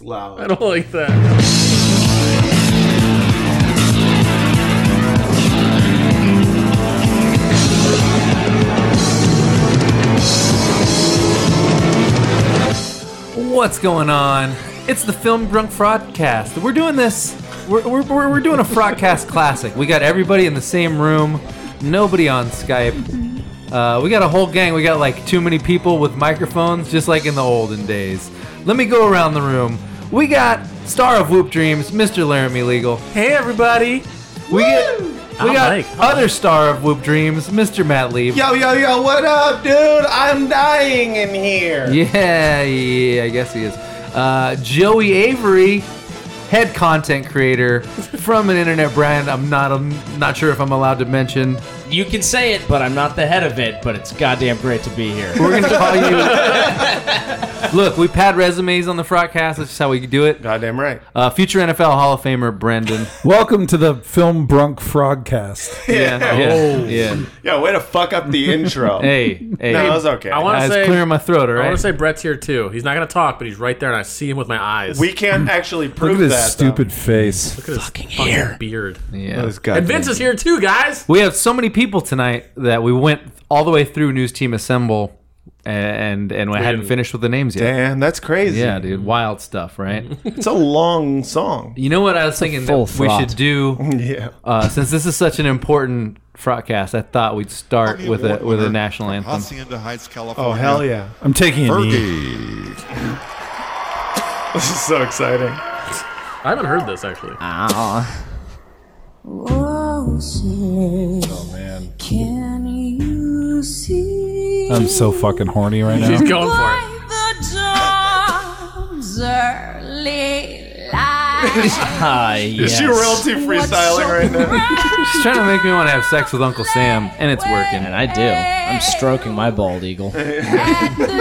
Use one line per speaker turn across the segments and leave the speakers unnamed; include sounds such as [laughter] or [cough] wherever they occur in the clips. loud.
I don't like that.
What's going on? It's the Film Drunk Fraudcast. We're doing this. We're, we're, we're, we're doing a Fraudcast classic. We got everybody in the same room, nobody on Skype. Uh, we got a whole gang. We got like too many people with microphones, just like in the olden days. Let me go around the room. We got star of Whoop Dreams, Mr. Laramie Legal. Hey, everybody. We get. We
I'm
got
Mike.
other star of Whoop Dreams, Mr. Matt Lee.
Yo, yo, yo, what up, dude? I'm dying in here.
Yeah, yeah, I guess he is. Uh, Joey Avery, head content creator from an internet brand. I'm not, I'm not sure if I'm allowed to mention.
You can say it, but I'm not the head of it. But it's goddamn great to be here.
We're gonna call you. Look, we pad resumes on the broadcast. That's just how we do it.
Goddamn right.
Uh, future NFL Hall of Famer Brendan.
Welcome to the Film Brunk Frogcast.
Yeah, yeah, yeah.
[laughs] Yo, way to fuck up the intro.
[laughs] Hey, hey.
No, it was okay.
I
I
want to
was
say
clearing my throat, all
I
right?
want to say Brett's here too. He's not gonna talk, but he's right there, and I see him with my eyes.
we can't actually
Look
prove
at his
that. um,
stupid face.
Look at his fucking, beard.
yeah.
And Vince is here too, guys.
We have so many people tonight that we went all the way through News Team Assemble and and we hadn't
didn't.
finished with the names yet.
Damn, that's crazy.
Yeah, dude, wild stuff, right?
It's a long song.
you know what I was thinking
full
that we
throt.
should do
Yeah.
uh, since this is such an important broadcast. I thought we'd start with a with a national anthem.
Hacienda Heights, California.
Oh, hell yeah. [laughs]
I'm taking a knee.
Fergie.
This is so exciting.
I haven't heard this actually.
Oh, say,
Oh,
Can you see?
I'm so fucking horny right now.
He's going for it.
Why the
[laughs]
dawn's early light?
[laughs] Ah, yes.
Is she royalty freestyling right now?
She's trying to make me want to have sex with Uncle Sam, and it's working.
And I do. I'm stroking my bald eagle.
At the
[laughs]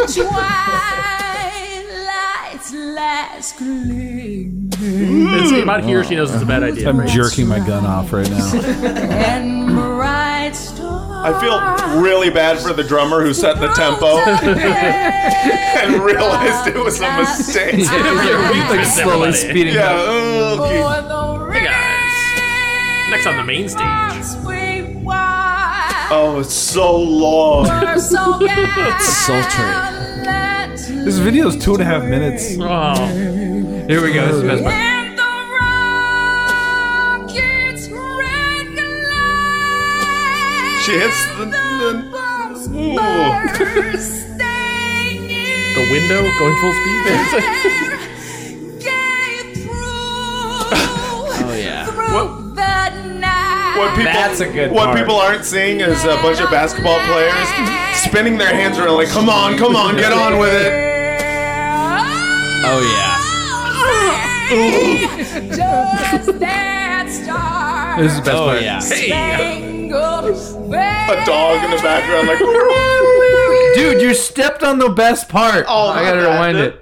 twilight's last gleam,
It's about here. She knows it's a bad
[laughs]
idea.
I'm jerking my gun off right now.
and bright stars.
I feel really bad for the drummer who set the tempo [laughs] and realized it was a mistake.
Like slowly speeding [laughs]
Yeah. oh,
up.
Okay.
For the
Hey guys, next on the main stage.
rivers we watch.
Oh, it's so long.
so
sultry.
This video is two and a half minutes.
Oh,
Here we go. This is the best part.
And the rocket's red glare.
She hits the- the-
bombs
Ooh.
bursting in
the window going full
[laughs]
speed.
gave through-
Oh yeah.
through
What-
the night.
What people,
That's a good
What
part.
people aren't seeing is a bunch of basketball players spinning their hands around like, come on, come on, get on with it.
Oh yeah.
Does that star
This is the best
Oh
part.
yeah.
A dog in the background like, [laughs]
Dude, you stepped on the best part.
Oh,
I
my
gotta
God.
rewind it.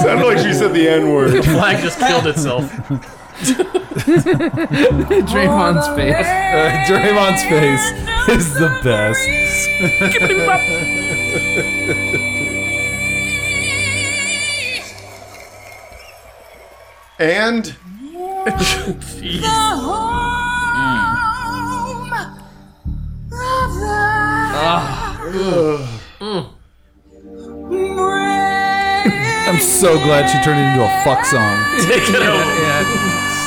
sounded like she said the N word.
Flag just killed itself.
Draymond's face.
Uh, Draymond's face is the best. [laughs]
And
Jeez.
Mm. Mm.
I'm so glad she turned it into a fuck song.
Take it over.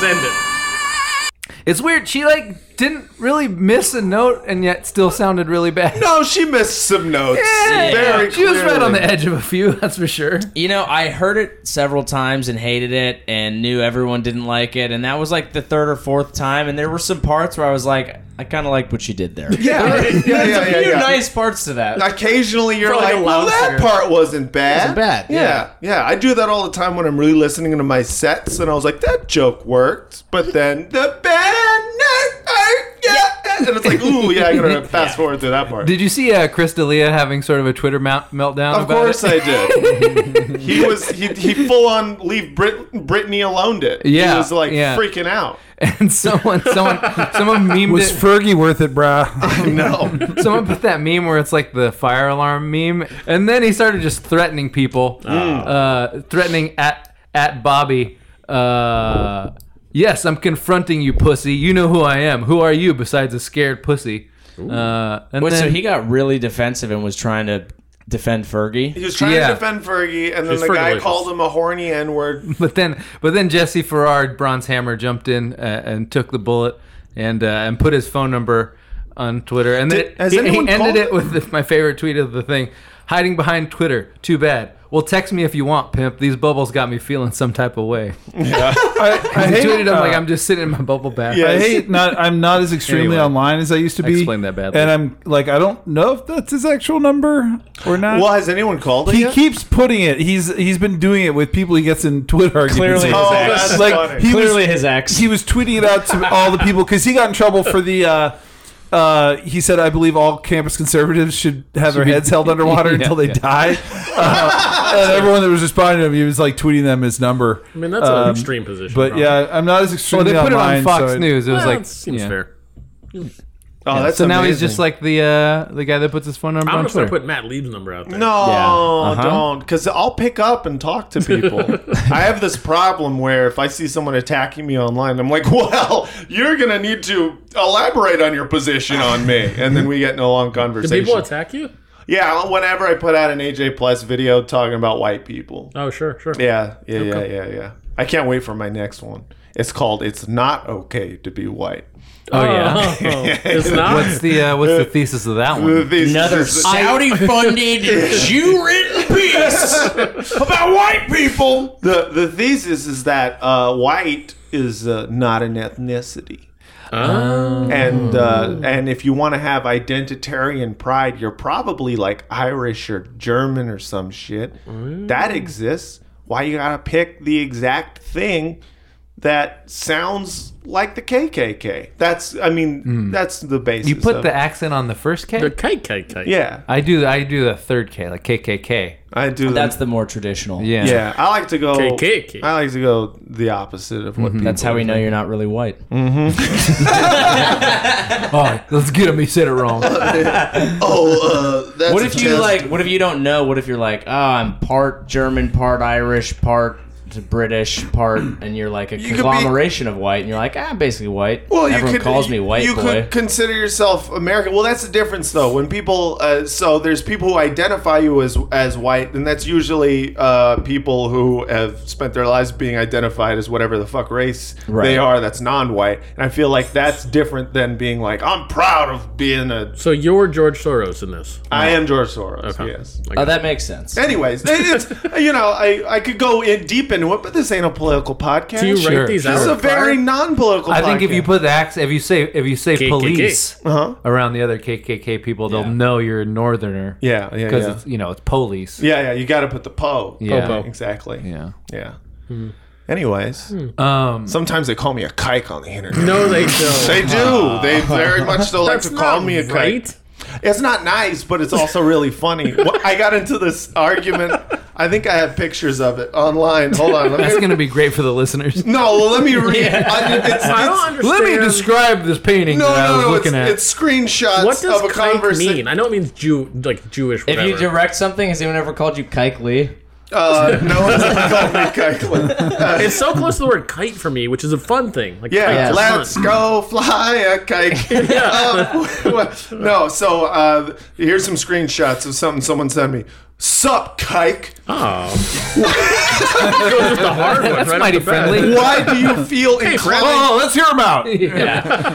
Send it.
It's weird. She like didn't really miss a note, and yet still sounded really bad.
no, she missed some notes.
Yeah.
Very
She was right
clearly.
on the edge of a few, [laughs] that's for sure.
[laughs] You know, I heard it several times and hated it, and knew everyone didn't like it, and that was like the third or fourth time, and there were some parts where I was like, I kind of liked what you did there.
Yeah, yeah,
There's
yeah,
[laughs] a
yeah,
few
yeah.
nice parts to that.
Occasionally, you're
Probably
like,
the
"Well, that
loudspeaker.
part wasn't bad."
Wasn't bad,
Yeah. yeah, I do that all the time when I'm really listening to my sets, and I was like, "That joke worked," but then the band, yeah, and it's like, "Ooh, yeah, I gotta fast forward through that part."
Did you see uh, Chris D'Elia having sort of a Twitter mount- meltdown?
Of
about
course
it?
I did.
[laughs]
he was he, he full on leave Brit- Britney alone. Did he
Yeah,
was like
yeah. [laughs]
freaking out.
and someone, someone, someone memed
Was
it.
Fergie worth it, bruh?
No.
Someone put that meme where it's like the fire alarm meme, and then he started just threatening people, uh, threatening at at Bobby. Uh, yes, I'm confronting you, pussy. You know who I am. Who are you besides a scared pussy? Uh, and
Wait,
then,
so he got really defensive and was trying to defend Fergie.
He was trying
Yeah.
to defend Fergie, and then
She's
the guy
Fergalicious.
called him a horny N word.
[laughs] but then, but then Jesse Ferrard, Bronze Hammer, jumped in uh, and took the bullet and uh, and put his phone number on Twitter, and then
Did- has
he, he
anyone
ended
called
it
it?
with the, my favorite tweet of the thing: hiding behind Twitter. Too bad. Well, text me if you want, pimp. These bubbles got me feeling some type of way.
I, [laughs] I
I
hate.
tweeted. I'm like,
uh,
I'm just sitting in my bubble bath.
Yeah.
I hate not. I'm not as extremely
Anyway,
online as I used to
I
be.
explained that badly.
And I'm like, I don't know if that's his actual number or not.
Well, has anyone called it?
he
yet?
keeps putting it. He's he's been doing it with people he gets in Twitter arguments.
Clearly
with.
his
oh,
ex.
that's
like
funny.
he
Clearly
was,
his ex.
He was tweeting it out to all the people because he got in trouble for the. Uh, uh, he said, "I believe all campus conservatives should have their
be-
heads held underwater
[laughs] Yeah,
until they
yeah.
die." Uh, and everyone that was responding to him, he was like tweeting them his number.
I mean, that's
Um,
an extreme position.
But
probably.
yeah, I'm not as
Well,
extreme.
Oh, they put
online,
it on Fox
so I-
News. It was
Well,
like
it seems
yeah.
fair.
oh, that's
So now he's
amazing.
just like the uh, the guy that puts his phone number
I'm
on
gonna start
Twitter.
putting Matt Lieb's number out there.
No,
Uh-huh.
don't. Because I'll pick up and talk to people.
[laughs]
I have this problem where if I see someone attacking me online, I'm like, [laughs] well, you're going to need to elaborate on your position on me. And then we get in a long
Do
conversation.
people attack you?
yeah, whenever I put out an AJ Plus video talking about white people.
Oh, sure, sure. [laughs]
Yeah, yeah, yeah, yeah, yeah. I can't wait for my next one. It's called "It's Not Okay to Be White."
Oh
uh, Uh-huh.
yeah.
it's [laughs] not.
What's the uh, what's the thesis of that one?
This
Another
is- [laughs]
Saudi-funded, Jew-written piece about white people.
the the thesis is that uh, white is uh, not an ethnicity.
Oh.
And uh, and if you want to have identitarian pride, you're probably like Irish or German or some shit.
Oh.
That exists. Why you gotta pick the exact thing that sounds like the KKK? That's I mean that's the basis.
Hmm. You put
of
the
it.
accent on the first K.
The cake, cake, cake.
yeah.
I do. I do the third K, like KKK.
I do.
That's
That's
the more traditional.
Yeah.
yeah. I like to go.
KKK.
I like to go the opposite of what people.
That's how we know you're not really white.
All right, let's get him. He said
[laughs]
it wrong.
Oh, uh, that's
What if you like? What if you don't know? What if you're like, oh, I'm part German, part Irish, part British, part, and you're like a
could be-
conglomeration of white, and you're like, ah, I'm basically white.
Well,
everyone
you could,
calls me white
You
boy.
could consider yourself American. Well, that's the difference, though. When people, uh, so there's people who identify you as as white, and that's usually uh, people who have spent their lives being identified as whatever the fuck race
Right.
they are. That's non-white, and I feel like that's different than being like, I'm proud of being a.
So you're George Soros in this.
I am George Soros.
Okay.
Yes.
Like,
oh, that makes sense.
Anyways, it's, you know, I, I could go in deep into it, but this ain't a political podcast.
do you
Sure.
write these
This is a
out?
very non-political.
I think if
podcast.
you put the accent, if you say if you say
KKK.
police
Uh-huh.
around the other KKK people, they'll know you're a northerner.
Yeah, yeah,
because
yeah.
it's you know it's police.
Yeah, yeah, you got to put the po.
Yeah. Po-po.
exactly.
Yeah.
yeah.
Hmm.
Anyways,
Um.
sometimes they call me a kike on the internet.
No,
[laughs]
they don't.
They
[laughs]
do. They very much still like
That's
to call
not
me a kike.
right.
It's not nice, but it's also really
[laughs]
funny. Well, I got into this argument. I think I have pictures of it online. Hold on. Let me,
That's
[laughs]
going to be great for the
[laughs]
listeners.
no, let me read. I, it's, it's,
I don't understand.
Let me describe this painting
no,
that I
no,
was
no. It's,
looking at.
it's screenshots
What does
of a
kike
conversation.
mean? I know it means Jew, like Jewish.
If
Whatever.
you direct something, has anyone ever called you Kike Lee?
[laughs] Uh, no one's called
[laughs]
me kike. Uh,
it's so close to the word kite for me, which is a fun thing. Like,
Yeah,
kite's
let's
fun.
go fly a
[laughs]
kite. [laughs] Um, no, so uh, here's some screenshots of something someone sent me. Sup, kike?
Oh, goes with the hard one. That's right off
mighty
the bat.
friendly.
Why do
[laughs]
you feel inclined?
Oh, let's hear
[laughs]
him out.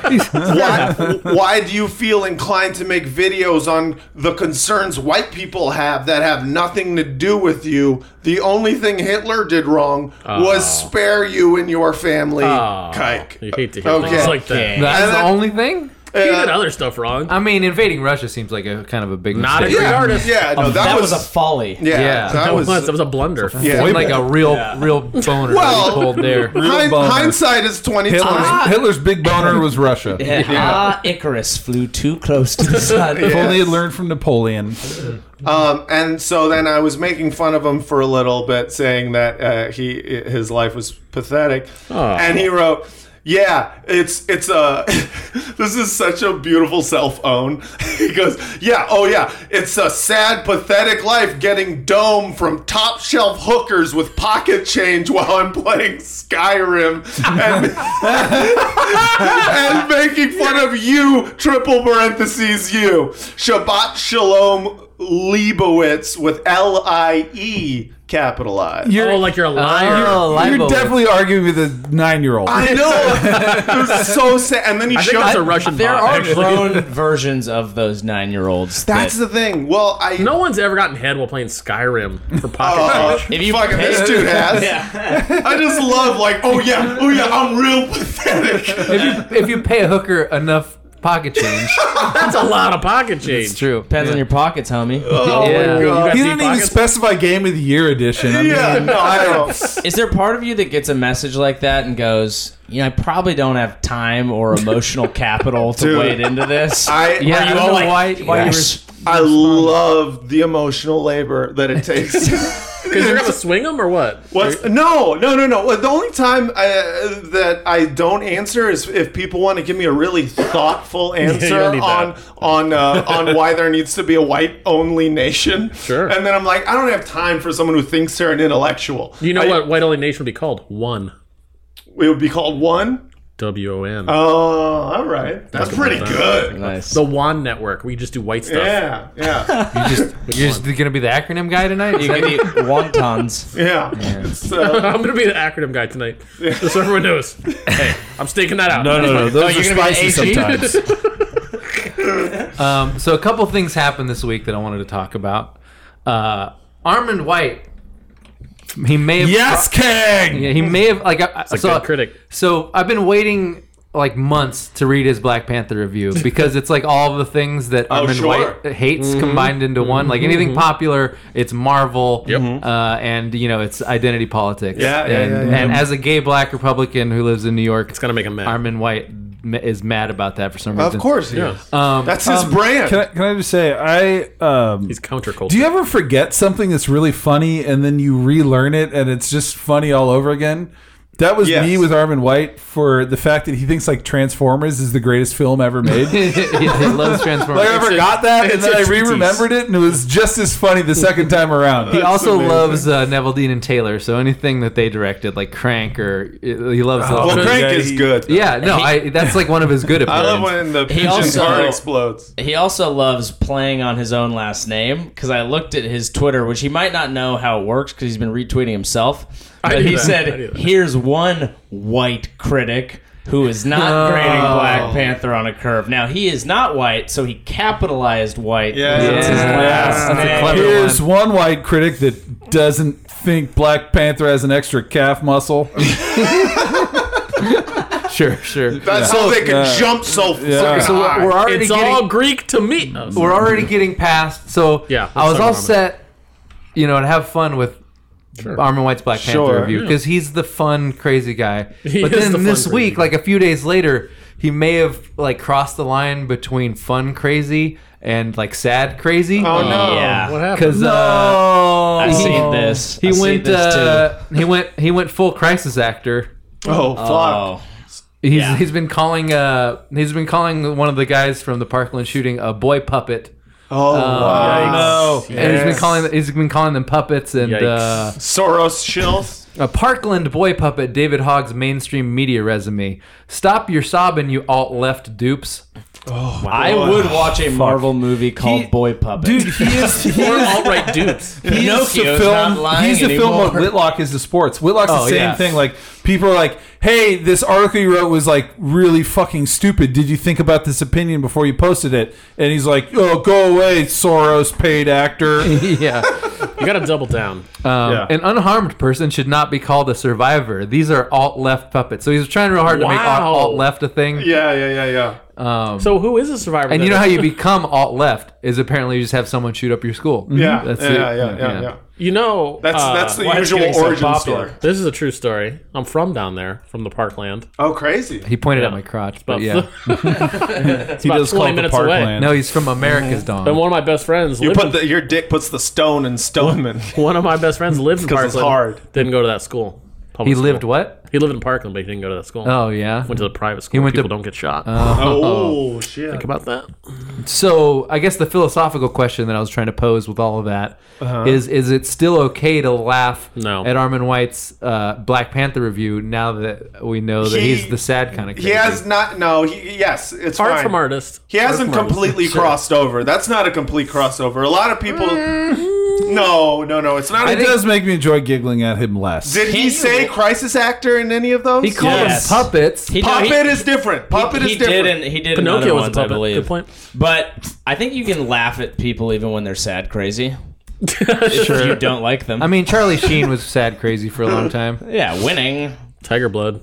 Why, why do you feel inclined to make videos on the concerns white people have that have nothing to do with you? The only thing Hitler did wrong was spare you and your family,
Oh,
kike.
You hate to hear things like that.
Okay.
That's
and
the
that-
only thing.
He did other stuff wrong.
I mean, invading Russia seems like a kind of a big
Not a
mistake.
great
yeah,
artist.
yeah, no, that,
Um, That was
was,
a folly.
yeah,
Yeah,
that,
that was,
was,
that was a blunder.
yeah.
Seemed like a real, real boner
Well-
to hold
[laughs]
there.
Hind-
boner.
hindsight is twenty
Hitler's,
twenty.
Hitler's big boner
[laughs]
was Russia.
Ah, Icarus flew too
[laughs]
close to the sun.
If only he had learned from Napoleon.
Um, and so then I was making fun of him for a little bit, saying that uh, he his life was pathetic. And he wrote, yeah, it's it's uh [laughs] this is such a beautiful self-own. [laughs] he goes, "Yeah, oh yeah, it's a sad pathetic life getting dome from top shelf hookers with pocket change while I'm playing Skyrim [laughs] and and making fun of you triple parentheses you. Shabbat Shalom Leibowitz with L I E capitalized.
oh, like you're a liar.
Oh.
You're definitely arguing with a nine-year-old.
I know. it was so sad. And then he
I think
shows
that's a
her.
Russian
There
bot,
are
actually.
grown versions of those nine-year-olds.
That's
that,
the thing. Well, I
No one's ever gotten head while playing Skyrim for
Oh.
pocket change.
if you
fucking
pay-
this dude has. I just love like, oh yeah, oh yeah, I'm real [laughs] pathetic.
If you, if you pay a hooker enough pocket change,
That's a lot of pocket change.
it's true.
depends on your pockets, homie.
Oh
Yeah.
my god.
You got
he
deep
didn't even
pockets?
specify game of the year edition. I mean,
Yeah, no, I don't.
Is there part of you that gets a message like that and goes, you know, I probably don't have time or emotional capital to
Dude.
wade into this?
I
Yeah, I
you
don't
all
know
like,
why, why
yes.
I love the emotional labor that it
[laughs]
takes.
Because you're gonna swing them or what?
What's no, no, no, no. The only time I, that I don't answer is if people want to give me a really
[laughs]
thoughtful answer
don't need
on on uh, on why there needs to be a white only nation.
Sure.
And then I'm like, I don't have time for someone who thinks they're an intellectual.
You know
I-
what White Only Nation would be called? One.
It would be called one.
W O N.
Oh, all right. That's pretty good.
Nice.
The WAN network. We just [laughs] do white stuff.
Yeah, yeah,
You're just, you're just gonna be the acronym guy tonight.
you can eat wontons.
yeah. It's, uh,
I'm gonna be the acronym guy tonight, just so everyone knows. Hey, I'm staking that out.
No, no, no. Those are
you're gonna be
spicy
AG?
[laughs]
sometimes.
Um, so a couple things happened this week that I wanted to talk about. Uh, Armand White, he may have
yes, King.
Yeah, he may have like I, I-
a
so
good critic.
So I've been waiting like months to read his Black Panther review because it's like all the things that Armin
sure.
White hates combined into one. Like anything popular, it's Marvel, uh, and you know it's identity politics.
Yeah, yeah,
and,
yeah, yeah.
and as a gay Black Republican who lives in New York,
It's gonna make a mess.
Armin White m- is mad about that for some reason.
of course, he
Yeah.
is. That's his brand.
Can I, can I just say I um,
Uh,
He's counterculture.
Do you ever forget something that's really funny and then you relearn it and it's just funny all over again? That was
Yes.
me with Armin White for the fact that he thinks like Transformers is the greatest film
[laughs]
ever made.
[laughs]
like
he he loves Transformers.
I
a-
forgot that and
it's
then
a
I
treatise.
re-remembered it and it was just as funny the second time around.
He also
amazing.
loves uh, Neville Dean and Taylor, so anything that they directed, like Crank, or he loves. those.
well,
Yeah,
Oh, Crank
he-
is good.
Yeah, no, I that's like one of his good
I
appearances.
love when the pigeon
also-
heart explodes.
He also loves playing on his own last name because I looked at his Twitter, which he might not know how it works because he's been retweeting himself. But
do
he
that. I do
said,
that.
"Here's one white critic who is not grading Black Panther on a curve." Now he is not white, so he capitalized white.
Yeah.
because it's his
Yeah.
last
That's a
name.
clever
Here's one white critic that doesn't think Black Panther has an extra calf muscle.
sure, sure.
That's how they can
Yeah.
jump so
Yeah.
fucking
So we're, we're
high.
already
It's
getting
all Greek to me. Oh,
we're already getting past. So
Yeah,
I was
let's talk
all
about it.
set, you know, to have fun with
sure.
Armin White's Black Panther
Sure.
review because he's the fun crazy guy.
[laughs] He
but
is
then
the fun,
this
crazy
week,
guy.
like a few days later, he may have like crossed the line between fun crazy and like sad crazy.
Oh no!
Yeah.
What happened?
Because uh,
I
he-
see this.
he
I see
went
this, too.
uh, he went he went full crisis actor.
Oh fuck!
Oh.
He's,
Yeah.
he's been calling uh he's been calling one of the guys from the Parkland shooting a boy puppet,
Oh, wow.
no.
and he's been calling he's been calling them puppets and
Yikes.
uh,
Soros shills.
a Parkland boy puppet. David Hogg's mainstream media resume: Stop your sobbing, you alt left dupes.
I would watch a Marvel movie called Boy Puppet.
Dude, he is he
We're
is
all right dudes.
He's
Pinocchio's
the
not lying
he's the film
anymore.
what Whitlock is to sports. Whitlock's
Oh,
the same
yeah.
thing. Like people are like, "Hey, this article you wrote was like really fucking stupid. Did you think about this opinion before you posted it?" And he's like, "Oh, go away, Soros paid actor."
yeah.
You gotta double down.
Um,
Yeah.
An unharmed person should not be called a survivor. These are alt left puppets. So he's trying real hard to make
Wow.
alt left a thing.
Yeah, yeah, yeah, yeah.
so who is a survivor?
Oh. And you
then?
know how you become alt left is apparently you just have someone shoot up your school.
Yeah,
That's
yeah,
it.
yeah, yeah, yeah, yeah.
You know
That's
uh,
that's the
why it's
usual
getting so
origin
popular.
story.
This is a true story. I'm from down there, from the Parkland.
Oh, crazy!
He pointed at my crotch, but yeah.
he
about
does call
20
it the
minutes away.
Parkland.
No, he's from America's Dawn.
And one of my best friends.
You
lived
put
in-
the, your dick puts the stone in Stoneman.
[laughs] one of my best friends lived in
'Cause it's
Parkland.
hard.
Didn't go to that school.
He
Public
lived
school.
what?
He lived in Parkland, but he didn't go to that school.
Oh yeah.
Went to the private school.
He
where
went to- Uh,
people don't get shot.
Oh, shit.
Think about that.
So I guess the philosophical question that I was trying to pose with all of that is:
Uh-huh.
is it still okay to laugh
No.
at Armin White's uh, Black Panther review now that we know that
He-
he's the sad kind of
He
crazy?
has not. No. He, yes, it's
Art
fine.
from artist.
He
Art
hasn't
from artist.
completely
Sure.
crossed over. That's not a complete crossover. A lot of people. No, no, no. It's not.
It
a
does make me enjoy giggling at him less.
Did he
you-
say crisis actor in any of those?
He called
Yes.
them puppets.
He-
Puppet
No,
is different. Puppet
he
is different.
Did and he did another
Pinocchio was a
ones, I
puppet.
believe.
Good point.
But I think you can laugh at people even when they're sad, crazy. if
[laughs]
you don't like them.
I mean, Charlie Sheen was sad crazy for a long
[laughs]
time.
yeah, winning.
Tiger blood.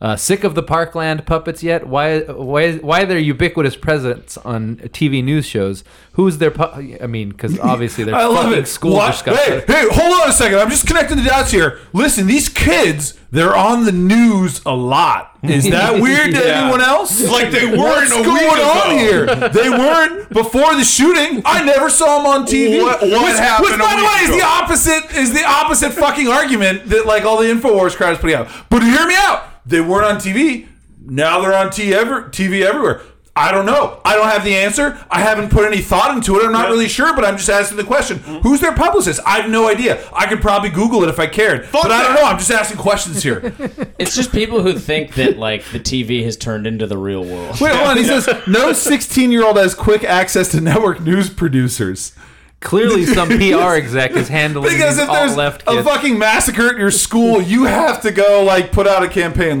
Uh, sick of the Parkland puppets yet? Why, why, why their ubiquitous presence on TV news shows? Who's their? Pu- I mean, because obviously they're
[laughs] I love
fucking
it.
schools
What?
are
Hey,
Scott.
hey, hold on a second. I'm just connecting the dots here. Listen, these kids, they're on the news a lot. Is that weird to
Yeah.
anyone else?
Like they
What's
weren't a
going
week
on
ago.
here? [laughs] They weren't before the shooting. I never saw them on TV.
What- what
which,
happened
Which,
a
by the
week
way, is
ago?
the opposite is the opposite fucking argument that like all the Infowars crowd is putting out. But hear me out. They weren't on TV. Now they're on T ever, TV everywhere. I don't know. I don't have the answer. I haven't put any thought into it. I'm not really sure, but I'm just asking the question. Who's their publicist? I have no idea. I could probably Google it if I cared, but I
that.
don't know. I'm just asking questions here.
It's just people who think that like the TV has turned into the real world.
[laughs] Wait, hold on. He says no 16 year old has quick access to network news producers.
Clearly,
[laughs]
some PR exec is handling
Because
these
if there's
alt-left
a
kids.
fucking massacre at your school, you have to go like put out a campaign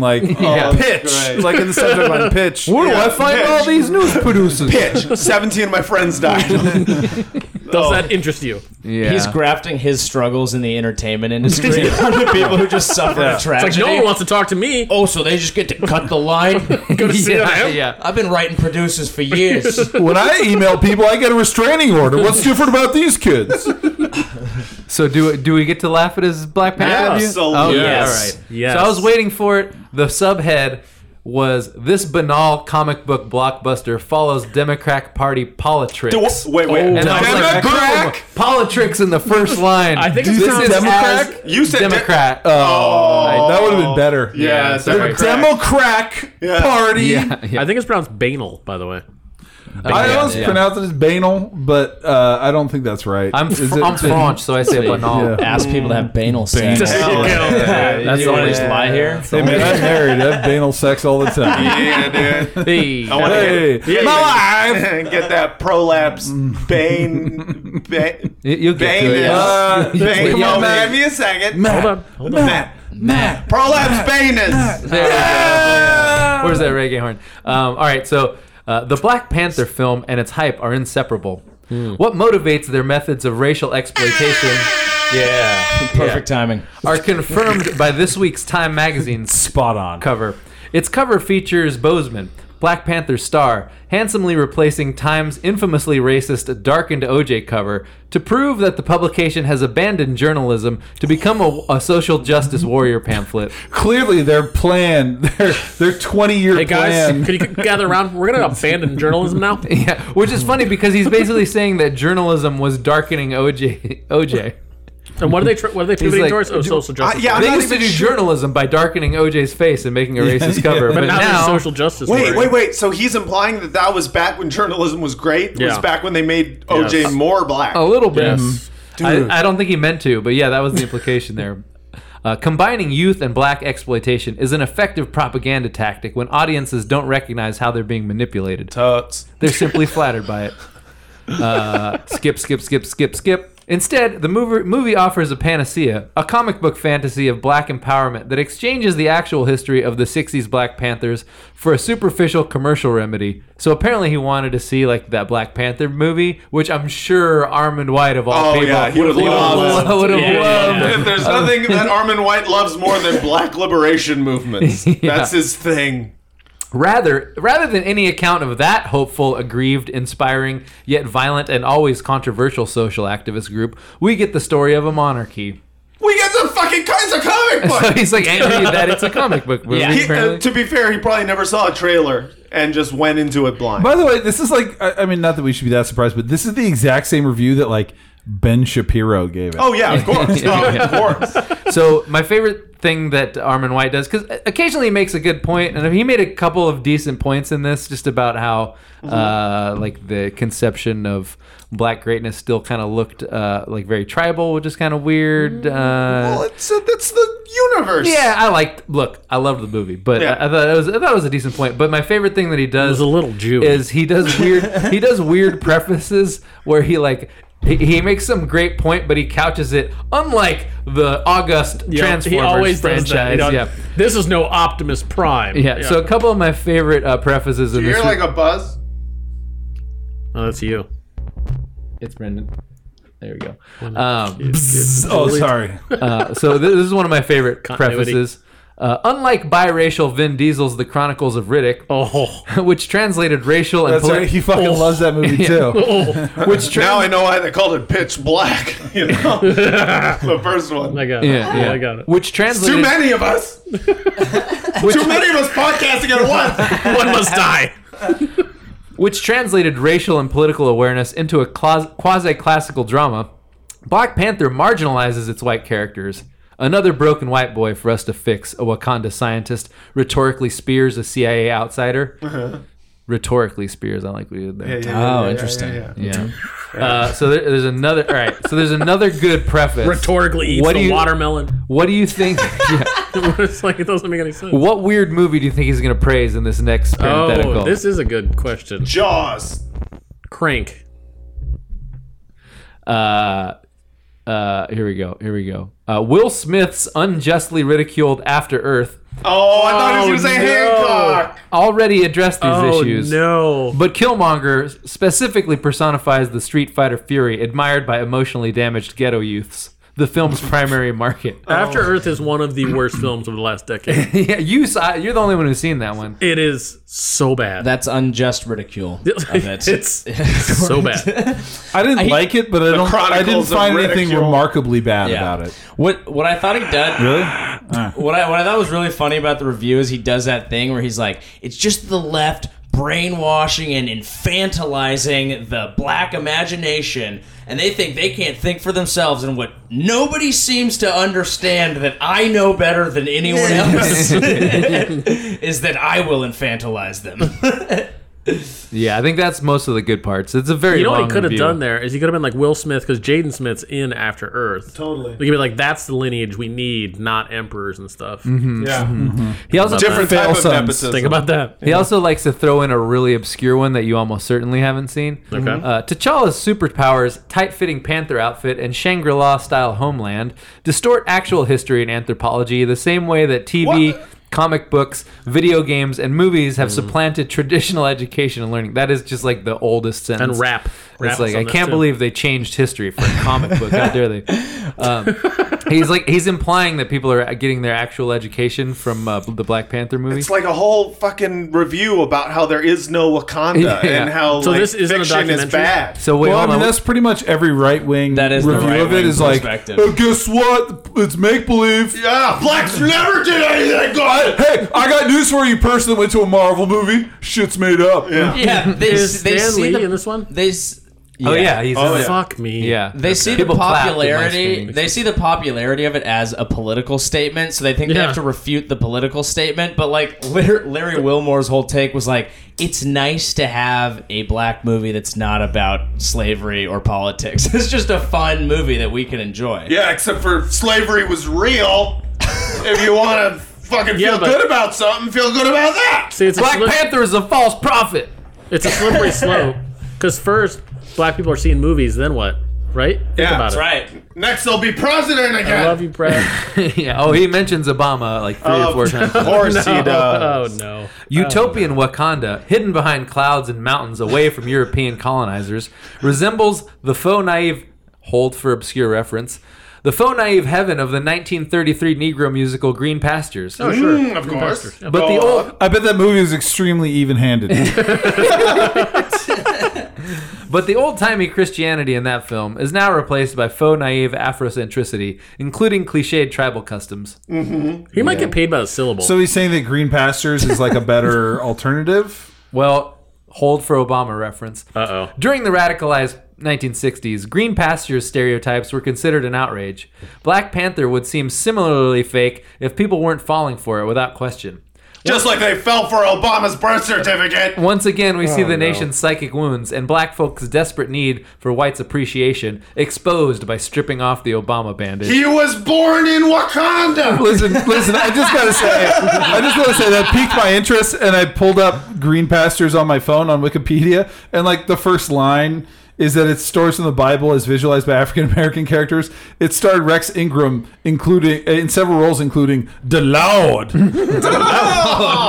[laughs]
like
Yeah.
uh, pitch,
Right.
[laughs] like in the subject
[laughs]
line pitch.
Where do I find
Pitch.
all these news producers?
Pitch. [laughs] Seventeen of my friends died.
Does
Oh.
that interest you?
Yeah.
He's grafting his struggles in the entertainment industry onto people who just suffer a tragedy.
Like no one wants to talk to me.
oh, so they just get to cut the line?
[laughs] Go to
[laughs] yeah,
CIM.
yeah.
I've been writing producers for years.
When I email people, I get a restraining
[laughs]
order. What's different about these kids?
So do do we get to laugh at his Black Panther? review?
Absolutely.
Oh, yeah,
Yes.
All right.
Yes.
So I was waiting for it. The subhead was this banal comic book blockbuster follows Democrat Party politics.
wait, wait.
and I was like,
Democrat?
boom, politics in the first line.
I think it
this
sounds-
is
Democrat?
as
You said de-
Democrat.
Uh,
Oh,
that would have been better.
Yeah,
Yeah,
Democrat.
Democrat
Yeah.
Party.
yeah, yeah.
I think it's pronounced banal, by the way.
I always
Yeah.
pronounce it as banal, but uh, I don't think that's right.
I'm
Is
fr-
it-
I'm French, so I say banal.
[laughs] Yeah.
Ask people to have banal sex.
[laughs]
There you
yeah,
go.
yeah,
That's
You
the
want to
only
just lie here?
Hey man, I'm married. I have banal sex all the time.
yeah, dude.
Hey.
I wanna
Hey,
get, yeah,
my
yeah, yeah. [laughs] get that prolapse bane. bane.
You- You'll get
Bane
to it.
is.
yeah.
Uh,
bane. Come
yeah,
on,
man.
man. Give me a second.
Matt,
Hold on. Hold on.
Matt, Matt.
Prolapse bane is.
There we go. Where's that reggae horn? Um, all right, so uh, the Black Panther film and its hype are inseparable.
Hmm.
What motivates their methods of racial exploitation
Yeah. Perfect timing.
are confirmed by this week's Time magazine's
[laughs] Spot on.
cover. Its cover features Bozeman, Black Panther star, handsomely replacing Time's infamously racist darkened OJ cover to prove that the publication has abandoned journalism to become a, a social justice warrior pamphlet.
clearly their plan, [laughs] their their twenty year
Hey guys,
plan.
[laughs]
[laughs]
could you gather around? We're gonna abandon journalism now.
Yeah, which is funny because he's basically saying that journalism was darkening OJ. OJ.
And what are they? Tr- what are they pivoting
like,
towards? Oh, social justice.
yeah, I'm
They
not
used to
even
do
sure.
journalism by darkening OJ's face and making a racist
yeah.
cover, but,
but now,
now
there's social justice.
Wait,
warrior.
wait, wait. So he's implying that that was back when journalism was great. It was
Yeah.
back when they made OJ
Yes.
more black.
a
Oh,
little bit.
Yes.
Dude.
I, I don't think he meant to, but yeah, that was the implication there. Uh, combining youth and black exploitation is an effective propaganda tactic when audiences don't recognize how they're being manipulated.
Uh,
Totes.
They're simply flattered by it. Uh, skip, skip, skip, skip, skip. Instead, the movie, movie offers a panacea, a comic book fantasy of black empowerment that exchanges the actual history of the 60s Black Panthers for a superficial commercial remedy. So apparently, he wanted to see like that Black Panther movie, which I'm sure Armand White of
Oh,
all people
yeah, he would love
lo-
it.
[laughs] would have
Yeah,
loved.
yeah,
If there's nothing that Armin White loves more than black liberation movements, that's his thing.
Rather, rather than any account of that hopeful, aggrieved, inspiring, yet violent and always controversial social activist group, we get the story of a monarchy. [laughs]
We get the fucking Kaiser comic
So
book.
[laughs] he's like angry that it's a comic book movie.
He- uh, [laughs]
apparently.
to be fair, he probably never saw a trailer and just went into it blind.
By the way, this is like I, I mean, not that we should be that surprised, but this is the exact same review that like Ben Shapiro gave it.
Oh yeah, of course, Oh, of course.
So my favorite thing that Armin White does, because occasionally he makes a good point, and he made a couple of decent points in this, just about how uh, like the conception of black greatness still kind of looked uh, like very tribal, which is kind of weird. Uh,
Well, it's that's the universe.
yeah, I liked. Look, I loved the movie, but
Yeah.
I, I thought it was I thought it was a decent point. But my favorite thing that he does
As a little Jew.
is he does weird he [laughs] does weird prefaces where he like he, he makes some great point, but he couches it unlike the August
Yeah,
Transformers
does
franchise.
that, you know.
yeah.
This is no Optimus Prime.
yeah, So a couple of my favorite uh, prefaces in
you
this.
hear like a buzz.
oh, that's you.
it's Brendan. There we go. Um,
oh sorry.
uh, so this, this is one of my favorite
Continuity.
prefaces. Uh, unlike biracial Vin Diesel's The Chronicles of Riddick,
Oh,
[laughs] which translated racial and
[laughs] That's
polit-
right. He fucking
Oh.
loves that movie too.
which trans-
Now I know why they called it pitch black. [laughs] You know, the first one.
I got it.
Yeah, yeah.
I got it.
which
Too
translated
many of us.
which,
Too many of us podcasting at once.
One
[laughs]
must die.
which translated racial and political awareness into a quasi classical drama. Black Panther marginalizes its white characters. Another broken white boy for us to fix. A Wakanda scientist rhetorically spears a CIA outsider. Rhetorically spears. I like what you did there.
Oh, interesting.
Yeah. Uh, so there, there's another. All right. So there's another good preface.
Rhetorically eats
What do
a
you-
watermelon. [laughs]
What do you think? [laughs] yeah.
it's like it doesn't make any sense.
What weird movie do you think he's going to praise in this next parenthetical?
Oh, this is a good question.
Jaws.
Crank.
uh, uh, here we go. Here we go. Uh, Will Smith's unjustly ridiculed After Earth
Oh, I thought he was
Oh,
going to say
no.
Hancock.
already addressed these
Oh
issues.
no!
But Killmonger specifically personifies the Street Fighter Fury, admired by emotionally damaged ghetto youths, the
[laughs]
film's primary market.
After Earth is one of the worst films of the last
[laughs]
decade.
yeah, you saw, you're the only one who's seen that one.
It is so bad. [laughs]
That's unjust ridicule of it.
it's so bad.
I didn't like it, but I don't. I didn't
Chronicles of
find anything
Ridicule.
remarkably bad
Yeah.
about it.
[laughs] What what I thought he did
Really?
what I what I thought was really funny about the review is he does that thing where he's like, it's just the left brainwashing and infantilizing the black imagination and they think they can't think for themselves and what nobody seems to understand that I know better than anyone else [laughs] is that I will infantilize them. [laughs]
Yeah, I think that's most of the good parts. It's a very
You know what
long
he could have
review.
done there is he could have been like Will Smith because Jaden Smith's in After Earth.
Totally.
We could be like, that's the lineage we need, not emperors and stuff.
Yeah.
He also
Different
Fail
type of
sons.
nepotism.
Think about that.
He also likes to throw in a really obscure one that you almost certainly haven't seen.
Okay.
Mm-hmm.
Uh, T'Challa's superpowers, tight fitting panther outfit, and Shangri La style homeland distort actual history and anthropology the same way that TV,
What?
comic books, video games, and movies have
Mm-hmm.
supplanted traditional education and learning. That is just like the oldest sentence.
And rap. Rap
It's
is
like,
on
I
that
can't
too.
believe they changed history for a comic book. God
[laughs]
dare they. Um, he's like he's implying that people are getting their actual education from uh, the Black Panther movie.
It's like a whole fucking review about how there is no Wakanda
[laughs]
Yeah.
and how
So
like,
this isn't a
fiction is
documentary?
bad.
so wait,
well, I
hold
mean,
on.
that's pretty much every right wing
That is the
review of it
right-wing
is like,
perspective.
oh, guess what? It's make believe.
yeah, blacks never did anything good.
Hey, I got news for you. Person that went to a Marvel movie, shit's made up.
Yeah.
yeah, they,
Is
they
Stan
see
Lee
the,
in this one?
they s-
Oh yeah, he's
Oh, yeah.
Fuck me.
yeah.
They see the
People clapped at my
popularity.
screen.
They see the popularity of it as a political statement, so they think they
Yeah.
have to refute the political statement. But like Larry, Larry Wilmore's whole take was like, it's nice to have a black movie that's not about slavery or politics. [laughs] It's just a fun movie that we can enjoy.
Yeah, except for slavery was real. [laughs] if you want to fucking feel
Yeah, but-
good about something, feel good about that.
See, it's a
Black
slip-
Panther is a false prophet.
It's a slippery slope. Because first, black people are seeing movies, then what? Right? Think
Yeah,
about
that's
it.
Right.
Next, they'll be president
I
again.
love you, Brad.
[laughs] yeah. Oh, he mentions Obama like three or
Of [laughs]
four times.
course
[laughs]
he does.
oh, no.
Utopian Wakanda, hidden behind clouds and mountains away from European colonizers, resembles the faux naive hold for obscure reference. The faux naive heaven of the 1933 Negro musical Green Pastures.
Oh, sure.
Mm, of course.
but the
Oh,
old,
I bet that movie was extremely even-handed. [laughs]
but the old-timey Christianity in that film is now replaced by faux naive Afrocentricity, including cliched tribal customs.
He might get paid by the syllable.
so he's saying that Green Pastures is like a better alternative.
Well, hold for Obama reference.
Uh oh.
During the radicalized 1960s, green pastures stereotypes were considered an outrage. Black Panther would seem similarly fake if people weren't falling for it without question.
Just like they fell for Obama's birth certificate.
Once again, we
Oh,
see the nation's psychic wounds and black folks' desperate need for whites' appreciation exposed by stripping off the Obama bandage.
He was born in Wakanda.
Listen, listen. I just gotta say, I just gotta say that piqued my interest, and I pulled up Green Pastures on my phone on Wikipedia, and like the first line is that its stories from the Bible as visualized by African American characters. It starred Rex Ingram, including in several roles, including the Lord.
[laughs]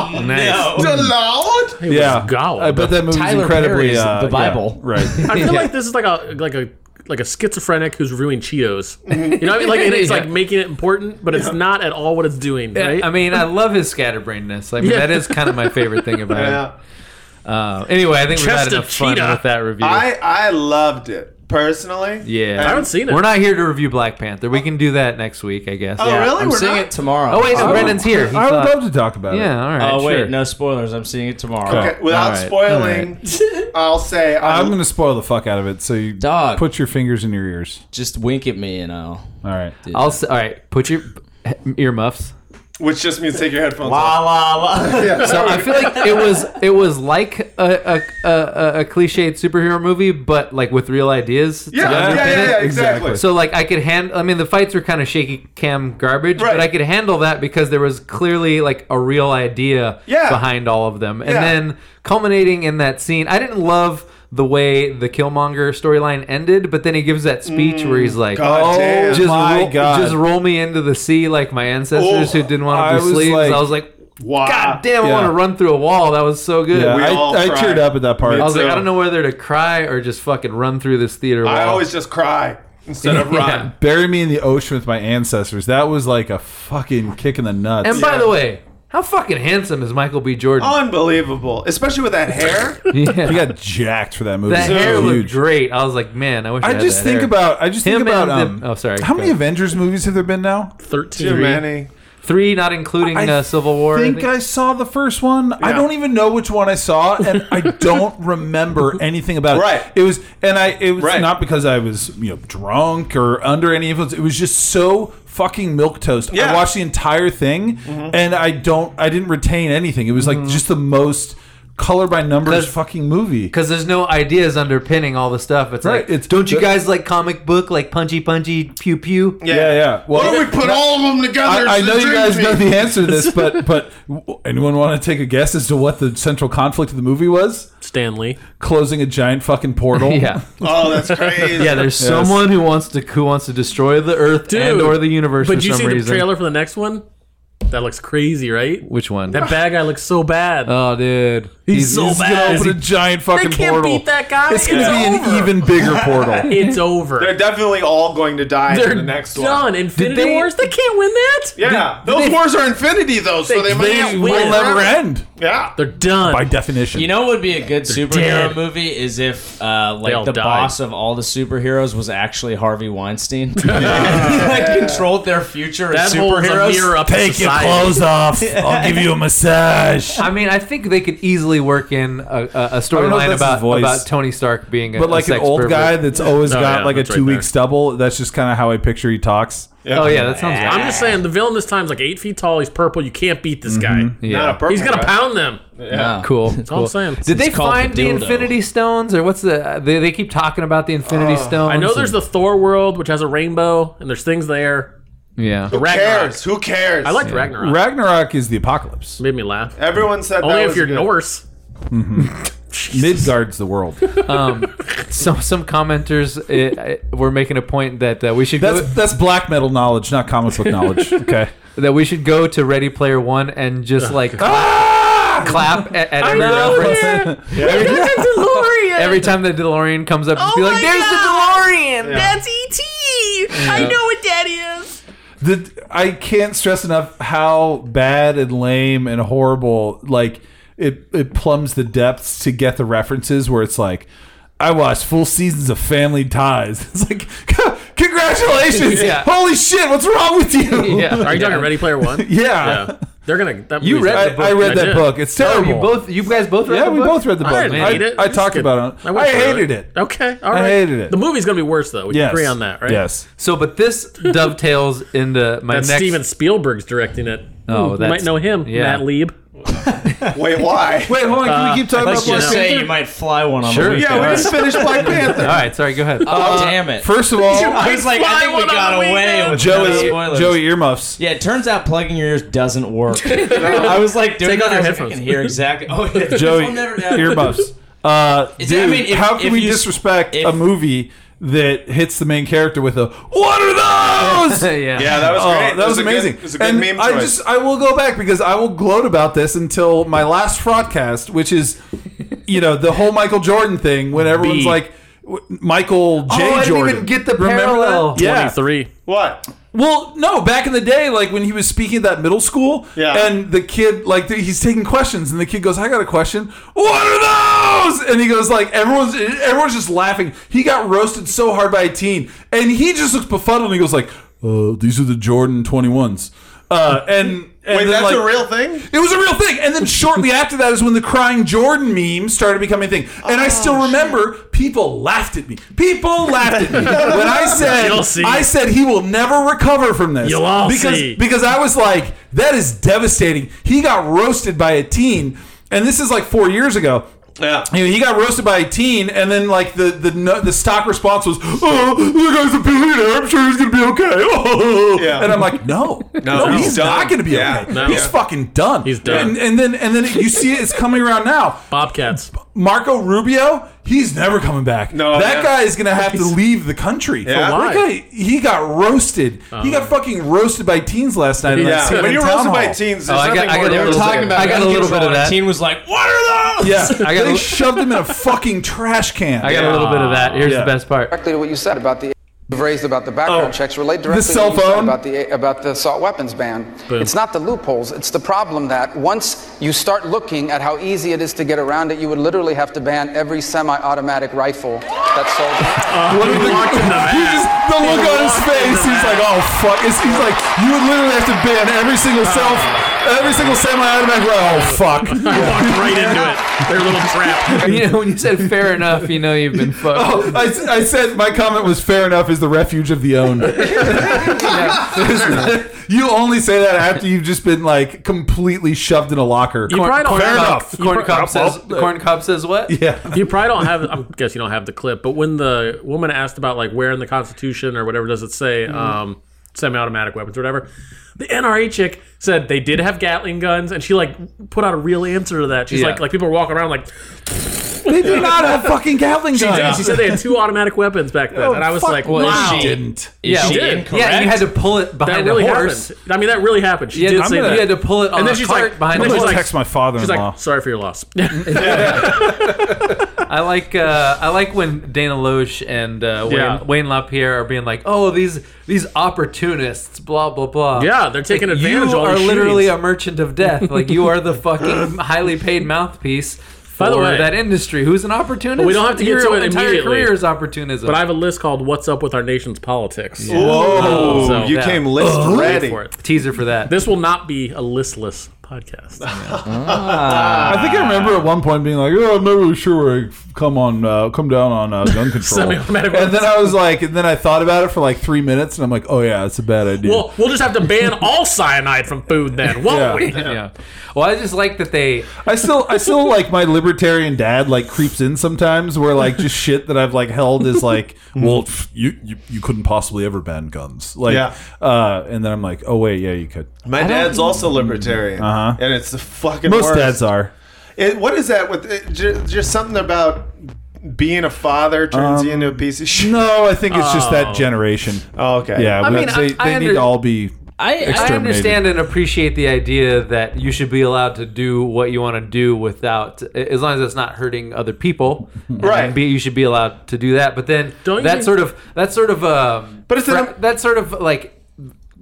Nice.
The Lord.
yeah,
God.
I bet that movie's
Tyler
incredibly
Perry's
uh,
The Bible.
yeah, right.
I feel like this is like a like a like a schizophrenic who's ruining Cheetos.
[laughs]
You know, what I mean? like and it's like making it important, but it's not at all what it's doing. Right?
I mean, I love his scatterbrainedness. I mean,
Yeah.
that is kind of my favorite thing about
[laughs]
Yeah.
it. Uh, anyway, I think we've
Chest
had
of
enough fun
cheetah.
with that review.
I I loved it personally.
yeah,
I haven't seen it.
We're not here to review Black Panther. We can do that next week, I guess.
Oh really?
Uh, I'm
We're
seeing
not?
it tomorrow.
Oh wait, no, Brendan's here. He
I
thought-
would love to talk about it.
yeah, all right.
Oh wait,
sure.
no spoilers. I'm seeing it tomorrow.
Okay.
Okay, without
Alright,
spoiling, [laughs] I'll say I,
I'm gonna spoil the fuck out of it. So you
Dog.
put your fingers in your ears.
Just wink at me and I'll.
All right.
I'll s- all right. Put your earmuffs.
which just means take your headphones
La
off.
la la.
So I feel like it was it was like a a, a, a cliched superhero movie, but like with real ideas. to
Yeah, yeah, yeah,
underpin it.
yeah, exactly.
So like I could hand I mean the fights were kind of shaky cam garbage,
Right.
but I could handle that because there was clearly like a real idea
Yeah.
behind all of them. And
Yeah.
then culminating in that scene, I didn't love the way the Killmonger storyline ended, but then he gives that speech where he's like,
Mm, God damn.
just
my
roll,
God.
just roll me into the sea like my ancestors
Oh,
who didn't want
I
to do
was
slaves."
like-
I was like,
Wow.
God damn, I
Yeah.
want to run through a wall. That was so good.
Yeah,
We
I,
all
I
cried.
teared up at that part.
I was like,
So-
I don't know whether to cry or just fucking run through this theater wall.
I always just cry instead of
[laughs] Yeah.
run.
bury me in the ocean with my ancestors. That was like a fucking kick in the nuts.
And by the way, how fucking handsome is Michael B. Jordan?
Unbelievable, especially with that hair.
Oh,
[laughs]
he
yeah.
got jacked for that movie.
That
It was
hair
huge.
looked great. I was like, man, I wish I,
I
had
just
that
think
hair.
about. I just
Him
think about.
and
Um,
the- oh, sorry,
How
go
many
ahead.
Avengers movies have there been now?
Thirteen.
Too many.
three, not including
I
uh, Civil War. I
Think I
think.
saw the first one. I
Yeah.
don't even know which one I saw, and
[laughs]
I don't remember anything about it.
Right.
It was, and I. It was
Right.
not because I was you know drunk or under any influence. It was just so fucking milk toast. I
Yeah. Mm-hmm.
watched the entire thing, and I don't. I didn't retain anything. It was like just the most color by numbers
'Cause-
fucking movie.
because there's no ideas underpinning all the stuff. It's
Right,
like,
it's-
don't you
the-
guys like comic book, like punchy punchy, pew pew?
Yeah, yeah. Well,
Why don't Oh, we put all of them together?
I, I
to
know you
drink
guys
me?
know the answer to
[laughs]
this, but but w- anyone want to take a guess as to what the central conflict of the movie was?
Stanley.
Closing a giant fucking portal.
Yeah,
Oh, that's crazy.
yeah. There's someone who wants to who wants to destroy the Earth
Dude,
and or the universe
But
for
did you
some
see the
reason.
trailer for the next one? That looks crazy, right?
Which one?
That bad guy looks so bad.
[laughs] oh, dude,
He's so
He's
bad.
gonna open a giant fucking
they can't
portal.
beat that guy.
It's gonna be an even bigger
[laughs]
portal.
It's over.
They're definitely all going to die in the next
done.
one.
Infinity
Did they-
Wars. They can't win that.
Yeah, those wars are infinity though, so they, might
they
not
will
win.
Will never end
Yeah,
They're done.
by definition.
You know what would be a good superhero
dead.
movie is if uh,
They all
like the
died.
boss of all the superheroes was actually Harvey Weinstein. [laughs] like controlled their future
that
as
holds a
superheroes.
mirror up to society. [laughs]
off. I'll give you a massage.
I mean, I think they could easily work in a, a, a
know if that's
storyline
his
about
voice.
about Tony Stark being a
But like
a
an
sex
old
pervert.
guy that's always
Oh,
got
yeah,
like a
that's right
two week
there.
stubble. That's just kind of how I picture he talks.
Oh yeah, that sounds.
I'm just saying, the villain this time's like eight feet tall. He's purple. You can't beat this guy.
yeah.
Not a purple
He's gonna
guy.
pound them.
No.
Cool.
That's all I'm saying.
Did they
It's called
find the,
the dildo.
Infinity Stones or what's the? They, they keep talking about the Infinity Stones.
Uh, I know there's the Thor world, which has a rainbow, and there's things there.
yeah.
Who
Ragnarok.
cares? Who cares?
I liked Ragnarok.
Ragnarok is the
[laughs]
apocalypse.
Made me laugh.
Everyone said
Only
that
if
was
you're
good.
Norse.
Midgard's the world.
[laughs]
Some some commenters uh, uh, were making a point that uh, we should go,
That's that's black metal knowledge, not comic book knowledge.
[laughs]
Okay.
that we should go to Ready Player One and just like
[laughs]
clap at, at every
Ah! know.
reference. [laughs] Every time the DeLorean comes up,
Oh
just be like, "There's the DeLorean."
That's E.T. I know what that is.
the I can't stress enough how bad and lame and horrible like it it plumbs the depths to get the references where it's like I watched full seasons of Family Ties. [laughs] It's like congratulations.
Yeah.
Holy shit, what's wrong with you?
[laughs] Yeah. [laughs]
Are you talking Ready Player One?
Yeah.
They're gonna. That
You
movie's
read
gonna
I,
that
be-
book.
I read
I
that
did.
book. It's
Oh,
terrible.
you both, you guys both read
yeah,
the
we
book?
both read the book.
I didn't
I,
hate it.
I
It's
talked
good.
about it. I,
went through
hated it.
Okay, all right.
hated it.
The movie's gonna be worse though. We
Yes.
can agree on that, right?
Yes.
So, but
[laughs]
this dovetails into my
That's
next.
Steven Spielberg's directing it.
Oh,
Ooh, you
that's-
might know him,
yeah.
Matt Lieb.
[laughs] Wait, [laughs] why?
Wait, hold on. Can we keep talking
Let's
about Black
just
Panther?
say you might fly one on
Sure.
the
yeah,
weekend.
we just finished Black Panther.
[laughs] All right, sorry, go
Uh,
ahead.
Oh, damn it. Oh,
First of all,
I was like, I think we got away with no
Joey,
spoilers.
Joey earmuffs.
Yeah, it turns out plugging your ears doesn't work. I was like, doing
Take
[laughs] that, I was like,
off your
I
headphones.
can hear exactly. Oh, yeah.
[laughs] Joey
I'll never know.
earmuffs. [laughs] Uh,
Is
dude,
that- I mean, if-
how can
if
we
you s-
disrespect
if-
a movie that hits the main character with a "What are those?"
yeah.
Yeah, that was
Oh,
great.
that was,
a good-
amazing.
It was a good
and
meme
I
choice.
just I will go back because I will gloat about this until my last broadcast, which is you know the whole Michael Jordan thing when everyone's like w- Michael J.
I didn't
Jordan.
even get the
Remember
parallel.
That? Yeah.
Twenty-three.
what?
Well, no, back in the day, like when he was speaking at that middle school,
Yeah.
and the kid, like, th- he's taking questions, and the kid goes, "I got a question. What are those?" And he goes, like, everyone's everyone's just laughing. He got roasted so hard by a teen, and he just looks befuddled, and he goes, like, "Oh, these are the Jordan twenty ones. Uh, and, and
Wait,
then,
that's
like-
a real thing?
it was a real thing. And then shortly after that is when the crying Jordan meme started becoming a thing. And I
Oh,
still remember people laughed at me. People laughed at me when
[laughs]
I said
You'll see.
I said he will never recover from this.
You'll all
because
see.
because I was like that is devastating. He got roasted by a teen and this is like 4 years ago.
Yeah.
You know, he got roasted by a teen, and then like the the no- the stock response was, "Oh, the guy's a billionaire. I'm sure he's gonna be okay." [laughs]
Yeah.
And I'm like, "No, no,
he's
he's, not
done.
gonna be
Yeah.
okay.
No.
He's
Yeah.
fucking done.
He's done.
And, and then and then you see it, it's coming around now.
Bobcats.
Marco Rubio, he's never coming back.
No,
that
yeah.
guy is gonna have to leave the country.
Yeah.
That
why?
guy, he got roasted. he got fucking roasted by teens last night. in that
Yeah.
CNN
When you're
town
roasted by
hall.
teens,
Oh,
there's
I got-
nothing
I got
more
a
to
They were
roast.
talking about
I got a little
gun
bit of
control, and
that.
Teen was like, "What are those?"
Yeah,
I got
they
a-
shoved him in a fucking trash can.
I got a little bit of that. Here's
Yeah.
the best part.
directly to what you said about the you've raised about the background
Oh,
checks relate directly
the cell
to what you
phone?
said about the about the assault weapons ban. It's not the loopholes, it's the problem that once you start looking at how easy it is to get around it, you would literally have to ban every semi-automatic rifle that's
[laughs]
sold.
Uh,
What do you think- [laughs] he just, the look on his face, he's like, oh fuck. It's, he's like, you would literally have to ban every single self, every single semi-automatic. rifle." Oh fuck.
Walked right into it. Their little trap.
[laughs] You know, when you said fair enough, you know you've been fucked.
Oh, I, s- I said my comment was fair enough is the refuge of the
[laughs]
owned. you only say that after you've just been like completely shoved in a locker.
You probably don't
fair
have-
enough.
Oh, you
Corn
pro-
Cob says, Corn Cob says what?
yeah.
You probably don't have. I guess you don't have the clip. But when the woman asked about like where in the Constitution or whatever does it say,
Mm-hmm.
um, semi-automatic weapons or whatever, the NRA chick said they did have Gatling guns, and she like put out a real answer to that. She's
Yeah.
like, like people were walking around like
They do not have fucking Gatling guns.
Yeah, she said they had two automatic weapons back then, and I was
Oh, fuck
like,
no,
wow,
she didn't.
Is
Yeah,
she
yeah,
did.
incorrect?
you had to pull it
that
behind
really
a horse.
happened. I mean, that really happened. She
You had,
did
to,
say
gonna-
that.
you had to pull it on
and then
a
she's
cart
like,
behind
and
a
then
gonna
she's
horse.
like,
text my father-in-law.
She's like, sorry for
[laughs]
your loss.
I like uh, I like when Dana Loesch and uh, Wayne,
Yeah.
Wayne LaPierre are being like, "Oh, these these opportunists, blah blah blah."
Yeah, they're taking
Like,
advantage
You
of all
are
these
literally
shootings.
a merchant of death. Like you are the fucking
[laughs]
highly paid mouthpiece for
By the way-
that industry. Who's an opportunist?
we don't have to get
Your
to it
entire
immediately.
career is opportunism.
but I have a list called "What's Up with Our Nation's Politics."
Whoa,
So-
you
Yeah.
came list ready.
for it.
teaser for that.
This will not be a listless
[laughs]
podcast.
I think I remember at one point being like, "Oh, I'm not really sure where I come on, uh, come down on uh,
[laughs]
gun control."
Semi-automatic
and then
weapons.
I was like, and then I thought about it for like three minutes, and I'm like, "Oh yeah, that's a bad idea."
We'll, we'll just have to ban all cyanide from food then, won't
Yeah.
we?
yeah. Well, I just like that they
I still, I still like my libertarian dad like creeps in sometimes, where like just shit that I've like held is like,
Mm-hmm.
well, pff, you, you you couldn't possibly ever ban guns, like,
Yeah.
uh, and then I'm like, oh wait, yeah, you could.
My dad's also libertarian, uh-huh. and it's the fucking
Most
worst. [laughs]
dads are.
It, what is that with it, ju- just something about being a father turns you into a piece of shit?
No, I think it's just that generation.
Oh, okay.
Yeah,
I
we-
mean,
they,
I-
they
I
need
under-
to all be.
I,
I
I
Exterminated.
understand and appreciate the idea that you should be allowed to do what you want to do without, as long as it's not hurting other people.
Right.
And be, you should be allowed to do that. But then
Don't you
that
think-
sort of that sort of um,
But it's
ra-
an-
that sort of like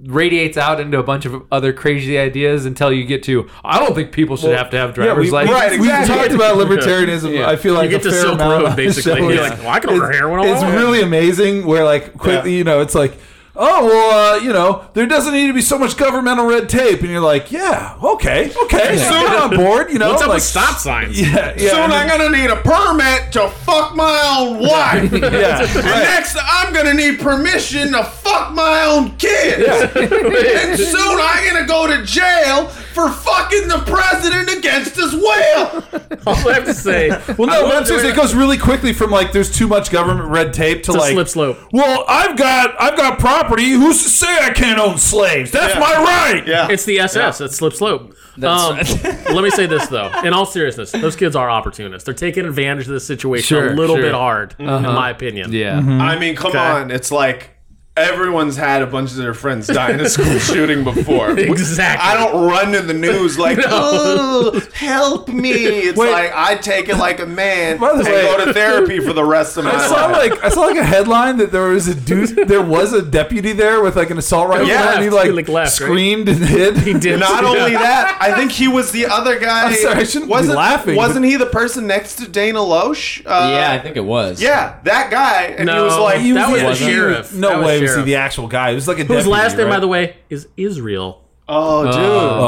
radiates out into a bunch of other crazy ideas until you get to. I don't think people should have to have driver's
we,
license.
Right,
we, have
exactly.
talked
[laughs]
about libertarianism.
Yeah.
I feel like
get
a
to
fair
Silk
amount
Road,
on this
basically.
show
You're
is-
like, "Well, I can order
it's-
heroin all
It's
I want."
really amazing where like quickly,
Yeah.
you know, it's like. oh well, uh, you know, there doesn't need to be so much governmental red tape, and you're like, yeah, okay, okay, soon on board, you know,
What's up
like,
with stop
[laughs]
signs?
Yeah,
[laughs]
yeah,
Soon I'm gonna need a permit to fuck my [laughs] own wife.
[laughs]
[laughs]
yeah,
And next, I'm gonna need permission to fuck my own kids. [laughs] and soon, I'm gonna go to jail for fucking the president against his will.
All I have to say.
Well, no,
I love
but I'm
the
serious.
way-
It goes really quickly from like there's too much government red tape to
a
like
slip slope.
Well, I've got I've got property. Who's to say I can't own slaves? That's my right.
Yeah.
It's the SS. That's slip slope. Um, let me say this though, in all seriousness, those kids are opportunists. They're taking advantage of this situation
Sure,
a little
sure.
bit hard, in my opinion.
Yeah.
Mm-hmm.
I mean, come on. It's like everyone's had a bunch of their friends die in a [laughs] school shooting before.
Exactly.
I don't run to the news like, oh, help me. It's
Wait.
like I take it like a man
By the
and
way-
go to therapy for the rest of my
I saw
life.
like I saw like a headline that there was a dude there was a deputy there with like an assault rifle
Yeah,
and he
he,
like,
like, left, right?
screamed and hid. He [laughs]
did.
Not only that, I think he was the other guy.
I'm sorry, I shouldn't be
wasn't,
laughing, but-
Wasn't he the person next to Dana Loesch? Uh,
yeah, I think it was.
Yeah, that guy. And he
No,
was like,
that was the
he-
sheriff.
No
That was
way was he
sheriff.
the actual guy. He was like a
Whose
deputy,
last name,
right?
by the way, is Israel.
oh,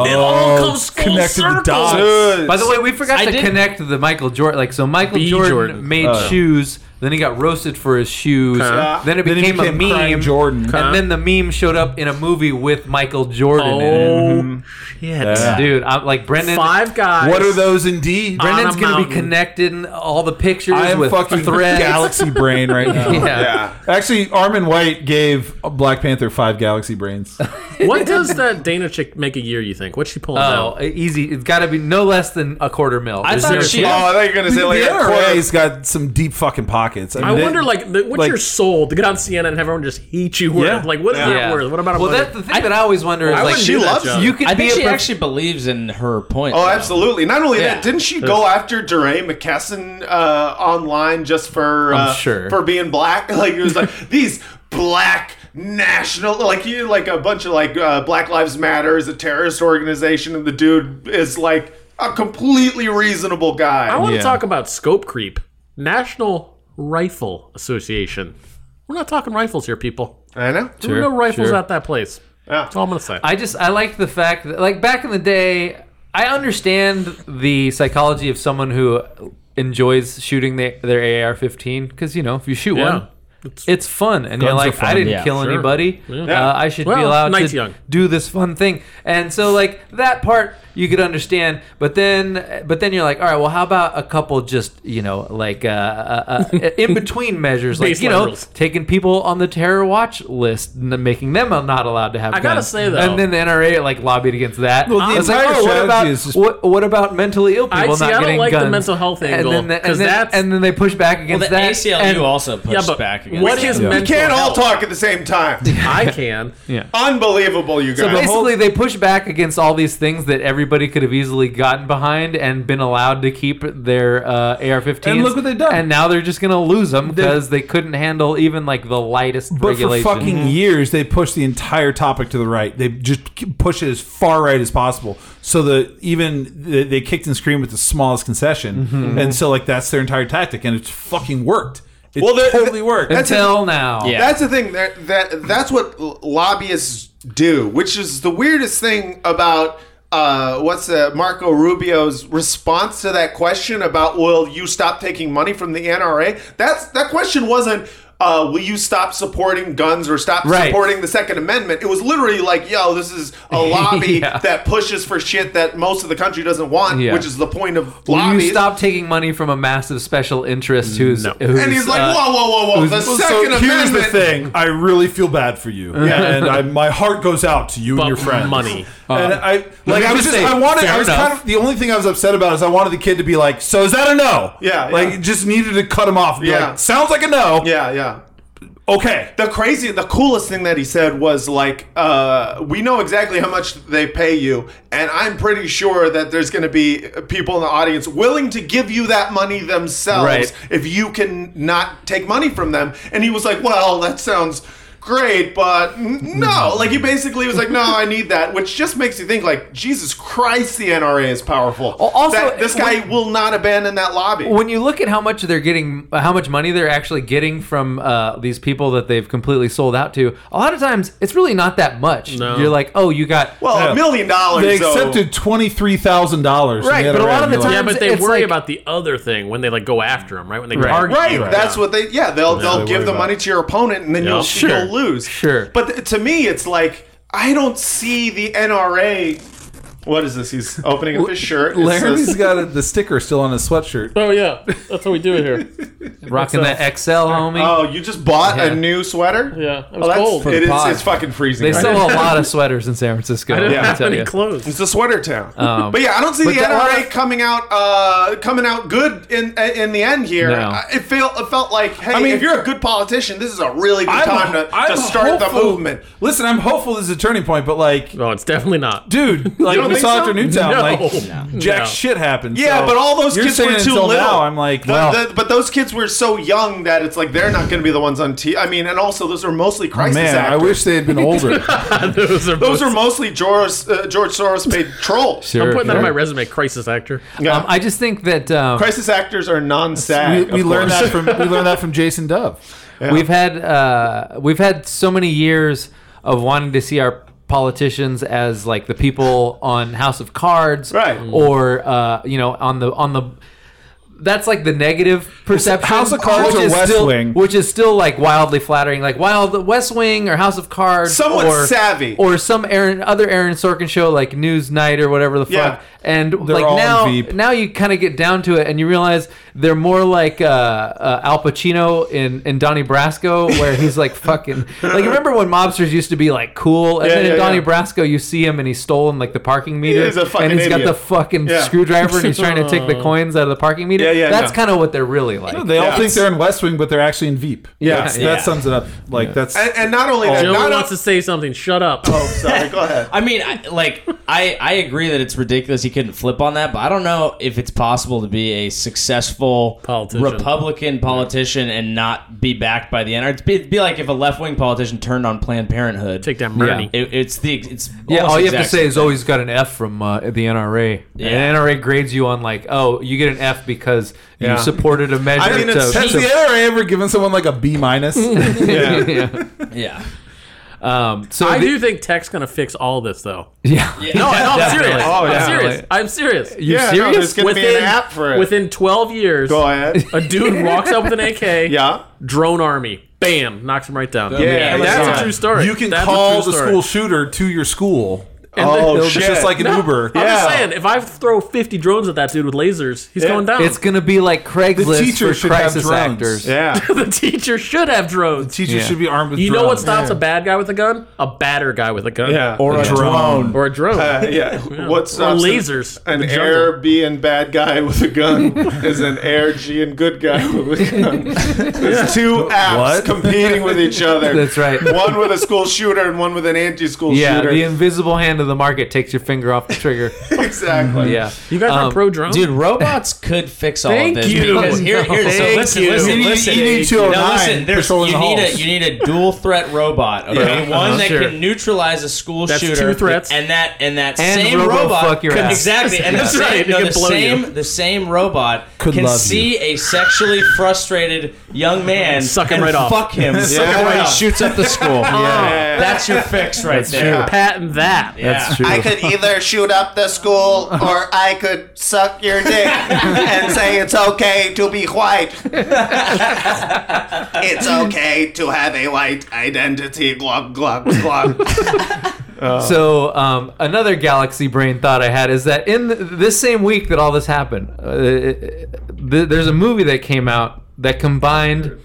dude.
It all comes full
connected the
circle.
dots.
Dude.
By the way, we forgot
I
to
did-
connect the Michael Jordan. Like, so Michael
B.
Jordan,
Jordan.
made
Oh,
shoes, then he got roasted for his shoes,
Uh,
then it
then he
became,
became
a
Crying
meme,
Jordan.
and then the meme showed up in a movie with Michael Jordan in it.
Oh shit!
Dude, I'm like Brendan.
Five guys.
What are those indeed?
Brendan's
on a
gonna be
mountain.
connecting all the pictures
I am
with
fucking
threads.
[laughs] galaxy brain right now.
Yeah.
yeah.
Actually, Armin White gave Black Panther five galaxy brains.
What does that Dana chick make a year? You think? What's she pulling
Oh,
out?
easy. It's got to be no less than a quarter mil.
I
Is
thought
there-
she.
oh, I thought you were going to say
the
like, a quote.
NRA's got some deep fucking pockets.
I
mean,
wonder,
they-
like, the, what's
like-
your soul to get on CNN and have everyone just hate you? Worth?
Yeah.
Like, what is
Yeah.
that worth? What about a
well,
money?
that's the thing that I always wonder is
I
like
wouldn't do that job.
You could
I
be
think
a
she
prof-
actually believes in her point.
Oh,
though.
absolutely. Not only
Yeah.
that, didn't she go after DeRay McKesson uh, online just for
I'm
uh,
sure.
for being black? [laughs] Like it was like these black national like you like a bunch of like uh, Black Lives Matter is a terrorist organization and the dude is like a completely reasonable guy.
I want
Yeah.
to talk about scope creep. National Rifle Association. We're not talking rifles here, people.
I know.
There were no rifles
sure.
at that place. That's all I'm gonna say.
I just I like the fact that like back in the day, I understand the psychology of someone who enjoys shooting their, their AR-15 because you know if you shoot
Yeah.
one. It's fun, and you're
Guns are
like, I
fun.
didn't
Yeah,
kill
sure.
anybody. Uh, I should be
Well,
allowed
night's
to
young.
do this fun thing. And so, like that part, you could understand. But then, but then you're like, all right, well, how about a couple just, you know, like uh, uh,
[laughs]
uh, in between measures, like you
Baseline
know,
rules.
taking people on the terror watch list, and making them not allowed to have.
I gotta
guns.
say, though-
and then the NRA like lobbied against that.
Well, the
I was like,
entire
oh, what
strategy
about
is just-
what, what about mentally ill people
I- see,
not
I don't
getting
like the
guns?
mental health angle,
and then,
'cause
and, then,
that's-
and then they push back
Well,
against
the
that.
ACLU
and-
also pushed
yeah, but
back against.
what
that.
is
Yeah.
mental
We can't all
health?
talk at the same time.
I can. yeah.
Unbelievable, you guys.
Basically, they push back against all these things that everybody could have easily gotten behind and been allowed to keep their uh, AR-15s.
And look what they've done.
And now they're just going to lose them because they couldn't handle even like the lightest
But for
regulation. Mm-hmm.
fucking years, they pushed the entire topic to the right. They just k- push it as far right as possible, so that even they they kicked and screamed with the smallest concession, and so like that's their entire tactic, and it's fucking worked. It
Well, the-
totally worked.
that's-
until now.
Yeah.
That's the thing that that that's what l- lobbyists do, which is the weirdest thing about uh, what's uh, Marco Rubio's response to that question about will you stop taking money from the NRA? That's that question wasn't. Uh, will you stop supporting guns or stop
Right.
supporting the Second Amendment? It was literally like, yo, this is
[laughs]
a lobby
Yeah.
that pushes for shit that most of the country doesn't want,
Yeah.
which is the point of
Will
lobbies.
you stop taking money from a massive special interest who's,
No.
who's
and he's like,
uh,
whoa, whoa, whoa, whoa. The
Well,
Second
here's
Amendment.
the thing. I really feel bad for you, [laughs] and I, my heart goes out to you
But
and your friends.
money.
and I like
me
I was
just
just
say,
I wanted I
fair
was kind
enough.
of the only thing I was upset about is I wanted the kid to be like, so is that a no?
Yeah,
like
yeah.
just needed to cut him off. And be
Yeah.
like, sounds like a no.
Yeah, yeah.
okay.
the crazy the coolest thing that he said was like uh, we know exactly how much they pay you and i'm pretty sure that there's going to be people in the audience willing to give you that money themselves
Right.
if you can not take money from them and he was like well that sounds great, but n- no. Like he basically was like, no, I need that, which just makes you think like, Jesus Christ, the NRA is powerful.
Al- also,
That- this guy will not abandon that lobby.
when you look at how much they're getting, how much money they're actually getting from uh, these people that they've completely sold out to, a lot of times it's really not that much.
No.
You're like, oh, you got
well,
Yeah.
a million dollars.
They
so-
accepted twenty three thousand dollars.
Right, but a lot of the
Yeah,
times
but they
it's
worry
like-
about the other thing when they like go after him, right? When they
Right.
target
Right,
you.
that's what they. Yeah, they'll they'll
they
give
worry
the
about
money
it.
to your opponent, and then
Yeah.
you'll,
Sure.
you'll lose.
Sure.
but th- to me, it's like I don't see the NRA. What is this? He's opening up his shirt. It
Larry's
says-
got a, the sticker still on his sweatshirt.
Oh yeah, that's what we do here. [laughs]
rocking that XL, homie.
Oh, you just bought
Yeah.
a new sweater?
Yeah, it was
Oh, that's, [laughs]
cold.
It
the
is,
pod.
it's fucking freezing.
they
right
sell
now.
a lot of sweaters in San Francisco.
I didn't
let me
have
tell
any
you.
clothes.
It's a sweater town.
Um,
but yeah, I don't see the
but the-
NRA coming out uh, coming out good in in the end here.
No.
I- It felt it felt like, hey,
mean-
if you're a good politician, this is a really good time to, to start the movement.
Listen, I'm hopeful this is a turning point, but like,
No, it's definitely not.
dude, like
don't
we
think
saw
so?
after Newtown,
No.
like
No.
jack
No.
shit happened.
Yeah,
so
but all those
you're
kids
saying
were too
until
little.
Now, I'm like,
The-
well,
the- but those kids were so young that it's like they're not going to be the ones on T. I mean, and also those are mostly crisis
Oh, man, I
actors.
wish they [laughs] had been older.
Those are
those
both-
are mostly George uh, George Soros
[laughs]
paid trolls.
Sure.
I'm putting that on my
sure.
resume. Crisis actor.
Yeah.
Um, I just think that um,
crisis actors are
we
non-SAG.
we
of
learned
course.
that from we learned that from Jason Dove.
We've had uh, we've had so many years of wanting to see our politicians as like the people on House of Cards,
Right.
Or uh, you know, on the on the that's like the negative perception.
House of Cards
which
or
is
West
still-
Wing?
which is still like wildly flattering, like wild West Wing or House of Cards,
Somewhat
or,
savvy.
or some Aaron other Aaron Sorkin show like Newsnight or whatever the
Yeah.
fuck. And like
all in
now,
Veep.
now you kind of get down to it and you realize they're more like uh, uh, Al Pacino in, in Donnie Brasco, where he's like fucking. Like, remember when mobsters used to be like cool? And
Yeah,
then in
yeah,
Donnie
yeah.
Brasco, you see him and he's stolen like the parking meter.
He's a fucking
and he's got
idiot.
the fucking
Yeah.
screwdriver and he's trying to take the coins out of the parking meter.
Yeah, yeah,
That's
no.
kind of what they're really like.
They all
Yeah.
think they're in West Wing, but they're actually in Veep.
Yeah.
That's-
Yeah.
that sums it up. Like that's
and, and not only that,
Joe
not
wants to say something. Shut up.
oh, sorry, go
[laughs]
ahead.
I mean, I, like I, I agree that it's ridiculous he couldn't flip on that, but I don't know if it's possible to be a successful
Politician.
Republican politician and not be backed by the NRA. It'd be, it'd be like if a left wing politician turned on Planned Parenthood.
Take that, Bernie.
It, it's the it's
Yeah,
almost
all you have to
exact
say
same
is, oh, he's got an F from uh, the NRA.
Yeah.
And NRA grades you on like, oh, you get an F because you supported a measure.
I mean,
to,
it's-
has the NRA ever given someone like a B [laughs] minus?
Yeah.
yeah.
Yeah.
Um, so
I
the-
do think tech's gonna fix all this, though.
Yeah.
No, no, I'm serious.
Oh,
I'm
yeah.
serious. I'm serious.
You
Yeah, no,
serious?
there's gonna be an app for it.
Within 12 years,
Go
[laughs]
ahead.
a dude walks up with an AK.
[laughs] Yeah.
Drone army. Bam. Knocks him right down.
Yeah,
And that's
Amazon.
a true story.
You can
That's a
call
true
the
story.
school shooter to your school.
oh
It's
shit!
just like an Uber.
I'm just
Yeah.
saying, if I throw 50 drones at that dude with lasers, he's going down.
It's gonna be like Craigslist
teacher
for
should have
crisis actors.
drones. [laughs]
yeah.
[laughs] the teacher should have drones.
Teachers
Yeah.
should be armed with.
You know
drones.
what stops a bad guy with a gun? A badder guy with a gun.
Yeah.
Or a drone.
Or a drone.
Uh,
[laughs]
yeah. What's
Or
uh,
lasers.
An
The jungle.
air B and bad guy with a gun [laughs] is an air G and good guy with a
[laughs]
gun. There's two apps
What?
competing with each other.
[laughs] That's right.
One with a school shooter and one with an anti-school
Yeah,
shooter.
the invisible hand of the market takes your finger off the trigger.
[laughs] exactly.
yeah.
you guys are
Um,
pro drone?
Dude, robots could fix all
Thank
of this
you.
because here, here, so
Thank
listen,
you.
listen,
You need-
listen.
you need 209
Now listen, there's-
patrolling
you
the
need a
halls.
you need a dual threat robot, okay?
Yeah.
One
Uh-huh.
that
Sure.
can neutralize a school
That's
shooter,
two threats.
and that and that
And
same
robo
robot
fuck your
can-
ass.
exactly, and
That's
the same,
right, it
no,
can
the
blow you.
same the same robot
Could
can
love
see a sexually frustrated young man
Suck him
and
right off.
fuck him before
him right
he
off.
shoots up the [laughs] school.
Yeah.
that's your fix right there.
patent that.
Yeah.
true.
could either shoot up the
[laughs]
school or I could suck your dick and say it's okay to be
[laughs]
white. it's okay to have a white identity. Glug, glug, glug.
So um, another galaxy brain thought I had is that in th- this same week that all this happened, uh, th- there's a movie that came out that combined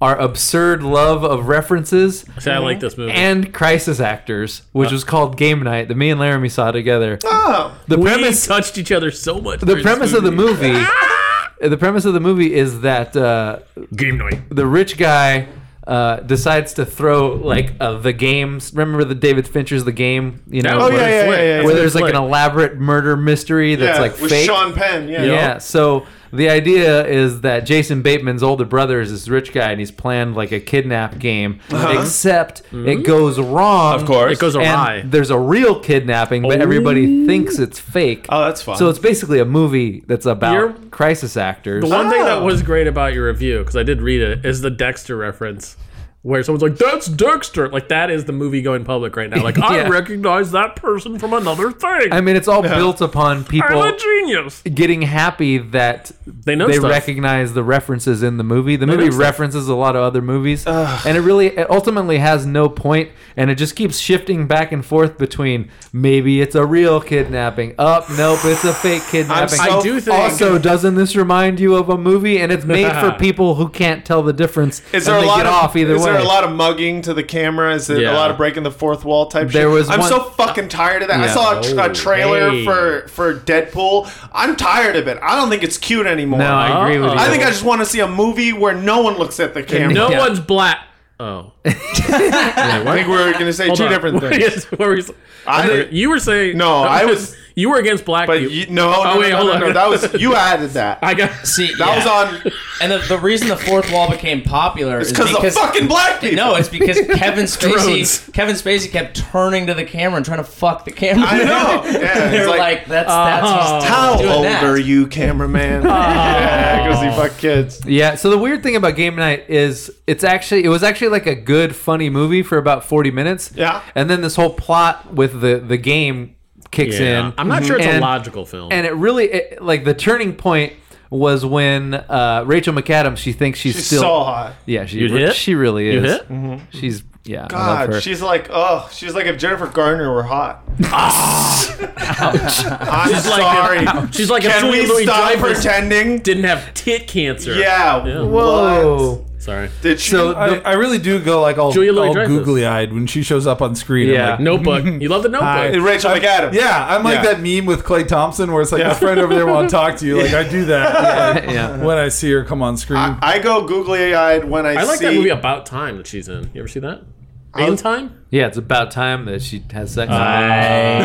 our absurd love of references
See, I like this movie. Uh.
and crisis actors, which was called Game Night that me and Laramie saw together.
Oh.
The
we
premise
touched each other so much.
the premise of the movie
[laughs]
the premise of the movie is that uh,
game night.
the rich guy uh, decides to throw like uh, the games remember the david fincher's the game you know
Oh,
where,
yeah, yeah, yeah, yeah.
where there's like an elaborate murder mystery that's
Yeah,
like
with
fake
Sean Penn. Yeah.
yeah so The idea is that Jason Bateman's older brother is this rich guy, and he's planned like a kidnap game,
Uh-huh.
except
Mm-hmm.
it goes wrong.
Of course.
It goes awry.
And there's a real kidnapping, but everybody thinks it's fake.
Oh, that's fun.
So it's basically a movie that's about
You're-
crisis actors.
The Oh. one thing that was great about your review, because I did read it, is the Dexter reference. Where someone's like, "That's Dexter," like that is the movie going public right now. Like,
[laughs]
I
Yeah.
recognize that person from another thing.
I mean, it's all built upon
I'm
people
a genius.
getting happy that
They know
they
stuff.
recognize the references in the movie. The
know
movie
stuff.
references a lot of other movies, and it really it ultimately has no point, and it just keeps shifting back and forth between maybe it's a real kidnapping, up, nope, it's a fake kidnapping.
so
I do think
also, doesn't this remind you of a movie? And it's made
[laughs]
for people who can't tell the difference.
Is
and
there a
they
lot
get
of
off either
is
way?
there a lot of mugging to the camera? Is it
Yeah.
a lot of breaking the fourth wall type?
There
shit?
was
I'm
one-
so fucking tired of that. I
Yeah.
saw a, tr- a
Oh,
trailer
hey.
for for Deadpool. I'm tired of it. I don't think it's cute anymore.
no, I agree with
Oh. [laughs]
you.
I think I just want to see a movie where no one looks at the camera.
No
Yeah.
one's black. Oh,
I think we're gonna say two
Hold
[laughs]
on.
different
[laughs] What
things.
is- what were you, saying?
I didn't-
you were saying
No,
[laughs]
I was-
You were against black.
But
people.
you, no,
Oh,
no,
wait,
no,
hold
no,
on.
no, that was
[laughs]
you added that.
I got.
See,
that was on.
And the, the reason the fourth wall became popular is
because
because
of fucking black people.
No, it's because Kevin
Drones.
Spacey. Kevin Spacey kept turning to the camera and trying to fuck the camera.
I know. Yeah,
They're
it's
like,
like,
that's
Uh-huh.
that's he's
how
doing
old
that.
are you, cameraman? yeah, because he fuck kids.
Yeah. So the weird thing about Game Night is it's actually it was actually like a good funny movie for about forty minutes.
Yeah.
And then this whole plot with the the game kicks
Yeah.
in.
I'm not sure it's a
Mm-hmm. And-
logical film.
And it really it, like the turning point was when uh, Rachel McAdams she thinks she's,
She's
still
so hot.
yeah she
You hit?
she really is
You hit?
she's yeah I love her.
Mm-hmm. God, she's like, oh, she's like if Jennifer Garner were hot. I'm sorry.
She's like, if
Can
Julia
we
Louis
stop
Dreyfus
pretending?
didn't have tit cancer.
yeah.
Whoa.
Whoa.
Sorry.
Did she? Uh,
So
I,
the,
I really do go like all,
Julia Louis
all
Dreyfus.
googly eyed when she shows up on screen. I'm
Yeah.
like,
Notebook. You love the
Hi.
notebook.
Rachel McAdams.
yeah, I'm like
Yeah.
that meme with Clay Thompson where it's like
Yeah.
my friend over there want to talk to you. Like I do [laughs] that like,
yeah
when I see her come on screen.
I, I go googly eyed when I,
I like
see.
that movie About Time that she's in. You ever see that? In Time?
yeah it's about time that she has sex.
Uh, Ah,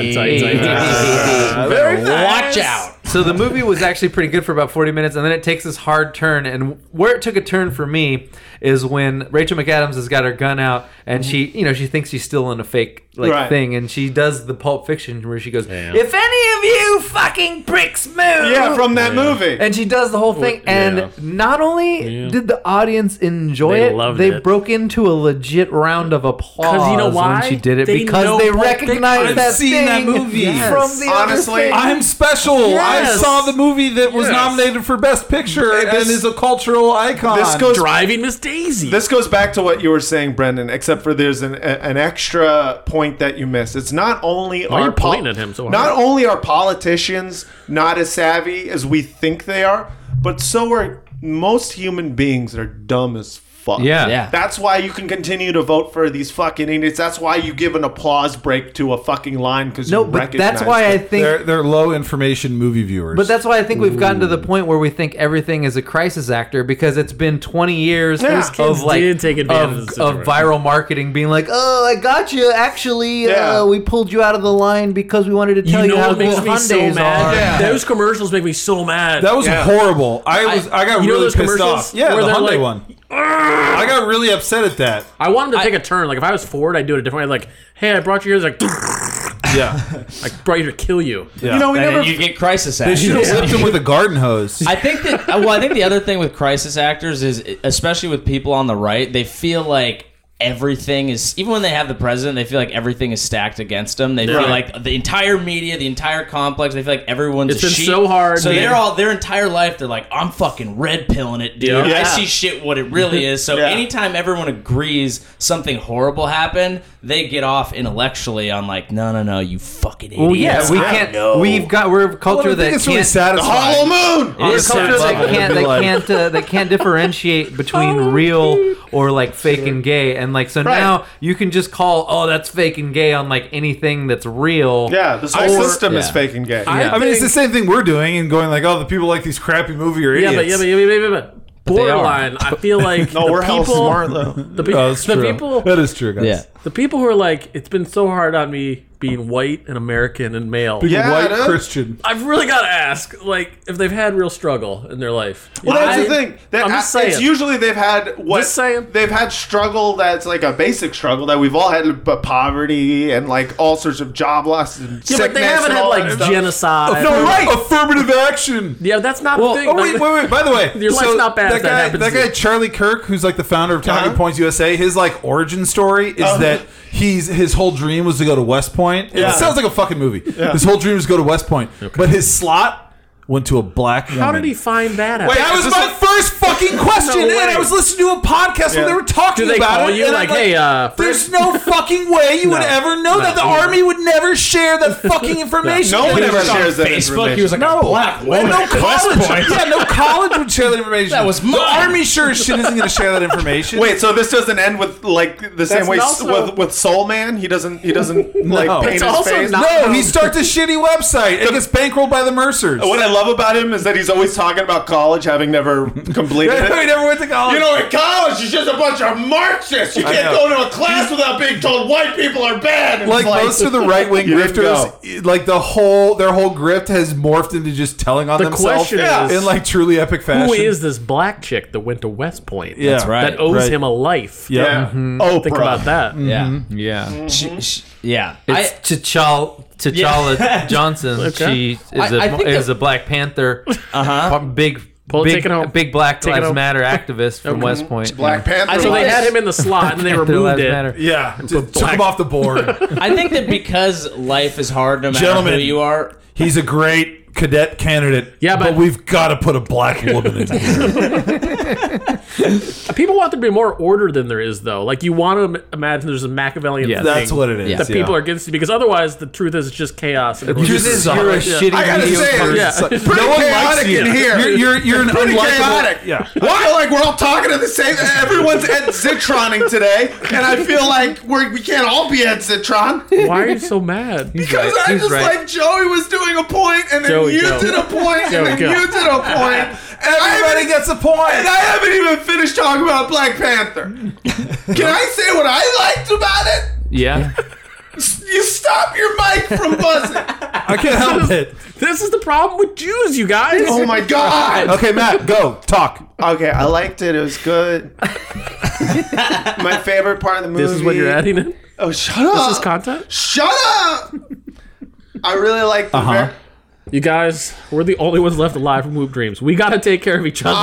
tight, tight, tight.
Very
Watch out.
[laughs] So the movie was actually pretty good for about 40 minutes, and then it takes this hard turn. And where it took a turn for me is when Rachel McAdams has got her gun out, and she, you know, she thinks she's still in a fake like
Mm-hmm. Right.
thing, and she does the Pulp Fiction where she goes,
Yeah.
"If any of you fucking pricks move,"
Yeah, from that movie.
and she does the whole thing. And
yeah.
not only
Yeah.
did the audience enjoy
They
it,
loved
they
it.
broke into a legit round of applause
know why?
when she did it
They know
because they
Pulp
recognized
Fiction.
that
I've seen that
thing
movie.
from the other
Honestly,
thing.
I'm special.
Yes.
I saw the movie that was
Yes.
nominated for Best Picture
Hey, this-
and is a cultural icon.
This goes
Driving Miss Daisy.
This goes back to what you were saying, Brendan. Except for there's an a, an extra point that you missed. It's not only
Why are
our
you pointing at him so hard?
not only are politicians not as savvy as we think they are, but so are most human beings. that Are dumb as fuck.
Yeah.
Yeah.
That's why you can continue to vote for these fucking idiots. That's why you give an applause break to a fucking line because
No,
you
but
recognize.
that's why I
it.
think.
They're, they're low information movie viewers.
but that's why I think we've gotten to the point where we think everything is a crisis actor because it's been 20 years
Those
of
kids
like
did take advantage of
of,
the
of
situation.
viral marketing being like, "Oh, I got you. Actually,
Yeah.
uh, we pulled you out of the line because we wanted to tell you, how cool Hyundais are."
Yeah.
Those commercials make me so mad.
That was
Yeah.
horrible. I was I, got
you know
really
those
pissed
commercials
off. Yeah,
where
the
they're
Hyundai
like,
one. I got really upset at that.
I wanted to take a turn. Like if I was Ford, I'd do it a different way. Like, hey, I brought you here. It's Like, [laughs]
Yeah,
I brought you here to kill you.
yeah.
you know we
And
never.
then you get crisis
they should have
actors.
whipped him with a garden hose.
I think that uh, well, I think the other thing with crisis actors is, e, especially with people on the right, they feel like everything is even when they have the president, they feel like everything is stacked against them. They feel like the entire media, the entire complex, they feel like everyone's
It's
a
been
sheep.
so hard,
So
man.
they're all their entire life, they're like, I'm fucking red pilling it, dude.
Yeah.
I see shit what it really is. So
Yeah.
anytime everyone agrees something horrible happened, they get off intellectually on like, no, no, no, you fucking idiots.
Well, yeah, we
I don't
can't.
know."
We've got we're a
Well, I
culture
think
that
it's
can't.
really
the
satisfying.
Hollow
Oh
Moon.
We're a
It's
culture
satisfying.
that can't
It'd be
that
like-
can't uh, that can't
[laughs]
differentiate between real or like fake and gay, and like so
Right.
now you can just call oh that's fake and gay on like anything that's real.
Yeah, this whole
Or-
system is
yeah.
fake and gay.
I-
I mean, it's the same thing we're doing and going like, oh, the people like these crappy movie or
Yeah,
idiots.
but yeah, but yeah, but, yeah, but, but
they are.
borderline. I feel like
no,
the
we're hell
people.
smart though.
The, pe-
Oh, that's
the
true.
people.
That is true, guys.
Yeah.
The people who are like, it's been so hard on me being white and American and male.
Yeah,
White
dude.
Christian.
I've really got to ask, like, if they've had real struggle in their life.
Well, that's the
I-
thing. That
I'm just
I-
saying.
It's usually they've had what
Just saying.
they've had struggle that's like a basic struggle that we've all had, but poverty and like all sorts of job losses. And
yeah, but they
sickness
haven't
and
had
all that
like
stuff.
genocide.
Affirm- Affirmative action.
Yeah, that's not
Well,
a thing.
oh wait,
Like,
wait, wait. By the way,
[laughs] Your life's not bad
That
if that
guy,
happens
that
to
guy
you.
Charlie Kirk, who's like the founder of Talking
Uh-huh.
Points USA, his like origin story is
Uh-huh.
that he's his whole dream was to go to West Point.
Yeah.
It sounds like a fucking movie. His whole dream was to go to West Point, but his slot went to a black.
How did he find that out?
Wait,
That
Is this
was my
a-
first fucking question,
No
and
way.
I was listening to a podcast
Yeah.
when they were talking
Do they
about
call
it.
you,
and I'm
like, "Hey, uh,
there's no fucking way you would ever know that the
[laughs] no.
army would never share that
[laughs]
fucking information.
No
They
one
would
ever
not.
shares that
Facebook.
information.
He was like a black woman.
And no
at West
college.
Point.
Yeah, no college would share that information.
That was
the
mine.
army. Sure as shit isn't going to share that information.
Wait, so this doesn't end with like the same way s
also-
with with Soul Man. He doesn't. He
[laughs]
doesn't like paint his
It's
also
face.
not-
no, he starts a shitty website. It gets bankrolled by the Mercers.
Oh, What I love about him is that he's always talking about college, having never [laughs]
[laughs]
completed
[laughs] he
it.
never went to college.
You know, in college, it's just a bunch of Marxists. You
I
can't go
know.
to a class without being told white people are bad. And
[laughs] like,
it's
most
[laughs]
of the right wing
You didn't
grifters, like the whole their whole grift has morphed into just telling on
The
themselves
question Yeah. is,
in like truly epic fashion.
Who is this black chick that went to West Point?
Yeah. That's
that-
right.
That owes
Right.
him a life.
Yeah.
Oh,
Think about that.
Yeah.
Yeah.
She- she- yeah.
It's
I,
T'Challa,
[laughs]
T'Challa Johnson. She is
I- I
a
think
is
that-
a Black Panther, uh-huh. big
Pull it,
big,
take it home.
big Black
Take it
Lives
home.
Matter activist from West Point.
Black
Mm-hmm.
Panther.
So they
was-
had him in the slot and they
Panther
removed
Lives
it.
Matter.
Yeah, just took
black-
him off the board.
[laughs] I think that because life is hard no matter who
Gentlemen.
you are.
He's a great cadet candidate.
Yeah, but-
we've got to put a black woman in here.
People want there to be more order than there is, though. Like you want to im- imagine there's a Machiavellian.
Yeah,
thing
That's what it is.
That people are against you because otherwise the truth is it's just chaos. And
You
everyone's
just
just [laughs]
suck.
you're a
Yeah.
shitty
I gotta
mediocre
say,
person.
Yeah.
It's like-
It's
pretty chaotic
you.
in here.
You're, you're, you're an
Pretty
unlikable.
chaotic.
Yeah.
Why? I feel like we're all talking to the same. Everyone's at Zitroning today, and I feel like we're, we can't all be at Zitron.
Why are you so mad?
Because
right.
I
He's
just
right.
like Joey was doing a point, and then
Joey,
you
go.
did a point,
Joey,
and then
go.
you did a point.
Everybody
[laughs] Everybody
gets a point.
And I haven't even finished talking about Black Panther. Can I say what I liked about it?
Yeah.
[laughs] You stop your mic from buzzing.
I can't [laughs] help it.
This is the problem with Jews, you guys.
oh my god.
Okay, Matt, go talk.
Okay, I liked it. It was [laughs] good. My favorite part of the movie.
This is what you're adding in.
Oh, shut up.
Uh,
This is content.
Shut up. I really liked the.
Uh-huh.
ver-
You guys, we're the only ones left alive from Whoop Dreams. We got to take care of each other.
Uh,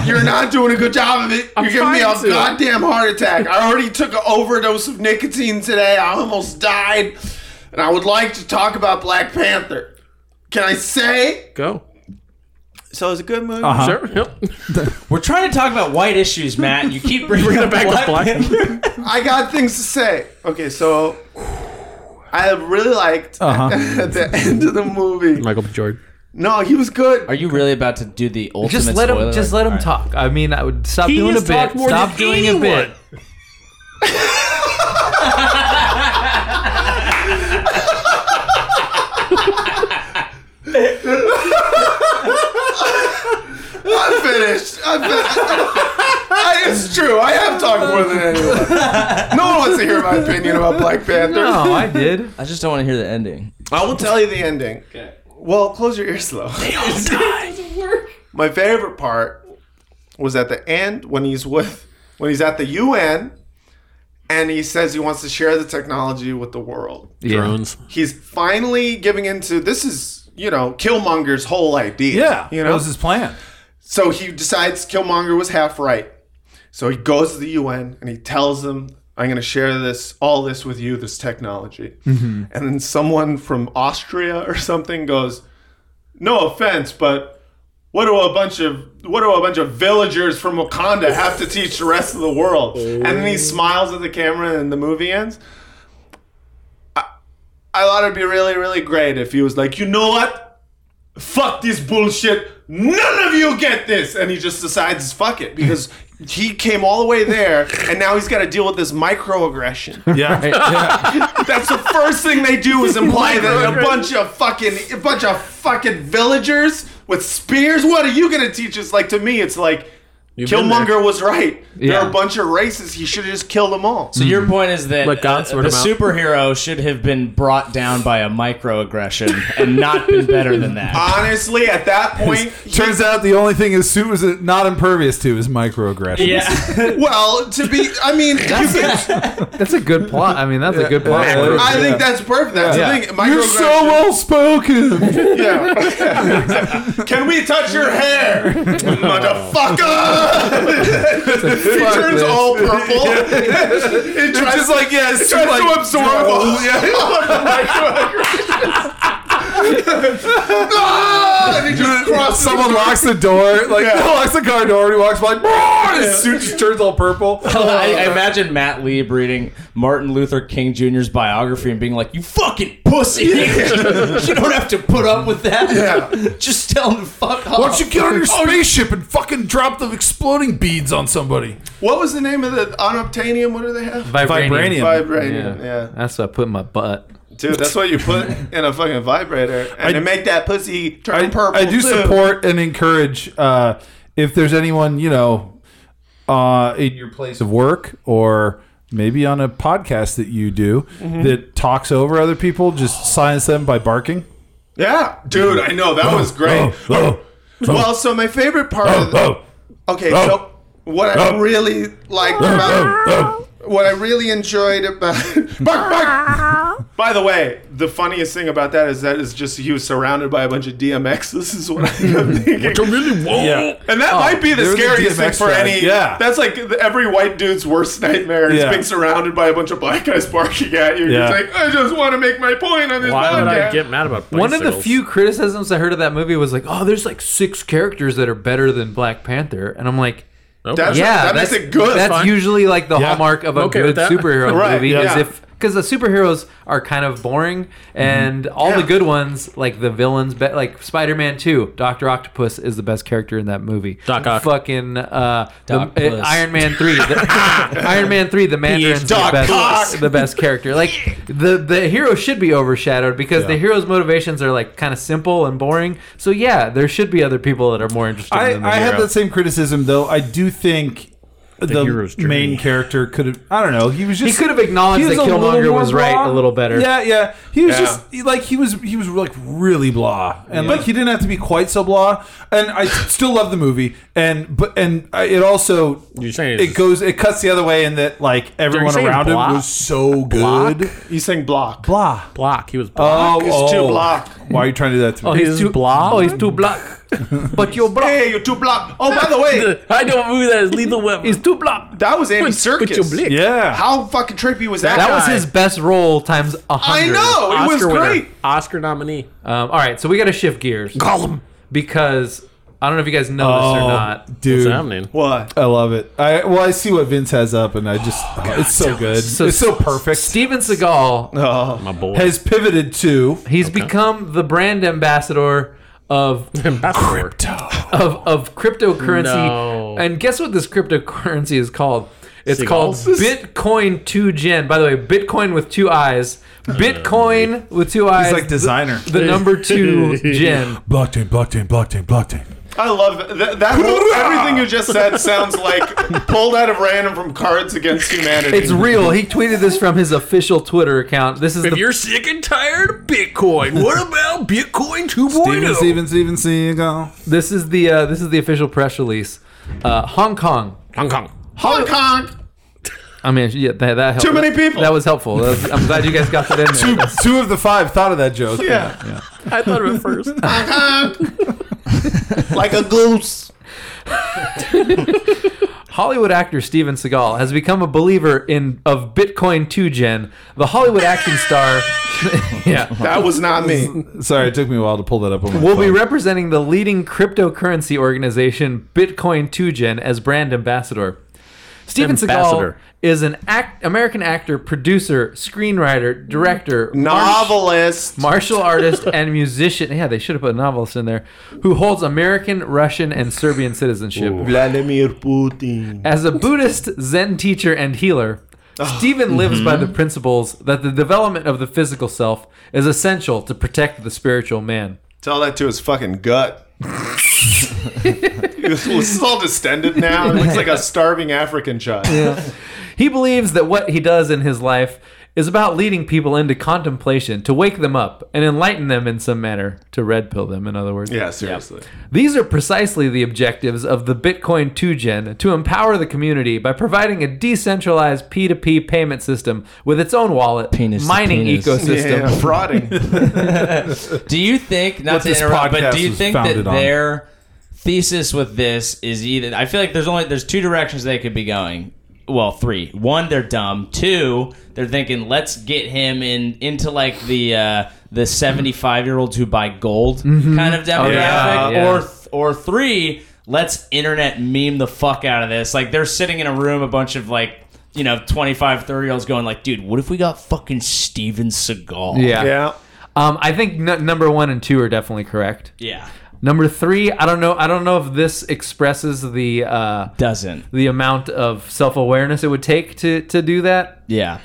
I, [laughs] You're not doing a good job of it.
Uh-huh. I'm
you're giving me a
trying to.
goddamn heart attack. I already took an overdose of nicotine today. I almost died. And I would like to talk about Black Panther. Can I say?
Go.
So it's a good movie.
Sure. Yep.
We're trying to talk about white issues, Matt. and You keep bringing
Bring
up
it
black
back to black.
I got things to say. Okay, so I really liked
Uh-huh.
at [laughs] the end of the movie.
Michael B. Jordan.
No, he was good.
Are you really about to do the ultimate?
Just let him
spoiler?
just let him talk. I mean, I would stop
He
doing a
has
bit.
talked more
Stop
than
doing
anyone.
a bit.
I'm finished. I'm finished. I, it's true. I have talked more than anyone. No one wants to hear my opinion about Black Panther.
No, I did.
I just don't want to hear the ending.
I will tell you the ending. Okay. Well, close your ears though. [laughs] My favorite part was at the end when he's with when he's at the UN and he says he wants to share the technology with the world.
Drones.
He's finally giving into this is, you know, Killmonger's whole idea.
Yeah,
You
that
know?
was his plan.
So he decides Killmonger was half right. So he goes to the UN and he tells them, "I'm going to share this, all this with you, this technology." And then someone from Austria or something goes, "No offense, but what do a bunch of what do a bunch of villagers from Wakanda have to teach the rest of the world?" And then he smiles at the camera, and the movie ends. I thought it'd be really, really great if he was like, you know what? Fuck this bullshit. None of you get this. And he just decides, fuck it. Because he came all the way there and now he's got to deal with this
[laughs]
microaggression.
Yeah.
That's the first thing they do is imply that a bunch of fucking, a bunch of fucking villagers with spears. What are you going to teach us? Like, to me, it's like,
You've been there.
Killmonger was right. There
Yeah.
are a bunch of races. He should have just killed them all.
So your point is that
Let God
uh,
sort
the
'em out.
superhero should have been brought down by a microaggression and not been better than
[laughs]
that.
Honestly, at that point,
Turns out the only thing his suit was not impervious to is microaggressions.
Yeah,
well, to be, I mean, you can,
That's a
[laughs]
good plot. I mean, that's a good plot.
Yeah.
I think that's perfect. That's
Yeah.
the thing.
You're so well [laughs] spoken.
Yeah. Can we touch your hair, motherfucker? it turns
this.
all purple.
[laughs]
it tries
just like yeah, it's
tries
like,
to absorb all Ah, and he just crosses
Someone locks the door, like [laughs] locks the car door, and he walks by, like, "Brrr," and his suit just turns all [laughs] purple.
I, I imagine Matt Lieb reading Martin Luther King Jr.'s biography and being like, "You fucking pussy! [laughs] you don't have to put up with that.
Yeah.
Just tell him to fuck off."
Why don't Oh, you get on your spaceship and fucking drop the exploding beads on somebody?
What was the name of the unobtainium? What do they have?
Vibranium.
Vibranium. Yeah.
That's what I put in my butt.
dude, that's what you put in a fucking vibrator, and to make that pussy turn purple.
I do
too.
support and encourage uh, if there's anyone you know uh, in your place of work or maybe on a podcast that you do that talks over other people, just silence them by barking.
Yeah, dude, I know that was great.
Oh,
Well, so my favorite part of the,
oh,
okay, so what I really liked about
oh,
what I really enjoyed about [laughs] bark, bark. By the way, the funniest thing about that is that is just you surrounded by a bunch of DMX. [laughs] This is what I'm thinking.
Yeah.
And that might be the
they're the
scariest thing
DMX
for
tribe.
any.
Yeah.
That's like the- every white dude's worst nightmare is
Yeah.
being surrounded by a bunch of black guys barking at you.
Yeah.
It's like, I just want to make my point on this
Why
podcast.
would I get mad about bicycles?
One of the few criticisms I heard of that movie was like, "Oh, there's like six characters that are better than Black Panther," and I'm like,
Okay.
That's-
"Yeah,
that
that's
makes it good.
That's
Fine.
usually like the
Yeah.
hallmark of a
Okay
good
with that.
superhero
Right,
movie
yeah.
is if because the superheroes are kind of boring, and all the
Yeah.
good ones like the villains, be- like Spider-Man Two, Doctor Octopus is the best character in that movie.
Doc Ock.
Fucking uh, the,
Doc Puss.
uh, Iron Man Three, the,
[laughs]
Iron Man Three, the Mandarin's the
Doc
best,
Ock.
the best character. Like the the hero should be overshadowed because the hero's motivations are like kind of simple and boring. So yeah, there should be other people that are more interesting.
I,
than the
I
hero.
had that same criticism though. I do think the,
hero's journey.
main character could have. I don't know. He was just.
He could have acknowledged
he was
that
a little
Killmonger
more
was right
blah.
a little better.
Yeah, yeah. He was
Yeah.
just he- like he was. He was like really blah, and like he didn't have to be quite so blah. And I still love the movie, and but and I, it also
You're saying
it
it's-
goes it cuts the other way in that like everyone
saying
around
blah?
him was so good.
He's saying block.
Blah.
block. He was block.
Oh,
is
oh.
too blah.
Why are you trying to do that to me?
he's
[laughs]
blah.
Oh, Uh, he's too [laughs] black. but you're black.
Hey, you two block. Oh, by the
[laughs]
way,
I know what movie that is. Lethal Weapon.
He's too black.
that was Andy
With- with your
Serkis.
blick.
yeah.
How fucking trippy was that?
That was
guy?
his best role times a
I
hundred.
know. It was
Oscar winner.
great.
Oscar nominee.
Um, all right, so we got to shift gears
Gollum.
because I don't know if you guys know this or not.
dude.
What's happening?
What?
I love it. I well, I see what Vince has up, and I just oh, it's so good. it's so perfect.
Steven Seagal,
My boy.
has pivoted to
he's become the brand ambassador of
[laughs] Ambassador.
of, of cryptocurrency.
No.
And guess what this cryptocurrency is called? It's
Seagulls?
called Bitcoin 2 Gen. By the way, Bitcoin with two eyes. Bitcoin with two eyes.
he's like designer.
[laughs] the number two Gen.
Blockchain, blockchain, blockchain, blockchain.
I love that. that whole, everything you just said sounds like pulled out of random from Cards Against Humanity.
It's real. He tweeted this from his official Twitter account. This is
If
the
you're sick and tired of Bitcoin, what
[laughs]
about Bitcoin oh? 2.0?
Steven, Steven, Steven Seagal.
this is the uh, this is the official press release. Uh, Hong Kong.
Hong Kong.
Hong Kong.
I mean, yeah, that, that helped.
Too many people.
That was helpful. That was- I'm glad you guys got that in
[laughs]
there.
Two, [laughs] two of the five thought of that joke.
Yeah.
I thought of it first.
like a goose.
Hollywood actor Steven Seagal has become a believer in of Bitcoin 2 Gen. The Hollywood action star yeah,
That was not me.
Sorry, it took me a while to pull that up on my
will be
phone.
representing the leading cryptocurrency organization Bitcoin 2 Gen as brand ambassador. Steven Seagal
Ambassador.
is an act, American actor, producer, screenwriter, director,
Novelist.
martial artist [laughs] and musician. Yeah, they should have put novelist in there. Who holds American, Russian, and Serbian citizenship.
Vladimir Putin.
As a Buddhist, Zen teacher, and healer, Stephen lives by the principles that the development of the physical self is essential to protect the spiritual man.
Tell that to his fucking gut. [laughs] this is all distended now. It looks like a starving African child.
He believes that what he does in his life is about leading people into contemplation to wake them up and enlighten them in some manner, to red pill them, in other words.
Yeah, seriously.
These are precisely the objectives of the Bitcoin 2Gen to empower the community by providing a decentralized P2P payment system with its own wallet,
Penis to
mining
penis.
ecosystem.
Yeah,
[laughs]
frauding.
Do you think not
What
to
this
interrupt, but
podcast
do you
was
think that
founded on.
their thesis with this is either I feel like there's only there's two directions they could be going. Well, three. One, they're dumb. Two, they're thinking let's get him in into like the uh, the 75 year olds who buy gold
Mm-hmm.
kind of
Oh,
demographic,
yeah. Yeah.
or th- or three, let's internet meme the fuck out of this. Like they're sitting in a room, a bunch of like. You know, 25, 30 year olds going like, dude, what if we got fucking Steven Seagal?
Yeah.
yeah.
Um, I think n- number one and two are definitely correct.
Yeah.
Number three, I don't know. I don't know if this expresses the uh,
Doesn't.
the amount of self awareness it would take to to do that.
Yeah.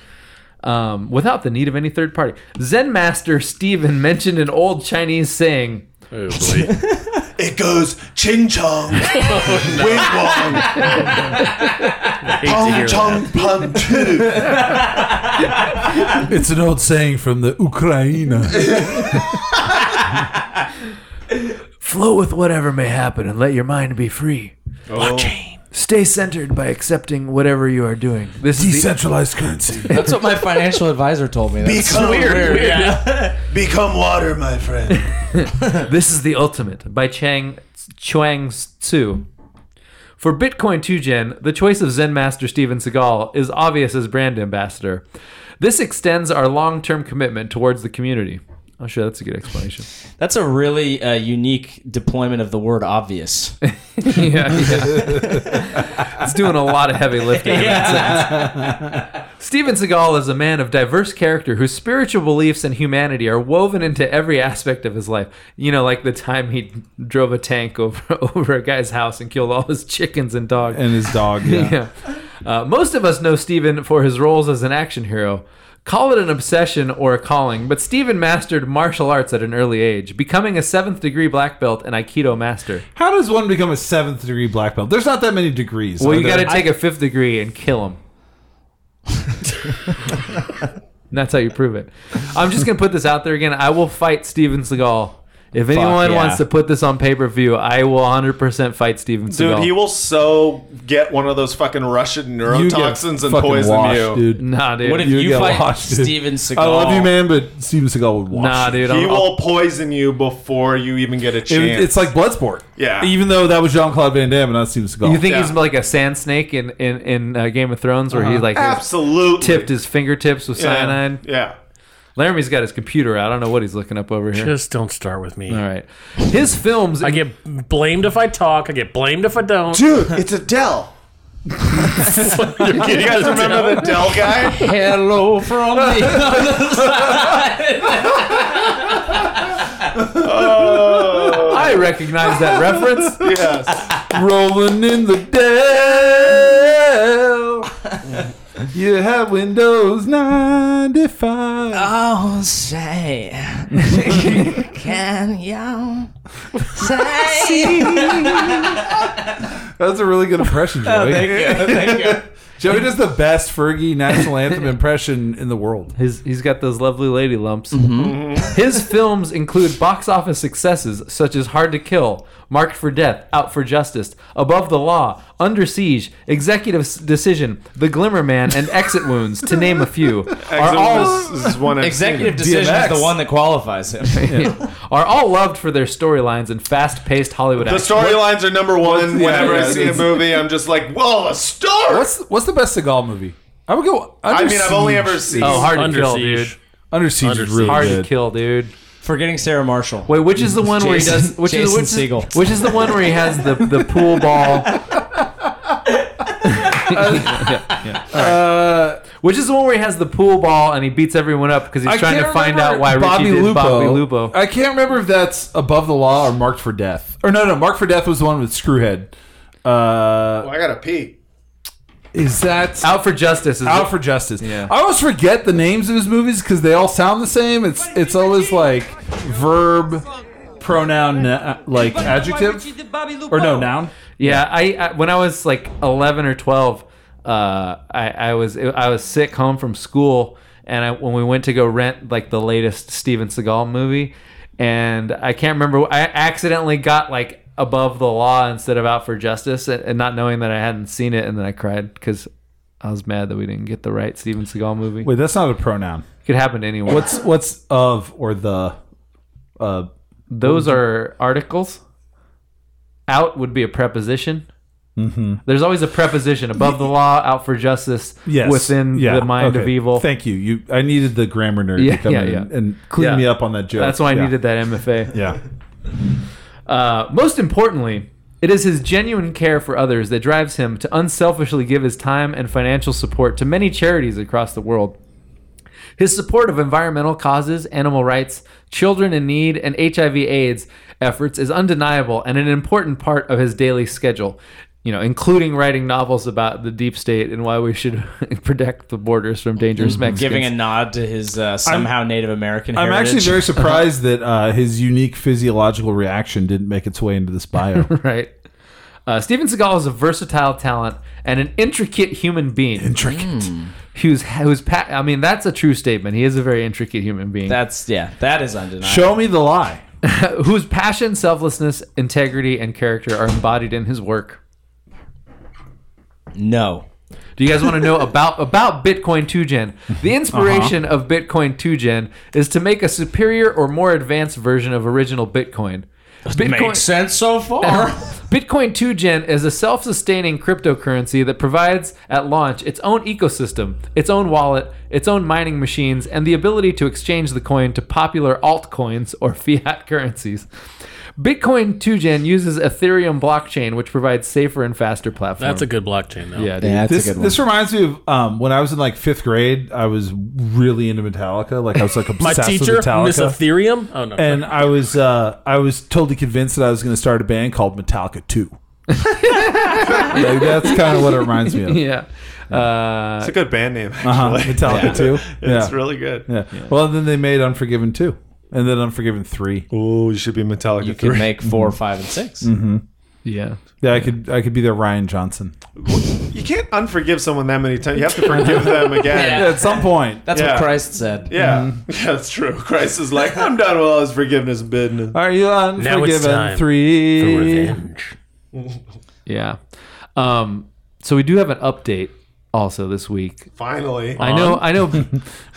um, without the need of any third party. Zen master Stephen mentioned an old Chinese saying,
Oh, boy.
It goes ching chong,
[laughs] Oh,
wing wong,
Hate to hear that.
pong two.
It's an old saying from the uh, [laughs] Ukraina.
"Flow with whatever may happen and let your mind be free. Stay centered by accepting whatever you are doing." This is the,
Decentralized currency. [laughs]
That's what my financial advisor told me. That's so weird. Yeah.
Become water, my friend.
this is the ultimate by Chang Chuang Tzu. For Bitcoin 2Gen, the choice of Zen master Steven Seagal is obvious as brand ambassador. This extends our long-term commitment towards the community. Oh, sure, that's a good explanation.
That's a really uh, unique deployment of the word obvious.
yeah, yeah. it's doing a lot of heavy lifting. in that sense. Steven Seagal is a man of diverse character whose spiritual beliefs and humanity are woven into every aspect of his life. You know, like the time he drove a tank over [laughs] over a guy's house and killed all his chickens and dogs.
and his dog. Yeah.
yeah. Uh, most of us know Steven for his roles as an action hero. Call it an obsession or a calling, but Steven mastered martial arts at an early age, becoming a seventh degree black belt and Aikido master.
How does one become a seventh degree black belt? There's not that many degrees.
Well,
are
you got to
there?
take a fifth degree and kill him. And [laughs] that's how you prove it. I'm just gonna put this out there again. I will fight Steven Seagal. If anyone
yeah.
wants to put this on pay per view, I will 100% fight Steven Seagal.
Dude, he will so get one of those fucking Russian
You get
neurotoxins and
fucking
poison
washed,
you.
dude.
nah, dude.
What if you,
[laughs] You get
fight
washed, dude.
Steven Seagal?
I love you, man, but Steven Seagal would watch.
nah, dude.
He
I'm- I'll-
will poison you before you even get a
It,
chance.
it's like Bloodsport.
Yeah.
Even though that was Jean Claude Van Damme and not Steven Seagal.
you think he's
Yeah.
like a sand snake in in, in uh, Game of Thrones, where he like
absolutely
tipped his fingertips with
Ah. Yeah.
cyanide?
Yeah.
Laramie's got his computer. out. I don't know what he's looking up over here.
[laughs] Just don't start with me.
All right, his films.
I get blamed if I talk. I get blamed if I don't.
Dude, it's
[laughs]
Adele. you guys remember the Dell guy?
Hello
[laughs]
from the other side.
I recognize
[laughs]
that reference.
Yes.
[laughs] rolling in the Dell. you have Windows 95.
Oh, say, [laughs] can you say?
That's a really good impression, Joey.
Oh, Thank you.
[laughs] Joey does the best Fergie national anthem impression in the world.
His, he's got those lovely lady lumps. [laughs] His films include box office successes such as Hard to Kill, Marked for Death, Out for Justice, Above the Law, Under Siege, Executive S- Decision, The Glimmer Man, and Exit Wounds, to name a few. Are all,
This is one I've
Executive
seen.
decision
DMX.
is the one that qualifies
[laughs]
him.
are all loved for their storylines and fast paced Hollywood
The
action.
storylines are number one.
Yeah,
Whenever
yeah,
I see a
it's-
movie, I'm just like, whoa, a star.
What's what's the best Seagal movie? I would go. Under
I mean, I've only
Siege.
ever seen.
oh, Hard to
Under
Kill,
siege.
dude.
Under Siege
Under
is really
Siege.
Hard
good.
to Kill, dude.
Forgetting Sarah Marshall.
Wait, which is the one where he
Jason-
does? Which is
Jason
which is,
Segel.
which is the one where he has the the pool ball?
Uh,
Which is the one where he has the pool ball and he beats everyone up because he's
I
trying
can't
to find
remember
out why
Bobby
Richie did
Lupo.
Bobby Lupo.
I can't remember if that's Above the Law or Marked for Death. Or no, no, Marked for Death was the one with Screwhead. Uh,
Oh, I gotta pee.
is that
Out for Justice is
Out for Justice?
Yeah.
I always forget the names of his movies because they all sound the same. It's it's always like Verb, pronoun uh, like adjective or no noun?
Yeah, [laughs] I, I when I was like 11 or 12, uh, I, I was I was sick home from school, and I, when we went to go rent like the latest Steven Seagal movie, and I can't remember. I accidentally got like above the law instead of out for justice, and, and not knowing that I hadn't seen it, and then I cried because. I was mad that we didn't get the right Steven Seagal movie.
Wait, that's not a pronoun.
It could happen anywhere.
What's what's of or the? Uh,
Those are articles. Out would be a preposition. Mm-hmm. There's always a preposition above
[laughs]
the law, out for justice,
yes,
within
yeah,
the mind of
okay.
evil.
Thank you. You, I needed the grammar nerd
Yeah,
to come
yeah,
in
yeah.
and, and clean
Yeah.
me up on that joke.
That's why I
Yeah.
needed that MFA.
Yeah,
Uh, most importantly, it is his genuine care for others that drives him to unselfishly give his time and financial support to many charities across the world. His support of environmental causes, animal rights, children in need, and HIV/AIDS efforts is undeniable and an important part of his daily schedule. You know, including writing novels about the deep state and why we should [laughs] protect the borders from dangerous Mexicans.
Giving a nod to his uh, somehow Native American
I'm
heritage.
actually
[laughs]
very surprised that uh, his unique physiological reaction didn't make its way into this bio.
[laughs] right? Uh, Steven Seagal is a versatile talent and an intricate human being. Intricate. Who's who's pa- I mean, that's a true statement. He is a very intricate human being.
That's yeah. That is undeniable.
Show me the lie.
whose passion, selflessness, integrity, and character are embodied in his work.
No.
Do you guys want to know about about Bitcoin 2Gen? The inspiration
Uh-huh.
of Bitcoin 2Gen is to make a superior or more advanced version of original Bitcoin. Bitcoin,
Makes sense so far.
Bitcoin 2Gen is a self sustaining cryptocurrency that provides at launch its own ecosystem, its own wallet, its own mining machines, and the ability to exchange the coin to popular altcoins or [laughs] fiat currencies. Bitcoin 2Gen uses Ethereum blockchain, which provides safer and faster platform.
That's a good blockchain though.
yeah, dude.
That's
This, this reminds me of um, when I was in like fifth grade. I was really into Metallica. Like I was like
My
obsessed
teacher,
with Metallica.
Miss Ethereum. Oh no.
and I was uh, I was totally convinced that I was going to start a band called Metallica Two. Like, that's kind of what it reminds me of.
Yeah. Uh,
It's a good band name. Actually.
Uh-huh, Metallica Two.
[laughs]
Yeah.
It's really good.
yeah. Well, then they made Unforgiven Two, and then Unforgiven Three.
Oh, you should be Metallica
you
three.
can make four, five, and 6
Mm-hmm.
yeah.
Yeah, I could I could be their Ryan Johnson
you can't unforgive someone that many times. You have to forgive them again.
Yeah.
at some point.
That's
Yeah.
what Christ said.
Yeah,
Mm-hmm.
[laughs] yeah, that's true. Christ is like, I'm done with all this forgiveness business.
Are you
it's time
Unforgiven
for
Three?
revenge.
Yeah. Um, so we do have an update also this week.
Finally,
I know, I know,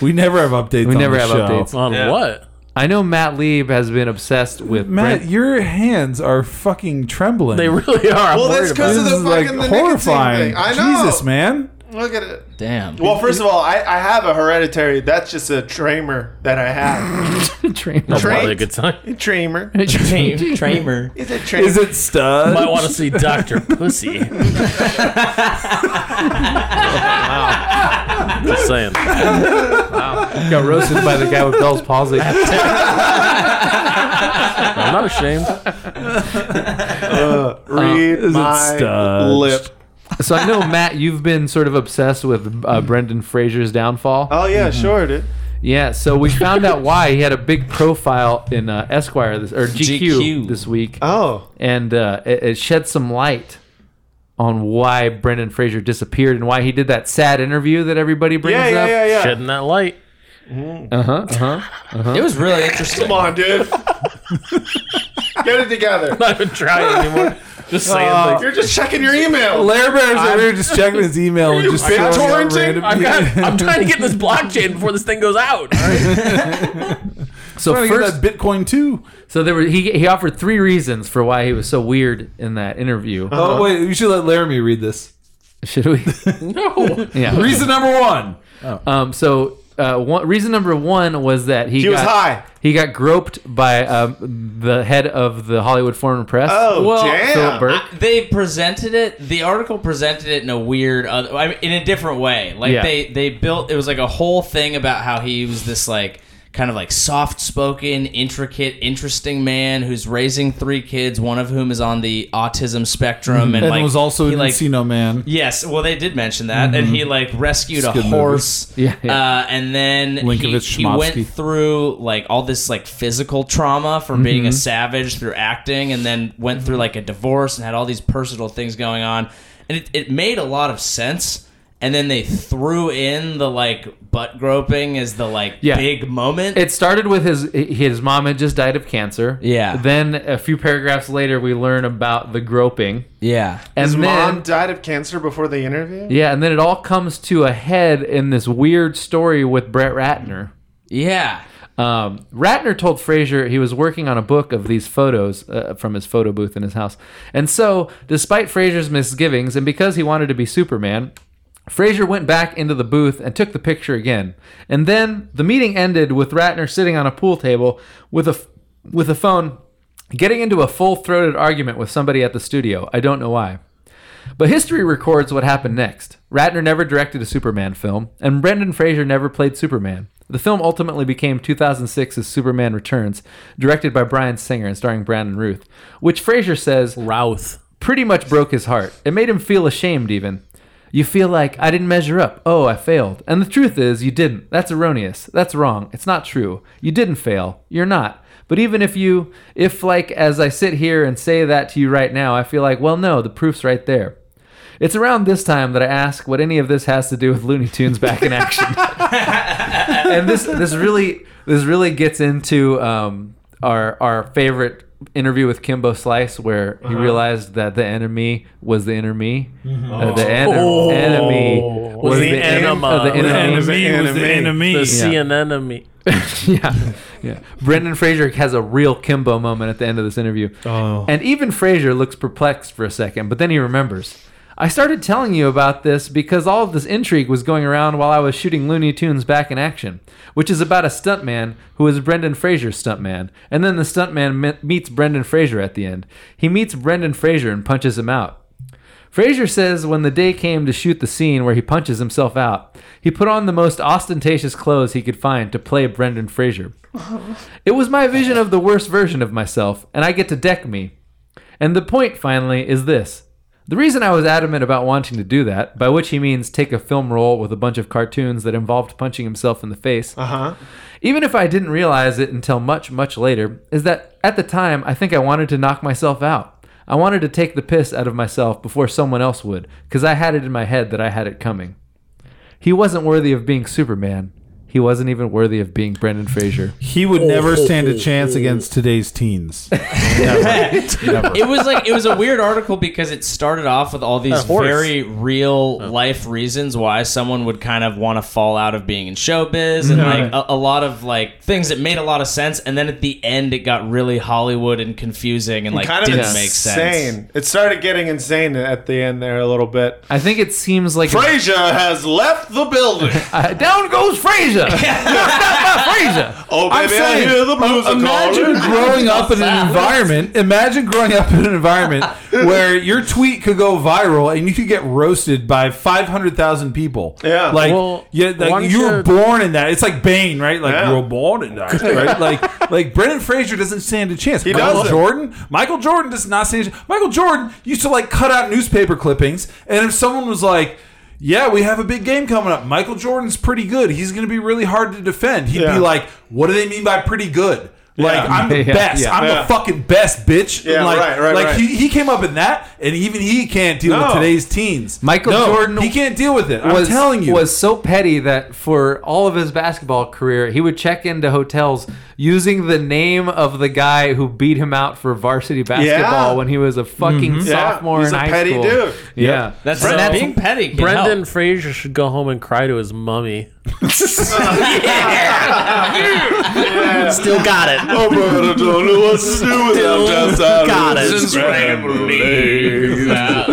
We never have updates.
we
on
never
the
have
show.
updates.
On what?
I know Matt Lieb has been obsessed with
Matt,
Brent-
your hands are fucking trembling.
They really are. I'm
Well, that's
worried about
because of
This
it.
the
is
fucking
like
the nicotine
horrifying.
thing. I know.
Jesus, man.
look at it.
Damn. [laughs]
Well, first of all, I, I have a hereditary. That's just a tremor that I have.
[laughs]
train.
That's
Trained.
probably a good sign.
tremor.
Tramer. Tramer.
It's a tremor.
Is it stud?
Might want to see Doctor
[laughs]
Pussy. Just saying.
Got roasted by the guy with Bell's palsy.
I'm not ashamed.
Uh, read
it
my
stodged?
lip.
so I know Matt, you've been sort of obsessed with uh, Brendan Fraser's downfall.
Oh yeah,
Mm-hmm.
sure, dude.
Yeah. So we found out why he had a big profile in uh, Esquire this or GQ,
GQ.
this week,
Oh,
and uh, it, it shed some light on why Brendan Fraser disappeared and why he did that sad interview that everybody brings
yeah,
up.
yeah, yeah, yeah.
Shedding that [laughs] light.
Uh huh. Uh huh.
It was really interesting.
Come on,
[laughs]
dude. Get it together.
Not even trying anymore. Just saying things.
You're just checking your email.
[laughs] Larry Bear's over here just checking his email and just
been
showing up
torrenting?
random-
I've got,
[laughs]
I'm trying to get this blockchain before this thing goes out.
So
Trying to
first,
get that Bitcoin too.
so there were he he offered three reasons for why he was so weird in that interview.
Oh wait, we should let Laramie read this.
[laughs]
Should we?
No.
Yeah.
Reason number one.
Um, so uh, one, reason number one was that he
He
got,
was high.
He got groped by um, the head of the Hollywood Foreign Press.
Oh,
Well,
damn.
Philip Burke.
They presented it. The article presented it in a weird, other, I mean, in a different way. Like
Yeah.
they they built it was like a whole thing about how he was this like kind of like soft spoken, intricate, interesting man who's raising three kids, one of whom is on the autism spectrum. And,
and
like,
was also
he,
an
like,
Encino man.
Yes, well, they did mention that, and he like rescued
It's a
a
good movie.
horse.
Yeah, yeah.
Uh, and then he,
Linkovich
he went
Shimoski.
through like all this like physical trauma from being a savage through acting, and then went through like a divorce and had all these personal things going on, and it, it made a lot of sense. And then they threw in the like butt groping as the like
Yeah.
big moment.
It started with his his mom had just died of cancer.
Yeah.
Then a few paragraphs later, we learn about the groping,
yeah,
and
His
then
mom died of cancer before the interview.
yeah, and then it all comes to a head in this weird story with Brett Ratner.
yeah,
Um, Ratner told Fraser he was working on a book of these photos uh, from his photo booth in his house, and so despite Fraser's misgivings and because he wanted to be Superman, Fraser went back into the booth and took the picture again. And then the meeting ended with Ratner sitting on a pool table with a f- with a phone, getting into a full-throated argument with somebody at the studio. I don't know why. But history records what happened next. Ratner never directed a Superman film, and Brendan Fraser never played Superman. The film ultimately became 2006's Superman Returns, directed by Brian Singer and starring Brandon Ruth, which Fraser says
Routh.
pretty much broke his heart. It made him feel ashamed, even. You feel like, I didn't measure up. Oh, I failed. And the truth is, you didn't. That's erroneous. That's wrong. It's not true. You didn't fail. You're not. But even if you, if like as I sit here and say that to you right now, I feel like, well, no, the proof's right there. It's around this time that I ask what any of this has to do with Looney Tunes back in [laughs] action. and this this really this really gets into um, our our favorite interview with Kimbo Slice, where he realized that the enemy was the enemy. Uh, the en-
Oh.
enemy
Was
was
the
the,
enema.
enema. Of the
The
enemy.
enemy.
The CNN of me.
[laughs] yeah, yeah. Brendan Fraser has a real Kimbo moment at the end of this interview, and even Fraser looks perplexed for a second, but then he remembers. I started telling you about this because all of this intrigue was going around while I was shooting Looney Tunes Back in Action, which is about a stuntman who is Brendan Fraser's stuntman, and then the stuntman me- meets Brendan Fraser at the end. He meets Brendan Fraser and punches him out. Fraser says when the day came to shoot the scene where he punches himself out, he put on the most ostentatious clothes he could find to play Brendan Fraser. It was my vision of the worst version of myself, and I get to deck me. And the point, finally, is this. The reason I was adamant about wanting to do that, by which he means take a film role with a bunch of cartoons that involved punching himself in the face, even if I didn't realize it until much, much later, is that at the time I think I wanted to knock myself out. I wanted to take the piss out of myself before someone else would, because I had it in my head that I had it coming. He wasn't worthy of being Superman. He wasn't even worthy of being Brendan Fraser.
He would never stand a chance against today's [laughs] teens.
it was like it was a weird article because it started off with all these
horse.
very real life reasons why someone would kind of want to fall out of being in showbiz and like a, a lot of like things that made a lot of sense and then at the end it got really hollywood and confusing and like
Kind of
didn't
insane.
make sense
It started getting insane at the end there a little bit.
I think it seems like
Frasier has left the building.
[laughs]
Uh, down goes Fraser. Fraser.
Oh,
I'm
baby,
saying,
I hear the blues are [laughs]
imagine [laughs]
calling.
growing up in an environment. Imagine growing up in an environment
[laughs]
where your tweet could go viral and you could get roasted by five hundred thousand people.
Yeah.
like
Well,
yeah,
why
like
don't
you were
you-
born in that. It's like Bane, right? Like
Yeah.
you were born
[laughs]
in that, right? Like like Brendan Fraser doesn't stand a chance. He Michael
doesn't.
Jordan, Michael Jordan does not stand. A chance. Michael Jordan used to like cut out newspaper clippings, and if someone was like. Yeah, we have a big game coming up. Michael Jordan's pretty good. He's going to be really hard to defend. He'd
Yeah.
be like, "What do they mean by pretty good?" Like,
Yeah.
[laughs] I'm the
Yeah,
best.
yeah.
I'm
Yeah.
the fucking best, bitch.
Yeah,
like,
right, right,
like
right.
He, he came up in that, and even he can't deal
No.
with today's teens.
Michael
No,
Jordan
he can't deal with it. I'm
was
telling you,
was so petty that for all of his basketball career, he would check into hotels using the name of the guy who beat him out for varsity basketball
Yeah.
when he was a fucking
Yeah,
sophomore
he's
in
a
high
petty
school.
dude.
Yeah,
that's,
And
that's being petty can
Brendan
help.
Fraser should go home and cry to his mummy. Still got it.
Oh, but I don't know what to do with them just out
Got
of
it.
this scrambling. [laughs] Encino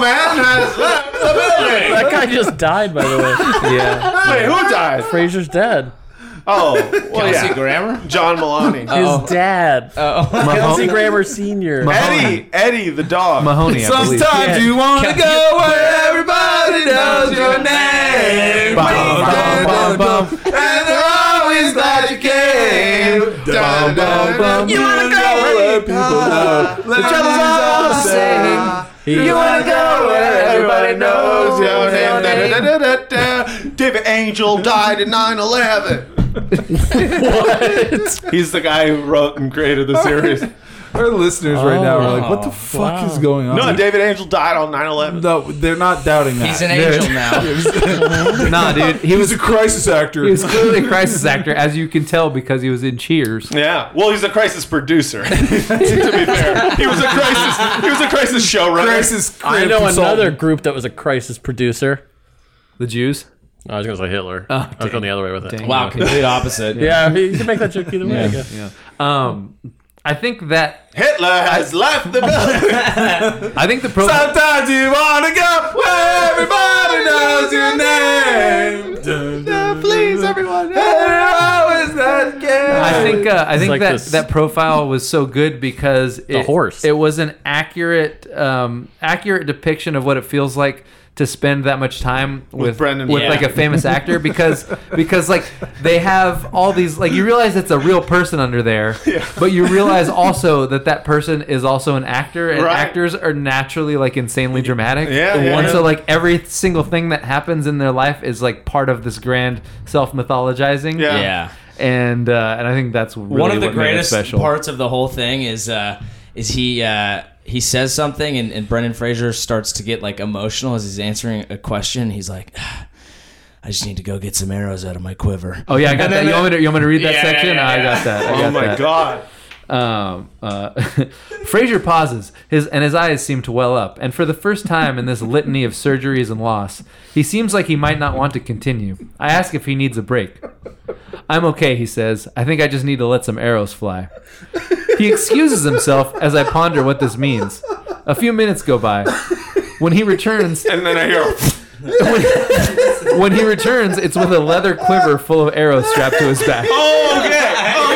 Man has left the building.
That guy just died, by the way.
yeah,
Wait, who died?
Fraser's dead.
Oh, well,
Kelsey
yeah.
Grammer?
John Mulaney.
Uh,
His dad. Kelsey
Mahoney,
Grammer Senior.
Eddie, Eddie the dog.
Mahoney, I believe.
sometimes you want to go where everybody knows your name.
Bum, bum, bum, bum,
and I'm always glad you came. Dum, dum, dum,
You wanna
dum,
go
dum,
where
people know. The trouble's all the same.
He-
You wanna go where everybody knows your name. Da, da, da, da, da, da.
David Angel died in 9 11. [laughs] He's the guy who wrote and created the series.
Our listeners right now are like, what the fuck is going on?
[laughs] No, David Angel died on 9 11.
No, they're not doubting that.
He's an angel now.
[laughs]
[laughs]
nah, dude. He
He
was
was a crisis actor.
he was clearly a crisis actor, as you can tell because he was in Cheers.
Yeah, well, he's a crisis [laughs] producer. to be fair, he was a crisis. He was a crisis showrunner.
[laughs]
[laughs]
crisis.
I know
consultant.
another group that was a crisis producer. Oh,
The Jews.
I was gonna say Hitler. I was going the other way with it.
wow, complete opposite.
Yeah, I mean, you can make that joke either way. I guess.
Um, I think that
Hitler has left the building.
I think the pro.
Sometimes you wanna go where everybody knows your name. Dun, dun,
Please, everyone.
always that
I think uh, I think
like
that
this-
that profile was so good because it,
horse.
It was an accurate um, accurate depiction of what it feels like to spend that much time with
Brendan
with
Fraser.
like a famous actor because because like they have all these like you realize it's a real person
[laughs]
under there but you realize also that that person is also an actor and
Right.
actors are naturally like insanely dramatic
Yeah,
and
yeah,
one-
yeah.
so like every single thing that happens in their life is like part of this grand self
[laughs]
mythologizing
Yeah.
Yeah.
and uh, and I think that's really
One of the
what made it
greatest
special.
parts of the whole thing is uh, is he uh, he says something and, and Brendan Fraser starts to get like emotional as he's answering a question. He's like, "Ah, I just need to go get some arrows out of my quiver.
Oh yeah, I got that. You want, me to, you want me to read that
Yeah, yeah,
section?
yeah,
I
yeah.
got that. I
Oh
got
my
that.
god.
Um, uh, [laughs] Fraser pauses, his and his eyes seem to well up, and for the first time in this litany of surgeries and loss, he seems like he might not want to continue. I ask if he needs a break. I'm okay, he says. I think I just need to let some arrows fly. He excuses himself as I ponder what this means. A few minutes go by. When he returns,
And then I hear.
when he returns, it's with a leather quiver full of arrows strapped to his back.
Oh yeah. Oh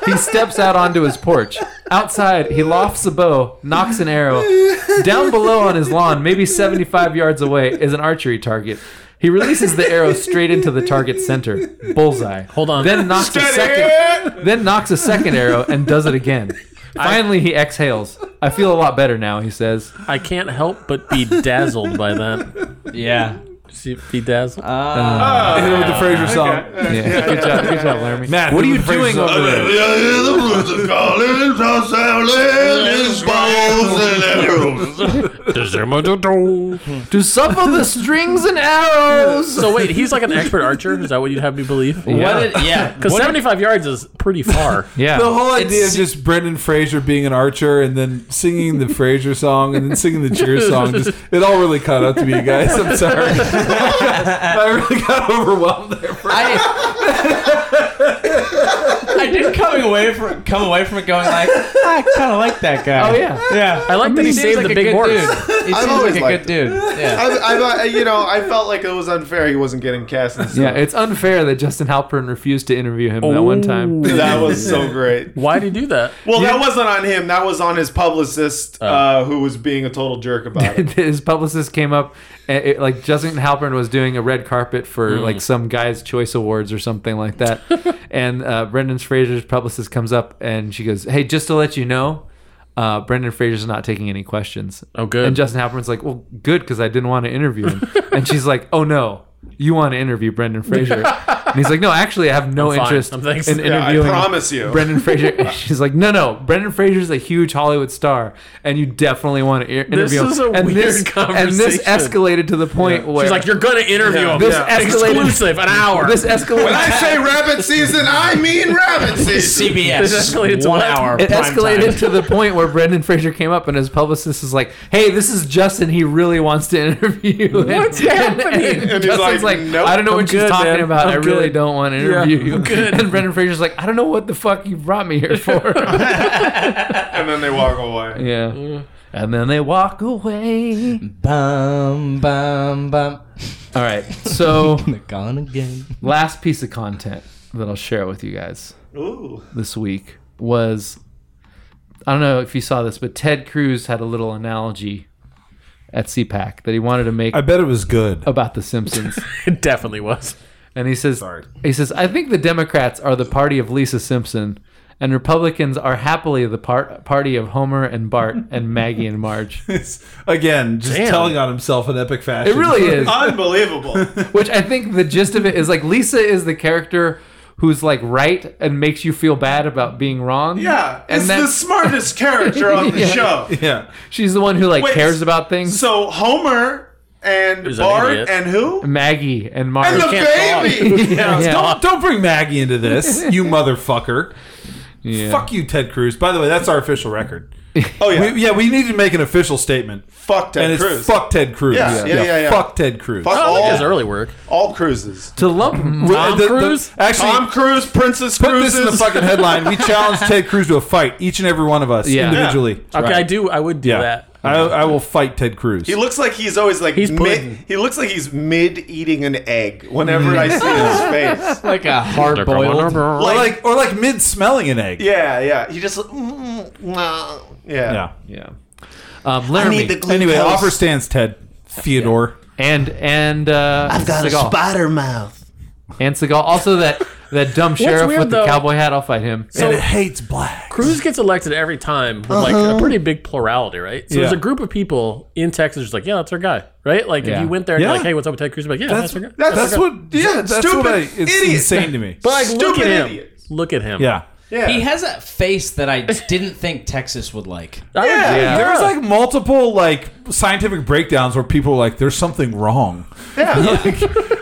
[laughs] yeah.
He steps out onto his porch. Outside, he lofts a bow, knocks an arrow. Down below on his lawn, maybe 75 yards away, is an archery target. He releases the arrow straight into the target center. Bullseye.
Hold on.
Then knocks a second then knocks a second arrow and does it again. Finally he exhales. I feel a lot better now, he says.
I can't help but be dazzled by that.
Yeah. Uh,
See, Be dazzled.
Uh,
Hit it with the Fraser song.
Yeah. Good job, good job, Laramie.
Matt,
what are you
hit it with the Fraser
doing
song.
over there? To suffer the strings and arrows.
so wait, he's like an expert archer. Is that what you'd have me believe?
What did, yeah.
Because seventy-five yards is pretty far.
Yeah.
The whole idea
It's-
of just Brendan Fraser being an archer and then singing the Fraser song and then singing the Cheers song, just it all really caught up to me, guys. I'm sorry. [laughs] I really got overwhelmed there. For
I, I did coming away from come away from it
[laughs]
going like I [laughs] kind of like that guy.
Oh yeah.
yeah.
I like that he
seems
saved
like
the
a
big
[laughs]
good
horse.
Dude. He
I've
seems
always
like a
liked
good dude. Yeah.
I, I, you know, I felt like it was unfair he wasn't getting cast. In
Yeah,
stuff.
it's unfair that Justin Halpern refused to interview him that one
Oh.
time.
that was so great.
Why'd he do that?
Well, that wasn't on him. That was on his publicist, uh, who was being a total jerk about
[laughs]
it.
His publicist came up, and it, like Justin Halpern was doing a red carpet for
Hmm.
like some Guy's Choice Awards or something like that,
[laughs]
and uh, Brendan Fraser's publicist comes up and she goes, "Hey, just to let you know." Uh, Brendan Fraser's not taking any questions.
Oh, good.
And Justin Halpern's like, well, good because I didn't want to interview him. and she's like, oh no, you want to interview Brendan Fraser? and he's like, no, actually, I have no
I'm fine.
interest
I'm
in
thanks.
interviewing.
Yeah,
I promise you.
[laughs]
Brendan Fraser. She's like, no, no. Brendan Fraser's a huge Hollywood star, and you definitely want to ear- interview him.
is a
and
weird
this, And this
conversation.
escalated to the point where
She's like, you're gonna interview him.
this
Yeah.
escalated
Exclusive, an hour.
This [laughs] escalated.
say rabbit season, I mean rabbit season.
CBS.
It's escalated to
one
what?
hour.
it
prime
escalated
time.
to the point where Brendan Fraser came up and his publicist is like, "Hey, this is Justin. He really wants to interview you." What's
happening?
And,
And he's
Justin's like,
like, "Nope,
"I don't know
I'm
what she's
good,
talking
man.
about.
I'm
I really
good."
don't want to interview you."
good.
[laughs] And Brendan Fraser's like, "I don't know what the fuck you brought me here
[laughs]
for."
And then they walk away.
yeah. And then they walk away.
Bum bum bum.
All right.
[laughs]
So,
They're gone again.
last piece of content that I'll share with you guys
Ooh.
this week was I don't know if you saw this, but Ted Cruz had a little analogy at CPAC that he wanted to make
I bet it was good.
[laughs]
Oh.
about The Simpsons.
it definitely was.
And he says, he says, I think the Democrats are the party of Lisa Simpson, and Republicans are happily the par- party of Homer and Bart and Maggie
[laughs]
and Marge.
Again, just
Damn.
telling on himself in epic fashion.
It really is.
Unbelievable.
Which I think the gist of it is like Lisa is the character who's like right and makes you feel bad about being wrong.
Yeah,
and
it's
that
the smartest character on the
Yeah.
show.
[laughs] Yeah.
she's the one who like
Wait,
cares about things.
So Homer and
Who's an
Bart
idiot.
and who?
Maggie and Marge.
And the
can't
baby.
[laughs] yeah,
Don't, don't bring Maggie into this,
[laughs]
you motherfucker.
yeah.
Fuck you, Ted Cruz. By the way, that's our official record.
oh [laughs] yeah,
We, yeah, we need to make an official statement.
fuck Ted
and it's
Cruz.
fuck Ted Cruz.
Yeah, yeah, yeah, yeah.
Fuck Ted Cruz.
Fuck
I
all,
like his early work.
all cruises. [laughs]
to lump Tom
The- the-
Cruise.
actually,
Tom Cruise, Princess
put this in the
Cruises.
fucking
[laughs]
headline. We challenge Ted Cruz to a fight, each and every one of us
Yeah.
individually.
Okay, I do. I would do
Yeah.
that.
I, I will fight Ted Cruz.
he looks like he's always like
He's
mid,
pudding.
he looks like he's mid eating an egg whenever I see his face.
like a hard
Boiled.
or like, or like mid smelling an egg.
Yeah, yeah. He just mm, mm, yeah.
Yeah.
Yeah. Um, Laramie
Anyway, offer stands, Ted. Theodore.
and and uh, I've
got a spider mouth.
and Seagal. Also that that
[laughs]
dumb sheriff
weird,
with the
though-
cowboy hat. I'll fight him.
So- Oh,
and it hates black.
Cruz gets elected every time with like a pretty big plurality, right? So there's a group of people in Texas who's like, yeah, that's our guy, right? Like
Yeah.
if you went there and
Yeah.
you're like, hey, what's up with Ted Cruz? You're like, yeah, that's,
That's,
our guy.
that's, what. Yeah, that's
Stupid
what I, it's
idiot.
insane to me.
But like, look
Stupid
at him.
idiots.
Look at him.
yeah.
Yeah.
He has that face
[laughs]
that I didn't think Texas would like.
I would-
Yeah.
There was like multiple like scientific breakdowns where people were like, "There's something wrong." [laughs]
yeah.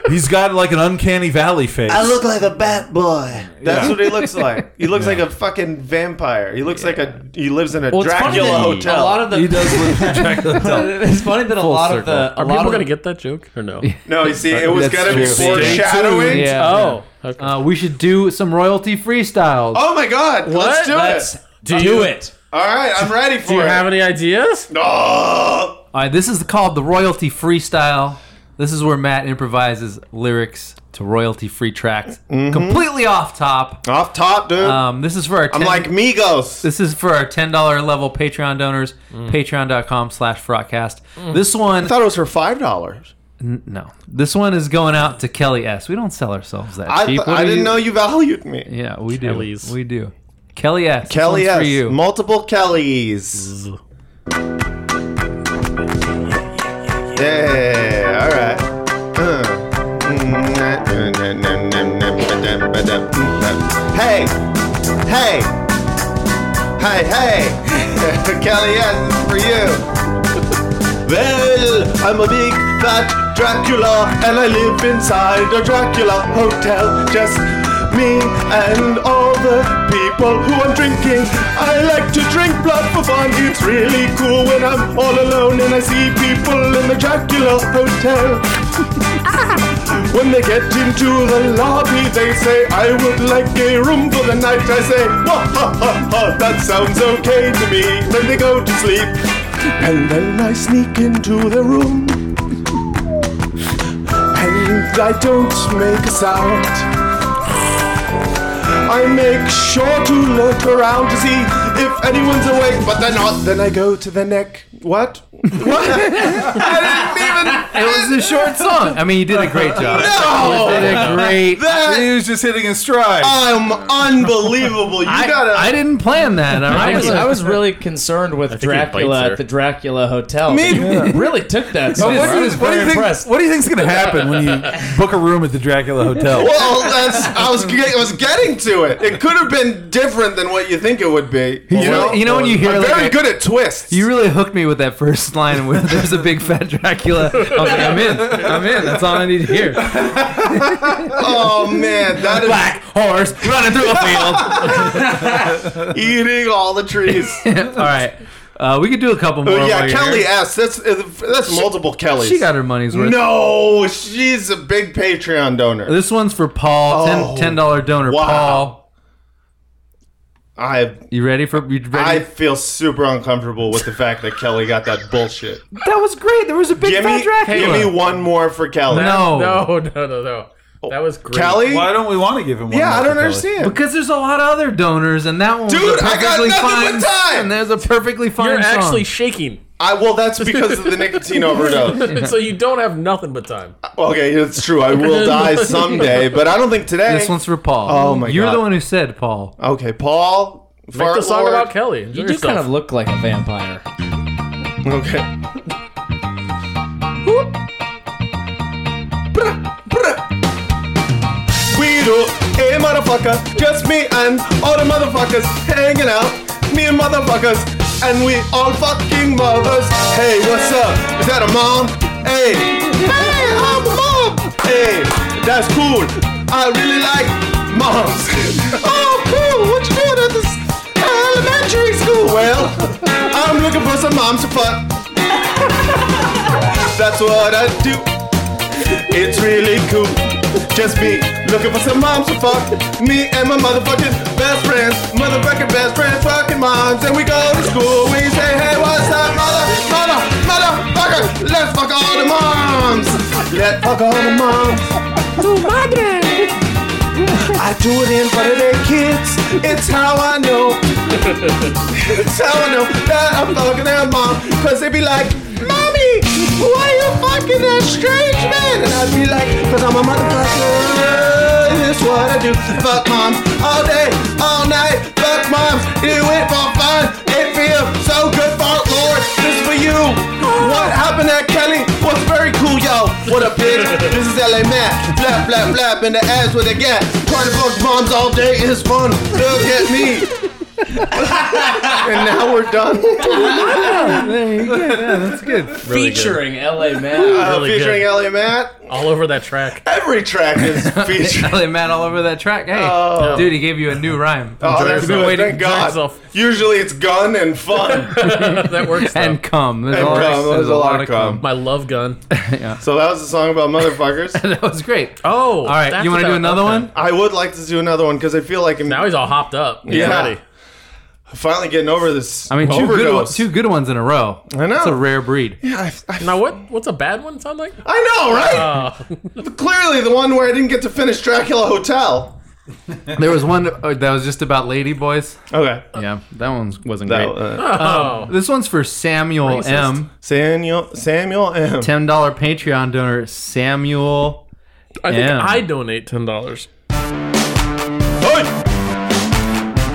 He's got like an uncanny valley face.
I look like a bat boy.
That's what he looks like. He looks like a fucking vampire. He looks like a. He lives in a
it's funny
Dracula
that
hotel.
A lot of the
he does look like
[laughs]
Dracula
[laughs]
Hotel.
it's funny that a lot
circle.
of the uh, a
Are
lot
people
of
gonna get that joke or no?
no, you see, it was
That's
gonna be
true. Stay
foreshadowing.
tuned.
yeah.
Oh, okay.
Uh, we should do some royalty freestyles.
Oh my god, let's do
let's
it.
do,
you-
it.
All right, I'm ready for
do you
it.
have any ideas?
Oh,
All right, this is called the royalty freestyle. This is where Matt improvises lyrics to royalty free tracks,
Mm-hmm.
completely off top.
off top, dude.
Um, this is for our. 10,
Oh. I'm like Migos.
This is for our ten dollar level Patreon donors.
Mm.
Patreon.com slash broadcast. This one,
I thought it was for five dollars.
no, this one is going out to Kelly S. We don't sell ourselves that
I,
cheap.
th-
What
I
do
didn't
you-
know you valued me.
Yeah, we do.
Kellys.
We do. Kelly S. this
Kelly
one's
S.
for you.
Multiple Kellys. Yeah, all right. Uh. Hey, hey, hey, hey, [laughs] Kelly S. is for you. Well, I'm a big fat Dracula, and I live inside a Dracula hotel. Just me and all the people who I'm drinking. I like to drink blood for fun. It's really cool when I'm all alone and I see people in the Dracula hotel. When they get into the lobby, they say, I would like a room for the night. I say, "Wah, ha, ha, ha, that sounds okay to me. Then they go to sleep. And then I sneak into the room. And I don't make a sound. I make sure to look around to see if anyone's awake, but they're not. Then I go to the neck. What? What? I didn't even.
It was a short song. I mean, you did a [laughs] great job. [laughs] You did a great.
He
That
was just hitting his stride.
Oh, I'm unbelievable. You
I,
gotta.
I didn't plan that. All right.
I was, I
[laughs]
was really concerned with
think it bites
Dracula
her.
at the Dracula Hotel.
Me-
They really took that.
[laughs]
But
somewhere.
what, do
I
you,
was
what do
very
you think?
impressed.
What do you think's gonna happen when you book a room at the
[laughs]
Dracula Hotel?
well, that's. I was. ge- I was getting to it. It could have been different than what you think it would be. You know.
you know when you hear
I'm
like
very
a-
good at twists.
You really hooked me with that first [laughs] line where there's a big fat Dracula. I was like, I'm in. I'm in. That's all I need
[laughs]
to hear.
oh man, that is
Black horse running through a field.
eating all the trees.
[laughs] all right. Uh, we could do a couple more.
Oh, yeah,
while you're
Kelly
here.
S. That's uh, that's multiple Kellys.
She got her money's worth.
No, she's a big Patreon donor.
This one's for Paul,
Oh,
ten ten dollar donor.
wow.
Paul,
I
you ready for you
I
ready?
feel super uncomfortable with the fact that Kelly got that bullshit.
that was great. There was a big
Give me,
fat Dracula.
give me one more for Kelly.
No.
no, no, no, no. That was great.
Kelly.
Why don't we want to give him? one
Yeah, I
Dr.
don't
Kelly?
understand.
Because there's a lot of other donors, and that one was
Dude,
a
I got
perfectly
nothing
fine.
but time!
And there's a perfectly fine.
You're
song.
actually shaking. [laughs]
I well, that's because of the nicotine overdose.
so you don't have nothing but time.
Okay, it's true.
[laughs]
I will die someday, but I don't think today.
This one's for Paul.
Oh my
You're
God. Oh.
the one who said Paul. [laughs]
okay, Paul.
Make the
Fart
song
Lord.
about Kelly. Enjoy
You do
yourself.
kind of look like a vampire.
Okay. Guido, hey motherfucker, just me and all the motherfuckers hanging out, me and motherfuckers, and we all fucking mothers. Hey, what's up? Is that a mom? Hey, hey, I'm a mom. Hey, that's cool. I really like moms. [laughs] oh, cool. What you doing at this elementary school? Well, I'm looking for some moms to fuck. [laughs] That's what I do. It's really cool. Just me looking for some moms to fuck. Me and my motherfucking best friends, motherfucking best friends, fucking moms. And we go to school. We say, hey, what's up, mother, mother, motherfucker? Let's fuck all the moms. Let's fuck all the moms. I do it in front of their kids. It's how I know. it's how I know that I'm fucking their mom. Cause they be like, Mommy, why you fucking that strange man? And I'd be like, Cause I'm a motherfucker. It's what I do. Fuck moms all day, all night. Fuck moms. Do it for fun. It feels so good for Lord. This is for you. What happened at Kelly was very cool, yo. What a bitch. This is LA Matt. Flap, flap, flap in the ass with a gat. Trying to fuck moms all day is fun. Look at me. and now we're
[laughs]
done.
That's good.
Really good.
Featuring LA man.
Uh,
Really
featuring LA Matt.
all over that
[laughs]
track.
Every track is
[laughs]
featured.
Elliot Matt all over that track. Hey,
Oh.
dude, he gave you a new rhyme.
Oh, that's
yourself.
good.
Waiting,
Thank
enjoy
God.
yourself.
Usually it's gun and fun.
that works. though.
and come. There's,
And
a lot-
cum. There's a lot of cum.
my love gun.
so that was a song about motherfuckers.
[laughs] That was great.
Oh, all
All right, you want to do another one?
I would like to do another one because I feel like I'm
Now he's all hopped up. He's
Yeah.
ready.
finally getting over this.
I mean, two good, one-
overdose.
two good ones in a row.
I know.
That's a rare breed.
Yeah, I, I-
Now what? What's a bad one? Sound like?
I know, right?
Uh,
Clearly, the one where I didn't get to finish Dracula Hotel.
There was one uh, that was just about lady boys.
Okay.
Yeah, that one wasn't
That,
great.
uh,
oh,
This one's for Samuel M.
Samuel Samuel M.
Ten dollar Patreon donor Samuel.
I think
Yeah.
I donate ten dollars.
Hey!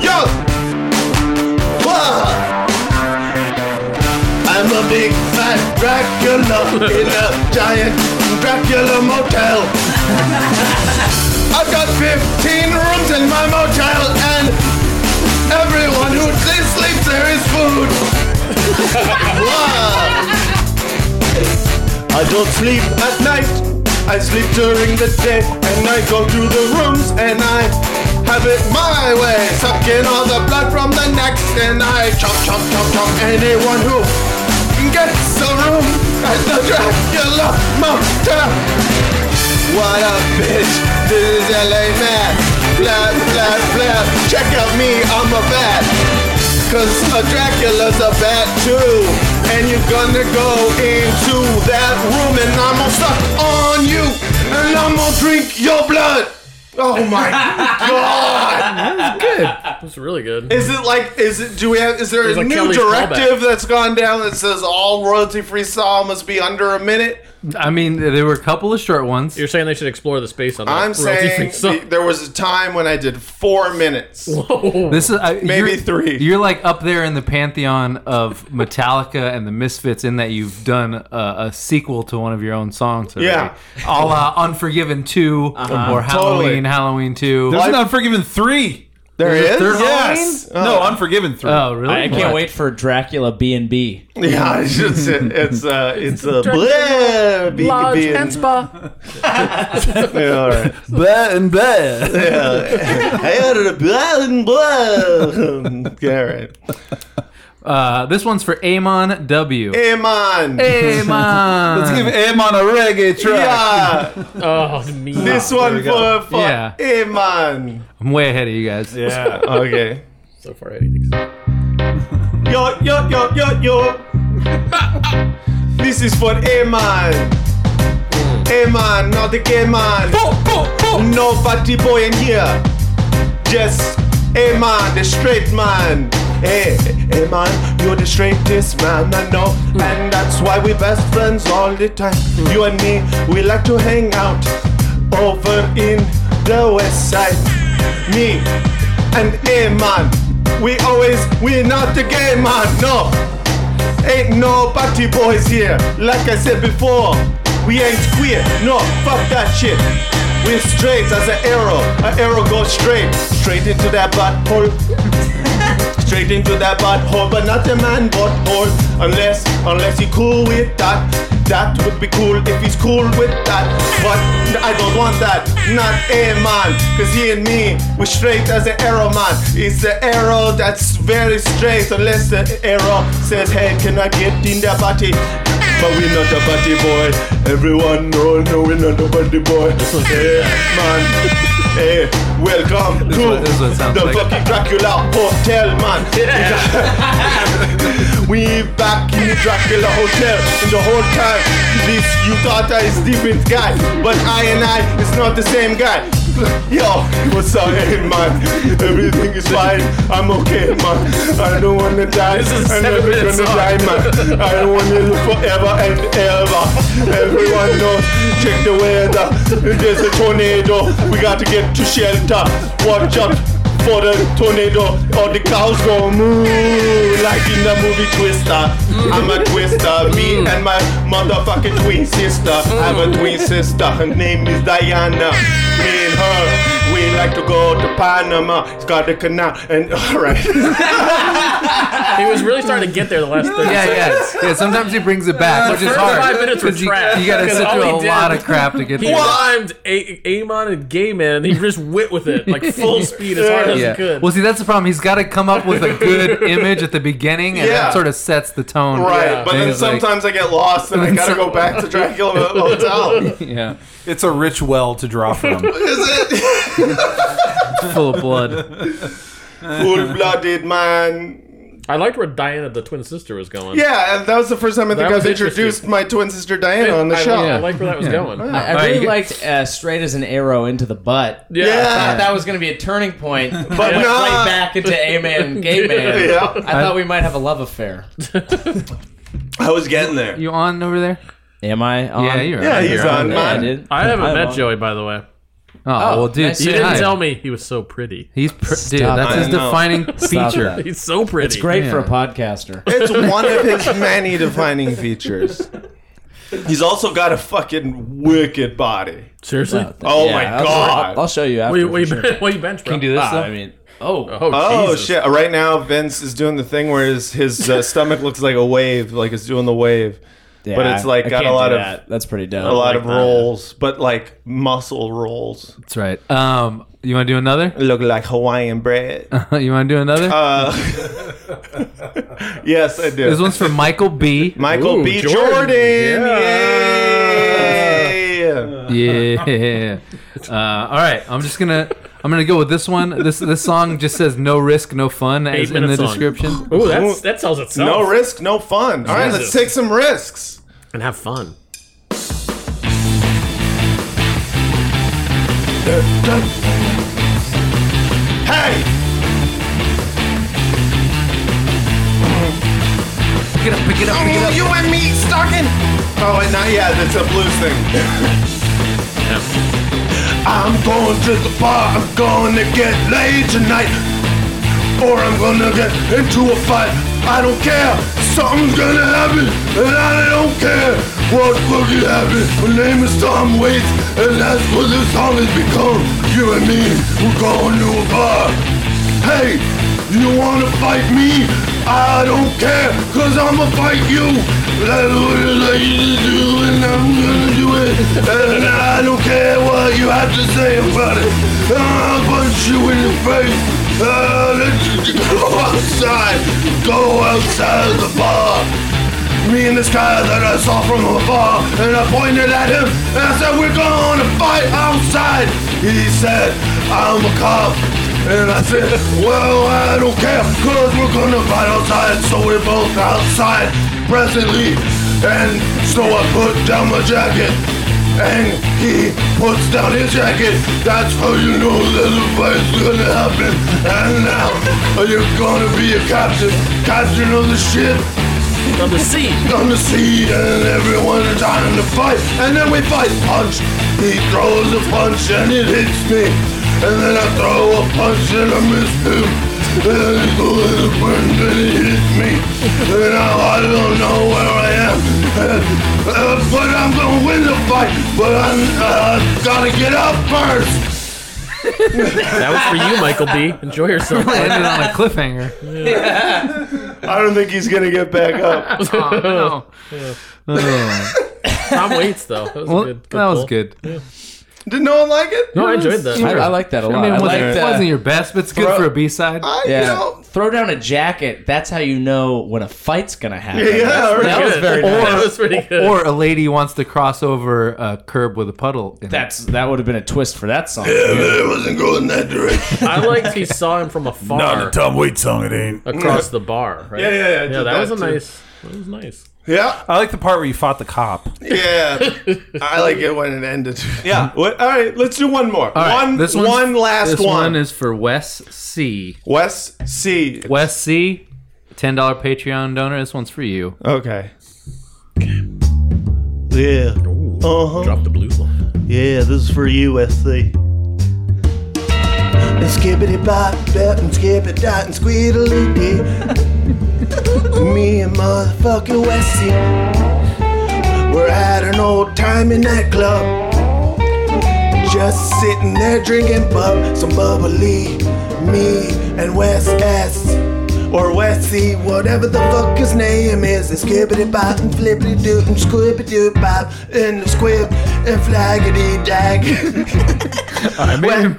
Yo! Wah! I'm a big fat Dracula in a giant Dracula motel. I've got 15 rooms in my motel, and everyone who sleeps there is food. Wah! I don't sleep at night. I sleep during the day, and I go to the rooms and I have it my way. Sucking all the blood from the necks, and I chop, chop, chop, chop anyone who gets a room at the Dracula Mountain. What a bitch! This is LA Mad. Flap, flap, flap. Check out me, I'm a bat. Cause a Dracula's a bat too. And you're gonna go into that room and I'm gonna suck on you. And I'm gonna drink your blood. Oh my god!
That's really good.
Is it like, is it, do we have, is there
There's
a
a
new
Kelly's
directive that's gone down that says all royalty free song must be under a minute?
[laughs] I mean, there were a couple of short ones.
You're saying they should explore the space on that
I'm
royalty-free [laughs]
saying
song.
th- there was a time when I did four minutes.
This is I,
Maybe
you're-
three.
You're like up there in the pantheon of Metallica and the Misfits in that you've done a, a sequel to one of your own songs. Already.
Yeah.
all uh, Unforgiven 2
Uh,
Uh-huh.
or Halloween,
Totally.
Halloween Two.
There's an Unforgiven three.
There is?
third
Yes! Uh-huh.
no, Unforgiven three.
oh, really?
I can't wait for Dracula B and B.
[laughs] Yeah, it's just, it's uh, it's a bleh, be-
Lodge
being-
and spa.
[laughs] Yeah, all right.
Blah and blah.
I added a blah er, and blah. okay, all right.
Uh, this one's for Amon
[laughs]
W.
Hey, man.
[laughs]
Amon.
Let's give him on a reggae track.
Yeah,
Oh, me.
this one for, for
Yeah.
hey, man.
I'm way ahead of you guys.
Yeah, okay.
So far, anything.
Yo, yo, yo, yo, yo. this is for hey, man. Hey, man, not the gay man. No fatty boy in here. Just hey, man, the straight man. Hey, hey man, you're the straightest man I know, and that's why we best friends all the time. You and me, we like to hang out over in the west side. Me and hey man, we always we not the gay man, no. Ain't no party boys here, like I said before. We ain't queer, no, fuck that shit. We're straight as an arrow, an arrow goes straight, straight into that butthole. Straight into that butthole, but not the man butthole. Unless, unless he cool with that. That would be cool if he's cool with that. But I don't want that, not a man. Cause he and me, we're straight as an arrow man. It's the arrow that's very straight. Unless the arrow says, hey, can I get in that body? But we're not a body boy. Everyone know, no, we're not a body boy. Hey, man. Hey, welcome to
what- this is what it sounds
the
like.
fucking Dracula Hotel, man. we back in the Dracula Hotel, and the whole time, this you thought I is different guy, but I and I is not the same guy. Yo, what's up, hey man? Everything is fine. I'm okay, man. I don't wanna die.
This is
I'm
seven
never
minutes
gonna
long.
die, man. I don't wanna live forever and ever. Everyone knows. Check the weather. There's a tornado. We got to get to shelter. Watch out for the tornado or the cows go moo like in the movie Twister. I'm a twister, me and my motherfucking twin sister. I have a twin sister, her name is Diana. Me and her, we like to go to Panama. It's got the canal and [laughs] alright.
He was really starting to get there the last thirty
Yeah,
seconds. [laughs]
yeah, yeah. Sometimes he brings it back, which
The
is
first
hard.
five minutes were
'cause you,
trash,
You gotta
'cause
sit
all
through
he
a
did-
lot of crap to get
[laughs] He
there.
rhymed a- Amon and Gay Man, and he just went with it
[laughs]
like full speed as hard as
Yeah.
he could.
Well, see, that's the problem. He's got to come up with a
[laughs]
good image at the beginning, and
Yeah.
that sort of sets the tone.
Right, but
And
then
he's like-
sometimes I get lost and I
[laughs]
gotta go back to Dracula Hotel.
yeah,
It's a rich well to
[laughs]
draw from.
[laughs]
full of blood. [laughs]
Full blooded man.
I liked where Diana, the twin sister, was going.
Yeah, and that was the first time I think
That
I've
was
introduced
interesting.
my twin sister Diana on the
I,
show.
I liked where that was going.
I
right,
really
you-
liked uh, straight as an arrow into the butt.
Yeah.
I
Yeah.
thought that was going to be a
[laughs]
turning point, but
no.
right back into A Man and Gay
[laughs]
Man.
Yeah.
I thought we might have a love affair.
I was getting there.
You on over there?
Am I? On?
Yeah, you're
Yeah,
on.
he's on,
Yeah, I
man.
did.
I haven't met
on.
Joey, by the way.
Oh, well, dude,
nice
You
Yeah.
didn't
tonight-
tell me he was so pretty.
He's pr- dude.
Stop
That's
it.
his
I know.
defining
Stop
feature.
that.
[laughs] He's so pretty.
It's great for a
Yeah.
podcaster.
It's one of his many defining features. He's also got a fucking wicked body.
Seriously.
[laughs] Oh my
I'll-
god.
I'll, I'll show you after.
Wait,
for
wait,
sure.
what you bench, bro?
Can you do this?
Ah,
though?
I mean, oh,
Oh,
Oh
Jesus.
shit! Right now, Vince is doing the thing where his his uh, stomach looks like a wave, like it's doing the wave,
Yeah,
but it's like
I
got a
can't
lot
do
of
that. That's pretty dope.
a lot of rolls, but like muscle rolls.
That's right. Um, you want to do another?
Look like Hawaiian
[laughs]
bread.
you want to do another?
Uh,
yes, I do.
this one's for Michael B.
Michael
Ooh,
B. Jordan.
Jordan. Uh,
Yay!
yeah. Uh, all right, I'm just gonna I'm gonna go with this one. This this song just says no risk, no fun as in the
minutes long.
description.
Ooh, that's, that tells itself.
No risk, no fun. All right, let's
Jesus.
take some risks.
And have fun.
Hey!
Pick it up, pick it up, pick it up.
Oh, you and me stalking. Oh, and not yeah, that's a blues thing. I'm going to the bar. I'm going to get laid tonight, or I'm gonna get into a fight. I don't care. Something's gonna happen, and I don't care what fucking happens. My name is Tom Waits, and that's what this song has become. You and me, we're going to a bar. Hey, you wanna fight me? I don't care, cause I'ma fight you. That's what I like to do, and I'm gonna do it. And I don't care what you have to say about it. I'll punch you in the face. Uh, let's [laughs] go outside. Go outside the bar. Me and this guy that I saw from afar, and I pointed at him, and I said, we're gonna fight outside. He said, I'm a cop. And I said, well, I don't care, cause we're gonna fight outside. So we're both outside presently. And so I put down my jacket.
and he puts down his jacket. That's how you know that the fight's gonna happen. And now you're gonna be a captain, captain of the ship
From the sea.
on the sea and everyone's trying to fight and then we fight punch he throws a punch and it hits me and then I throw a punch and I miss him and then he goes to the punch and it hits me and now I don't know where I am [laughs] Uh, but I'm gonna win the fight but I'm uh, gotta get up first
That was for you, Michael B. Enjoy
[laughs]
yourself.
Ended on a cliffhanger.
I don't think he's gonna get back up.
Oh, no.
Tom Waits, though. That was
Well,
a good, good
that was
pull.
good.
[laughs] Did no one like it?
No, I enjoyed that.
[laughs] I, I like that a lot.
I mean,
I
it
like
wasn't, it
that.
wasn't your best, but it's good for a B side.
I,
[laughs]
you
Yeah.
know,
Throw down a jacket. That's how you know when a fight's gonna happen.
Yeah,
That's-
or-
that was
Good.
very nice.
that was pretty good.
Or a lady wants to cross over a curb with a puddle. In it.
That's that would have been a twist for that song.
but it wasn't going that direction
I liked he saw him from
Not a
afar
Tom Waits song, it ain't.
across the bar. Right?
Yeah, yeah, yeah, I
yeah.
did
that,
that
was a
too.
nice. That was nice.
yeah,
I like the part where you fought the cop.
yeah. I like it when it ended. Yeah. [laughs] What, all right, let's do one more.
All right,
one,
this one's-
one last
This
one.
one is for Wes C.
Wes C.
Wes C, ten dollar Patreon donor. This one's for [laughs] you.
Okay. Yeah.
Drop the blues line.
Yeah, this is for you, SC.
and skippity bop bop and skippity dot and squiddly dee. [laughs] Me and motherfucking Westy, we're at an old timey nightclub, just sitting there drinking bub some bubbly. Me and Wes S. Or Westy, whatever the fuck his name is, and skippity bop and flippity doo and squibbity doo bop and squib and flaggity dag.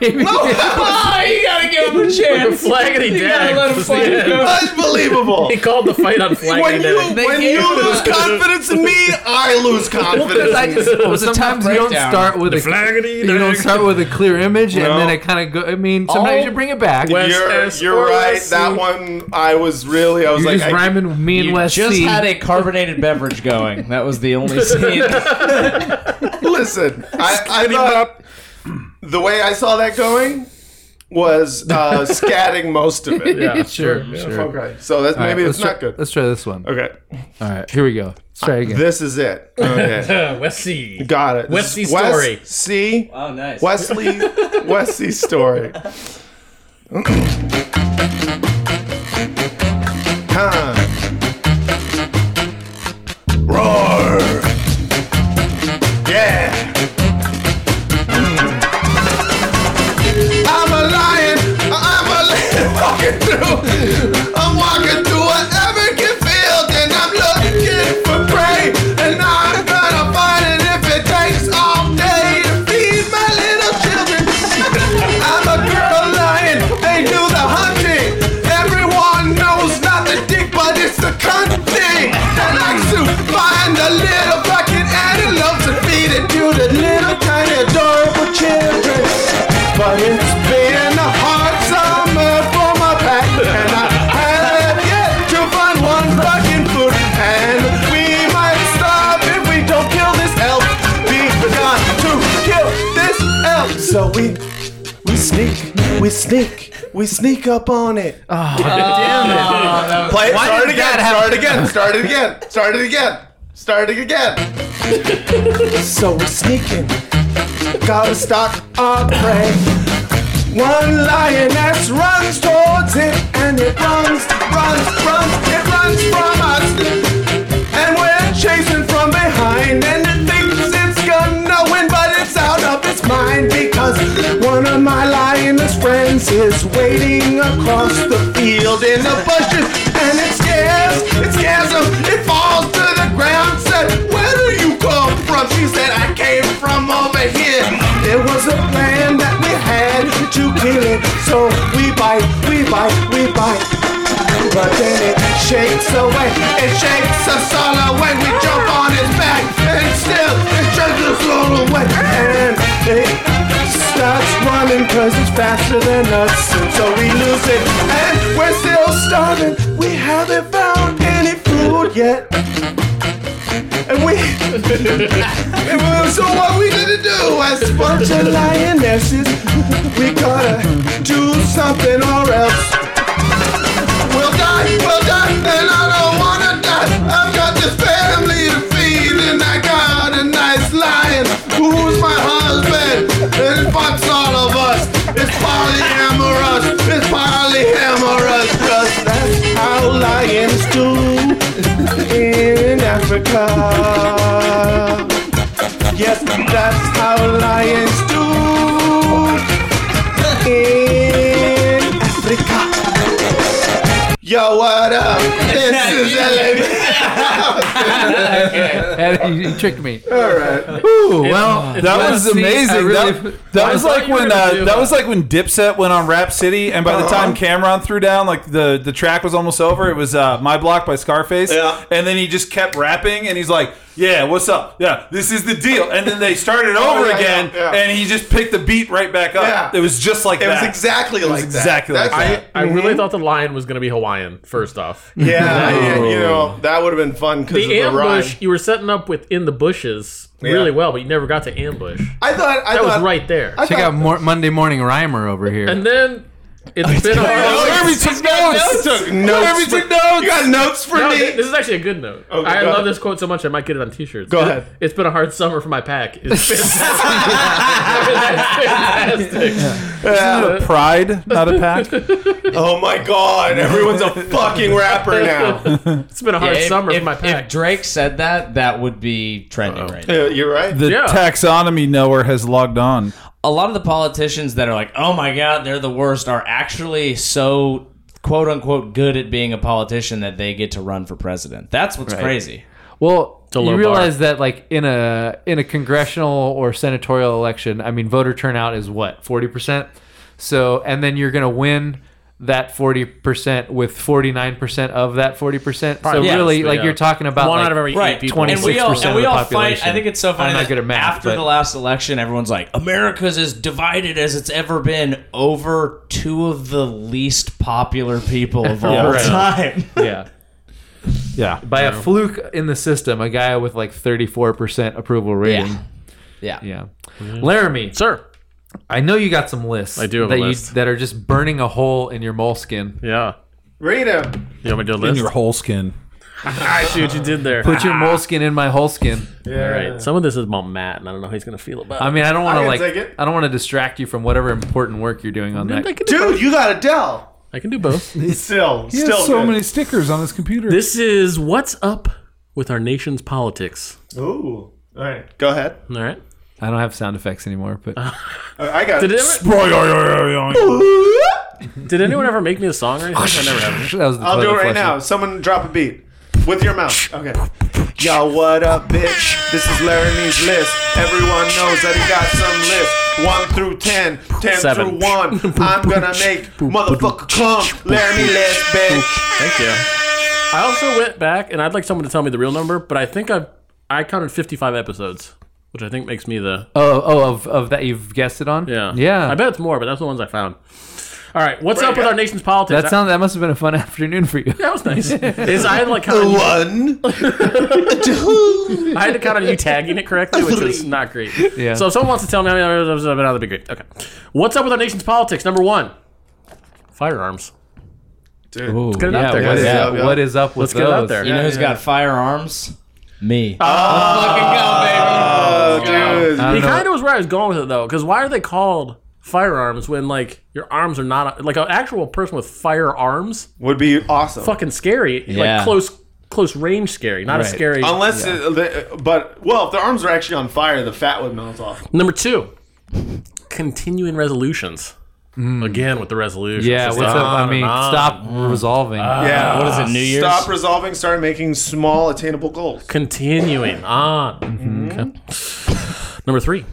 oh, you gotta give him a chance.
[laughs] Flaggity
You gotta
Dag
let him
was
flag
the
it
end.
go.
Unbelievable.
He called the fight [laughs] on Flaggity
when you
Dag.
when
gave
you lose confidence in me, I lose confidence. in you.
sometimes you don't
breakdown.
start with a
Flaggity
you don't
Dag.
start with a clear image,
No.
and then it kind of go. I mean, sometimes
All-
you bring it back.
Wes-
You're,
SS
you're
or
right.
SC.
That one, I was really, I was
You're
like,
just
I-
rhyming with me and
You
Wes
just
C.
had a carbonated beverage going. That was the
[laughs]
only scene.
[laughs] listen, I, I thought the way I saw that going was uh, scatting most of it.
Yeah, sure, sure.
Okay, so that's
All right,
maybe it's
let's
not
try-
good.
Let's try this one.
Okay,
All right, here we go. Let's try again.
this is it.
[laughs]
Okay,
Uh, West Sea.
got it.
Wes C
This is Wes
story.
C.
oh, nice.
Wesley Wesley story. huh. Roar. Yeah. I'm a lion. I'm a lion walking through. I'm walking through an American field and I'm looking for prey. And I'm gonna find it if it takes all day to feed my little children. [laughs] I'm a girl lion. They do the hunting. Everyone knows not the dick, but it's the cunt thing that likes to find the little fucking antelope to feed it to the little tiny adorable children. But it's been a hard summer for my pack, and I haven't yet to find one fucking food. And we might starve if we don't kill this elf. We've begun to kill this elf. So we we sneak, we sneak, we sneak up on it. Oh, damn it! Play, start it again. Start it again. Start it again. Start it again. Start it again. [laughs] so we're sneaking gotta stalk our prey. One lioness runs towards it, and it runs, runs, runs, it runs from us. And we're chasing from behind, and it thinks it's gonna win, but it's out of its mind because one of my lioness friends is waiting across the field in the bushes, and it scares, it scares him, it falls to the ground, said, Where do you come from? She said, I came from over here. It was a plan that we had to kill it, so we bite, we bite, we bite. But then it shakes away, it shakes us all away. We jump on its back, and still it shakes us all away. And it starts running, cause it's faster than us. And so we lose it, and we're still starving. We haven't found any food yet.
And we, [laughs] and so what we gonna do as sponsored lionesses? We gotta do something or else. We'll die, we'll die, and I don't wanna die. I've got this family to feed, and I got a nice lion who's my husband, and it fucks all of us. It's polyamorous, it's polyamorous, cause that's how lions do in Africa. Yes, that's how lions do in Africa. Yo, what up?
[laughs]
This is LA.
And you, you tricked me.
Ooh, well,
it's
that
less
was
seat, I
amazing.
really-
that that
I
was
thought
like
you were
when
gonna
uh,
do
that
it.
was like when Dipset went on Rap City, and by the
Uh-huh.
time Cameron threw down, like the the track was almost over. It was uh, My Block by Scarface,
Yeah.
and then he just kept rapping, and he's like, "Yeah, what's up? Yeah, this is the deal." And then they
[laughs]
started over
Oh, yeah, yeah,
again,
yeah.
and he just picked the beat right back up.
Yeah.
It was just like
It was
that.
exactly like that.
exactly like
That's-
that.
I really thought the lion was going to be Hawaiian. First off,
Yeah, yeah, you know that would have been fun because of
the
the
ambush
rhyme.
you were setting up within the bushes really well, but you never got to ambush.
I thought I
That
thought
was right there.
I
Check
thought,
out Mor- Monday Morning Rhymer over here.
and then it's been
[laughs]
a while.
Herbie took notes.
took notes
Herbie
for-
took notes.
You got notes for
No,
me?
th- this is actually a good note. I
go
love
ahead.
this quote so much I might get it on T-shirts.
Go
It-
ahead.
It's been a hard summer for
[laughs]
my pack. [laughs] It's fantastic. fantastic.
Isn't it a pride, not a pack.
[laughs] oh my god! Everyone's [laughs] a fucking rapper now.
It's been a hard
if,
summer
if-
for my
if
pack.
Drake said that, that would be trending right now.
Yeah, You're right.
The
Yeah.
taxonomy knower has logged on.
A lot of the politicians that are like, "Oh my god, they're the worst," are actually so quote unquote good at being a politician that they get to run for president. That's what's crazy.
Well,
a low
you realize that like in a in a congressional or senatorial election, I mean, voter turnout is what forty percent. So, and then you're gonna win that forty percent with forty nine percent of that forty percent. So
Yes,
really,
yeah.
like you're talking about
one
like,
out of every eight
Right,
people.
And we all,
26%
and
of
we
the
all fight.
population.
I think it's so funny.
I'm not
that
good at math,
After
but-
the last election, everyone's like, "America's as divided as it's ever been over two of the least popular people of all
right.
time."
yeah.
Yeah.
By a fluke in the system, a guy with like 34% approval rating.
Yeah.
Yeah. Laramie,
Mm-hmm. Sir.
I know you got some lists.
I do have a
that
list.
You, that are just burning a hole in your moleskin.
Yeah.
Read him.
You want me to do a
In
list?
your whole skin.
I see what you did there.
Put your
Ah.
moleskin in my whole skin.
all right. Some of this is about Matt, and I don't know how he's going to feel about
I mean, I don't want
I can
to like.
take it.
I don't want to distract you from whatever important work you're doing on
it. I
that.
can do both.
Dude, you got Adele.
I can
[laughs]
do both.
Still,
He
still
has so
good.
many stickers on his computer.
This is what's up with our nation's politics.
Ooh. All right, go ahead.
All right.
I don't have sound effects anymore,
[laughs]
but
I I got
Did,
it.
ever, did anyone ever make me a song or anything? I never
[laughs]
have.
that was the
I'll do
toilet
it right
flushing.
now. Someone drop a beat with your mouth. Okay. Yo, what up, bitch? This is Laramie's list. Everyone knows that he got some list. One through ten, ten
Seven.
through one. I'm gonna make motherfucker come. Laramie list, bitch.
Thank you. [laughs] I also went back, and I'd like someone to tell me the real number, but I think I've I counted 55 episodes, which I think makes me the
Uh,
Oh, oh, of, of that you've guessed it on.
yeah
yeah.
I bet it's more, but that's the ones I found. All right, what's up with our nation's politics?
that sounds. That must have been a fun [laughs] afternoon for you.
that
[laughs]
was nice. Is I had like counted,
One, two.
I had to count on you tagging it correctly, which is not great.
Yeah.
So if someone wants to tell me, that'd be great. Okay. What's up with our nation's politics? Number one, firearms.
Ooh,
get it out there,
What
guys.
is,
Yeah,
up-
yeah.
what is up with
Let's get it out
those?
there.
You know who's got firearms? Me.
Oh, dude.
I don't know.
He kind of was where I was going with it though, because why are they called firearms when like your arms are not like an actual person with firearms?
Would be awesome.
Fucking scary,
Yeah.
like close close range scary, not a scary.
Um,
Unless, it, the- but well, if the arms are actually on fire, the fat would melt off.
Number two, continuing resolutions. Again with the resolutions.
Hmm. Yeah.
Just
What's up?
on
I
and Ah,
mean,
on. Uh,
stop resolving.
Yeah.
What is it? New Year's.
Uh, Stop resolving. Start making small, attainable goals.
continuing on.
Mm-hmm.
Okay. Number three,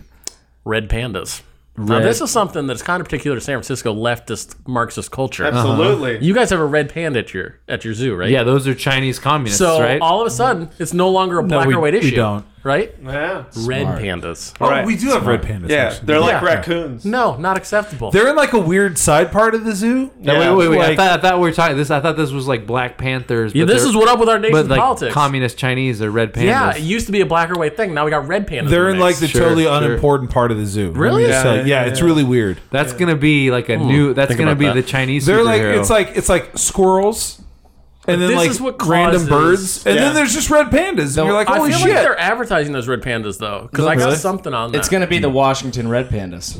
red pandas. Now this is something that's kind of particular to San Francisco leftist Marxist culture. Uh,
Absolutely.
You guys have a red panda at your at your zoo, right?
yeah. Those are Chinese communists,
So
right?
all of a sudden, it's no longer a black
we,
or white
we
issue.
don't.
right?
Yeah.
Red pandas.
Oh,
Right.
we do have red pandas.
Yeah,
actually.
they're like
Yeah.
raccoons.
No, not acceptable.
They're in like a weird side part of the zoo.
Yeah.
Wait, wait, wait! I
Like-
thought I thought we were talking this. I thought this was like Black Panthers.
yeah,
but
this
they're-
is what up with our nation's
but like
politics.
communist Chinese or red pandas.
yeah, it used to be a black or white thing. Now we got red pandas.
They're in
the
like
mix.
the
Sure,
totally
sure.
unimportant part of the zoo.
Really?
It's
Yeah,
like- yeah,
yeah,
it's
yeah.
really weird.
that's gonna be like a new. That's
think
gonna
about
be
that.
the Chinese.
They're like
superhero.
it's like it's like squirrels, and then
this
like
is what
random
causes-
birds, and
Yeah.
then there's just red pandas. and you're like,
I feel
holy
like
shit!
they're advertising those red pandas though, because I got
really?
something on that.
It's gonna be the Washington Red Pandas.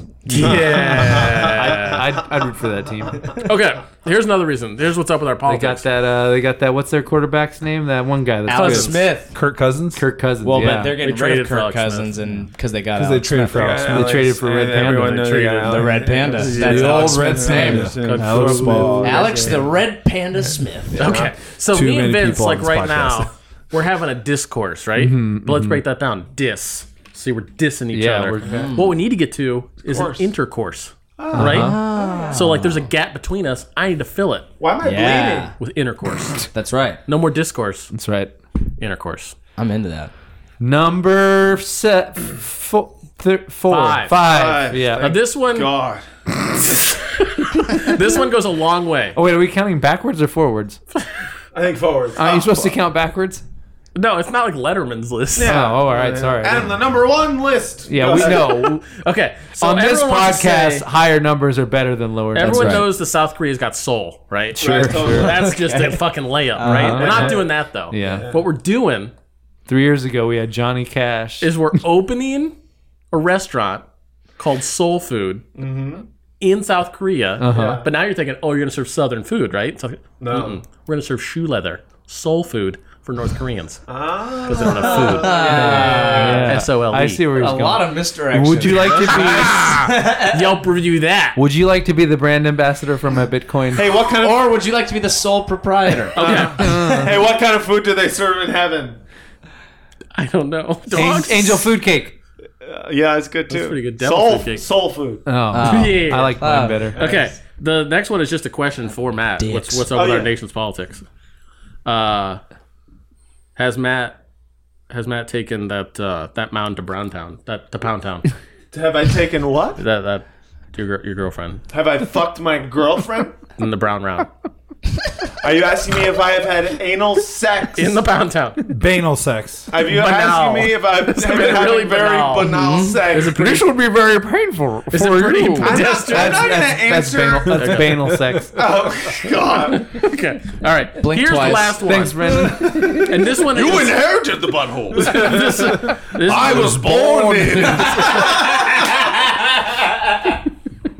I'd, I'd root for that team.
okay. Here's another reason. Here's what's up with our
They got
politics.
that. Uh, they got that. What's their quarterback's name? That one guy. That's
Alex
good.
Smith.
Kirk Cousins.
Kirk Cousins.
Well,
yeah.
but they're getting
They
rid
traded
of
for
Kirk
Alex
Cousins, and because they got
Because they
Alex
traded
Smith.
for Alex Smith.
They traded for Red Panda.
Everyone knows
traded
yeah,
the Red Pandas. That's
The
Alex
old red
Smith's name.
panda. Alex
Smith.
Small.
Alex the Red Panda Smith.
Okay. So
Too
me and
many
Vince,
people on
like
this podcast.
right now, we're having a discourse, right? but let's break that down. Dis. See, we're dissing each
Yeah,
other.
we're-
What we need to get to is an intercourse. Right? So like there's a gap between us. I need to fill it
Why am I bleeding?
Yeah,
with
[laughs]
intercourse.
that's right.
no more discourse.
That's right.
Intercourse.
I'm into that.
Number set four. Th- four.
Five.
Five.
Yeah.
Now this one
God.
[laughs] this one goes a long way.
oh wait, are we counting backwards or forwards?
I think forwards.
Aren't you supposed to count backwards?
No, it's not like Letterman's list.
Oh, all right. Sorry.
And the number one list.
Yeah,
Go
we
ahead. [laughs]
know.
[laughs] Okay. So
On this
everyone wants to
podcast,
say-
higher numbers are better than lower numbers.
everyone
right.
knows the South Korea's got soul, right?
Sure.
Right, totally.
That's just a fucking layup, right? We're not doing that though.
Yeah.
What we're doing
Three years ago, we had Johnny Cash.
is we're [laughs] opening a restaurant called Soul Food in South Korea.
Uh-huh.
But now you're thinking, oh, you're going to serve Southern food, right? So,
No.
we're going to serve shoe leather, soul food for North Koreans. Because they don't have food.
Yeah.
SOLE.
I see where he's
A
going.
lot of misdirection.
would you like
[laughs]
to
Yelp review that.
be? Would you like to be the brand ambassador for my Bitcoin?
Hey, what kind of
or would you like to be the sole proprietor?
hey, what kind of food do they serve in heaven?
I don't know.
Ang-
Dogs?
angel food cake.
Uh, yeah, it's good too.
pretty good. Devil
Soul,
food cake.
soul food.
Oh,
Yeah.
[laughs] I like mine better.
Okay. The next one is just a question for Matt. What's what's up
Oh,
with our
yeah.
nation's politics? Uh, has Matt has Matt taken that uh, that mound to Brown Town? That to Pound Town?
Have I taken what?
that that your gir- your girlfriend
Have I fucked my girlfriend?
in the brown round
Are you asking me if I have had anal sex?
in the Pound Town?
[laughs]
Banal sex.
Have you
Banal.
asking me if I've
been
been having
really
very
banal.
banal, sex?
This would be very painful
Is it pretty
I'm [laughs]
pedestrian?
not, I'm not gonna
That's, that's
answer.
banal. That's banal sex.
[laughs] Oh [laughs] God!
Okay. All right.
Blink
Here's
twice.
the last one,
Thanks, Brendan.
and this one is,
inherited the [laughs] butthole.
this, this-
I was born
[laughs]
in.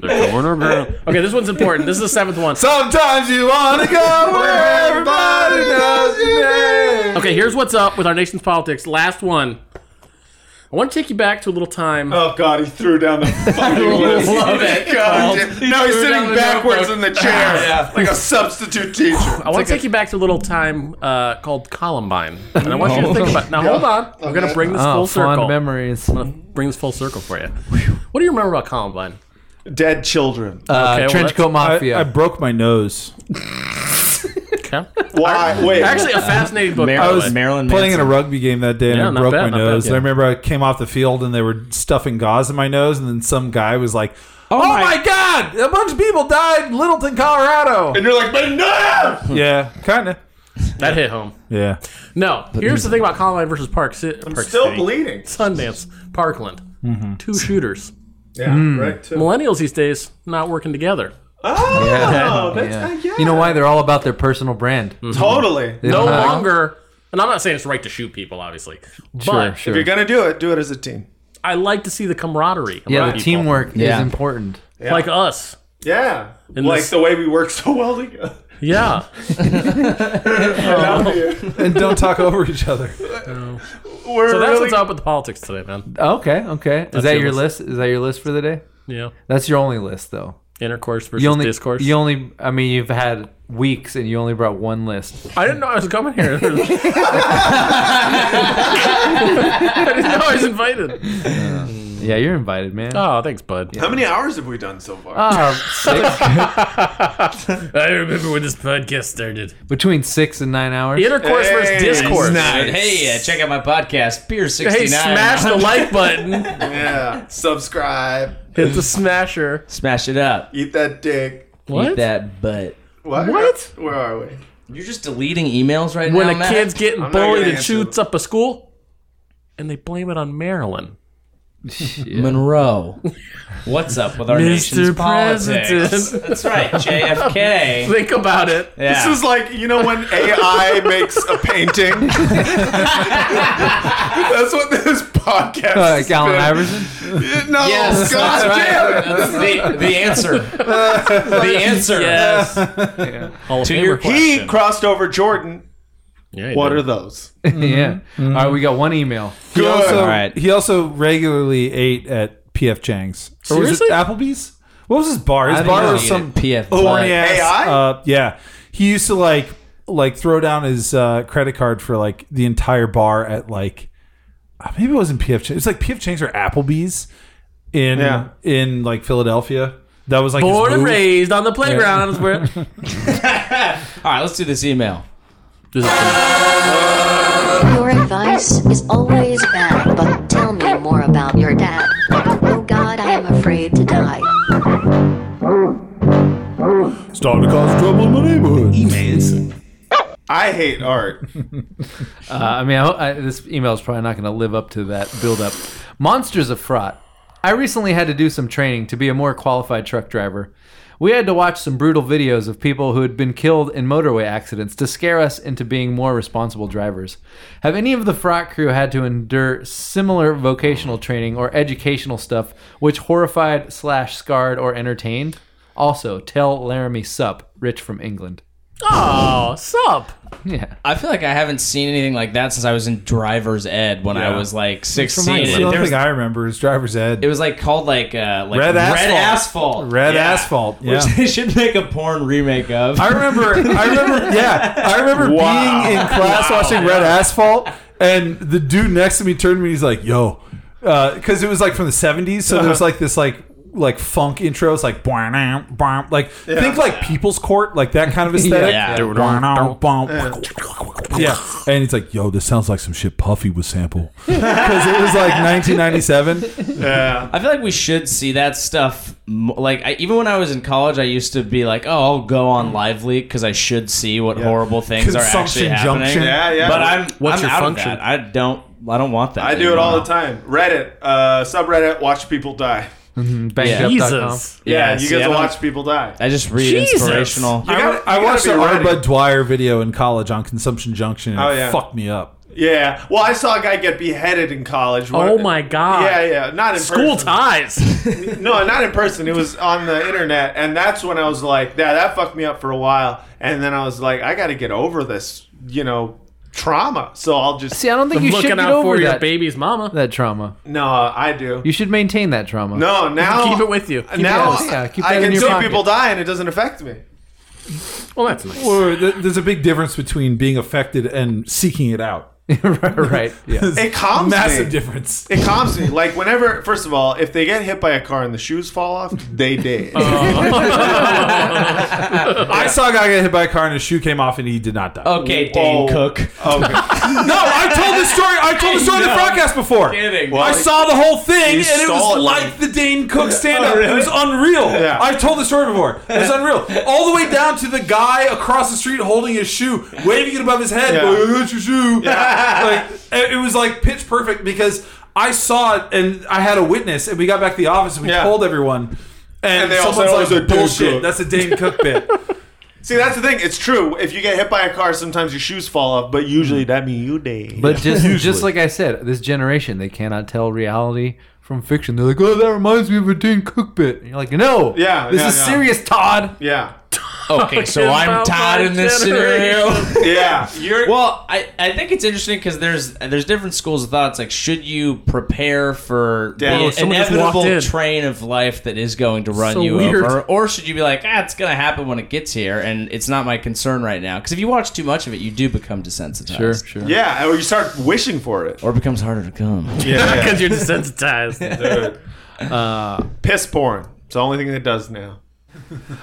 okay. This one's important. This is the seventh one.
Sometimes you wanna go where everybody knows your name.
Okay, here's what's up with our nation's politics. Last one. I want to take you back to a little time.
Oh God! He threw down [laughs] the fucking list.
Love
[laughs]
it.
God, damn- now he's
threw down
sitting
the
backwards
notebook.
in the chair like a substitute teacher.
I want to take you back to a little time uh, called Columbine, and I want you to think about. Now, hold on. We're gonna bring this
Oh,
full circle.
fond memories. Uh,
I'm gonna bring this full circle for you. What do you remember about Columbine?
Dead children.
Uh,
well,
trench coat
I,
mafia.
I broke my nose
Okay.
Why? Wait.
Actually, a fascinating book.
Maryland,
by the
was
way.
Maryland
playing in a
Oh, Manson.
rugby game that day, and
Yeah,
I
not
broke
bad,
my
not bad,
nose.
yeah.
And I remember I came off the field, and they were stuffing gauze in my nose, and then some guy was like, "Oh, my. God, a bunch of people died in Littleton,
[laughs]
Colorado."
and you're like, but no!
yeah, kind of.
that hit home.
Yeah,
No, here's the thing about Columbine versus Park, Ci- Park
Still
City.
bleeding.
Sundance, Parkland,
Mm-hmm.
two shooters.
Yeah. Right. Too.
Millennials these days not working together.
Oh,
Yeah.
that's
Yeah.
yeah.
Mm-hmm.
You know why? They're all about their personal brand.
Totally.
They
no
don't have-
longer. And I'm not saying it's right to shoot people, obviously.
Sure,
but
If
sure.
you're gonna do it, do it as a team.
I like to see the camaraderie.
Yeah,
among
the
people.
teamwork
Yeah.
is important.
like us.
Yeah.
And
like
this-
the way we work so well
[laughs]
together. [laughs]
Yeah,
and don't talk over each other.
We're
so that's
really,
what's up with the politics today, man.
Okay, okay. Is that
your
your list? Is that your list for the day?
Yeah,
That's your only list, though.
intercourse versus
You only
discourse.
You only. I mean, you've had weeks, and you only brought one list.
I didn't know I was coming here. [laughs] I didn't know I was invited.
Yeah, you're invited, man.
Oh, thanks, bud.
How many hours have we done so far?
Uh, [laughs] six,
I remember when this podcast started.
between six and nine hours.
Intercourse
Hey,
versus discourse.
nice.
But hey, uh, check out my podcast, Beer 69.
Hey, smash the like button.
yeah. Subscribe.
Hit the smasher.
[laughs] Smash it up.
Eat that dick.
Eat that butt.
What?
What?
Where are we?
You're just deleting emails right
When
now,
a
Matt?
kid's getting
I'm not
bullied
gonna
and
answer
shoots up a school, and they blame it on Marilyn.
Monroe. What's up with our
Mr.
nation's politics?
President.
That's right, JFK.
Think about it.
Yeah.
This is like you know when
[laughs]
AI makes a painting. That's what this podcast.
Uh,
has
Allen
been.
Iverson.
No,
Yes,
God
that's
damn it.
right. That's the, the answer. The answer.
Yes. Hall of
To
Famer
your
question.
He crossed over Jordan.
Yeah, he
What
did.
are those?
yeah.
Mm-hmm.
All right, we got one email.
He also,
All right.
he also regularly ate at PF Chang's. Or was
Seriously?
it Applebee's? What was his bar? His
don't
bar
know.
was
He
some
PF.
horny ass.
AI?
Uh, yeah, he used to like like throw down his uh, credit card for like the entire bar at like uh, maybe it wasn't PF. Chang's. It was like PF Chang's or Applebee's in
Yeah.
in like Philadelphia. That was like his
Born and
move.
raised on the playground. is where-
[laughs]
All right, let's do this email.
This is-
Your advice is always bad, but tell me more about your dad. Oh god, I am afraid to die.
Starting to cause trouble in my neighborhood.
I hate art.
Uh, I mean, I, ho- I, this email is probably not going to live up to that buildup. Monsters of Fraught. I recently had to do some training to be a more qualified truck driver. We had to watch some brutal videos of people who had been killed in motorway accidents to scare us into being more responsible drivers. Have any of the Fraught crew had to endure similar vocational training or educational stuff which horrified slash scarred or entertained? Also, tell Laramie Sup, Rich from England. [laughs]
oh, sup.
Yeah.
I feel like I haven't seen anything like that since I was in driver's ed when I was like 16.
It's
It,
the
there
only
was-
thing I remember is driver's ed.
it was like called like uh, like
Red Asphalt.
asphalt.
Red
Yeah.
asphalt.
Which
Yeah.
[laughs] they should make a porn remake of.
I remember. I remember. Yeah, I remember being in class watching Red Asphalt, and the dude next to me turned to me. and He's like, "Yo," because it was like from the '70s, so there
Uh-huh.
was like this like like funk intro. It's like "Bwah-nah, bwah," like think like People's Court, like that kind of
[laughs]
aesthetic.
Yeah.
"Bwah-nah, bwah." Yeah, and he's like, "Yo, this sounds like some shit Puffy would sample," [laughs] because it was like 1997.
I feel like we should see that stuff. m- Like I, even when I was in college, I used to be like, "Oh, I'll go on Live Leak because I should see what horrible things are actually
Consumption
happening."
Junction.
Yeah, yeah.
But I'm
What's
I'm
your
out
function?
Of that. I don't I don't want that.
I do it all the time. Reddit, uh, subreddit, watch people die.
Banged up dot com.
Jesus.
Yeah,
Yeah,
you
see,
get
I
to
don't-
watch people die.
I just read
[laughs]
Jesus.
inspirational.
You
I,
gotta-
I
you
watched the
gotta be
R.
ready.
Bud Dwyer video in college on Consumption Junction, and
Oh,
it
yeah.
fucked me up.
Yeah. Well, I saw a guy get beheaded in college.
Oh
One-
my God.
Yeah, yeah. Not in
School
person.
[laughs]
ties.
No, not in person. It was on the internet, and that's when I was like, "Yeah, that fucked me up for a while." And then I was like, "I got to get over this, you know, trauma." So I'll just
See, I don't think you should
Looking
get
out for
over
your
that,
baby's mama.
that trauma.
no, I do.
You should maintain that trauma.
no, now
Keep it with you.
now.
that- yeah, keep
I
that in
can
your
see
pocket.
people die, and it doesn't affect me.
Well, that's nice.
Or th- there's a big difference between being affected and seeking it out.
right. Yeah.
It calms
Massive
me.
difference.
It calms me. Like whenever, first of all, if they get hit by a car and the shoes fall off, they dead.
[laughs] I saw a guy get hit by a car and his shoe came off and he did not die.
Okay, Dane
Whoa.
Cook.
No, I told this story. I told the story in the broadcast before.
Kidding.
I
Well,
saw the whole thing,
you
and it
saw it,
was like the Dane Cook stand up.
Oh, really?
It was unreal.
Yeah.
I've told the story before. It
[laughs]
was unreal. All the way down to the guy across the street holding his shoe, waving it above his head.
Yeah.
going, "That's your shoe. [laughs] like, it it was like pitch perfect because I saw it, and I had a witness, and we got back to the office, and we
Yeah.
told everyone. And,
And they all
someone's
said, "Oh, it's
like,
a Dane
bullshit.
Cook."
That's a Dane Cook bit.
See, that's the thing. It's true. If you get hit by a car, sometimes your shoes fall off, but usually that means you dead. [laughs]
But just just like I said, this generation they cannot tell reality from fiction. They're like, oh, that reminds me of a Dane Cook bit. And you're like, no,
Yeah,
this
yeah,
is
yeah.
serious, Todd.
yeah.
okay, [laughs] so I'm
about
Todd
my
in this
generation.
scenario.
yeah, you're
Well, I, I think it's interesting because there's there's different schools of thought. It's like, should you prepare for
Damn.
the
Whoa,
Oh, someone just walked
inevitable
in.
train of life that is going to run
So
you
weird.
over, or should you be like, ah, it's gonna happen when it gets here, and it's not my concern right now? Because if you watch too much of it, you do become desensitized,
Sure, sure.
yeah, or you start wishing for it.
or it becomes harder to come.
because you're
[laughs]
desensitized.
Uh, Piss porn. It's the only thing that does now.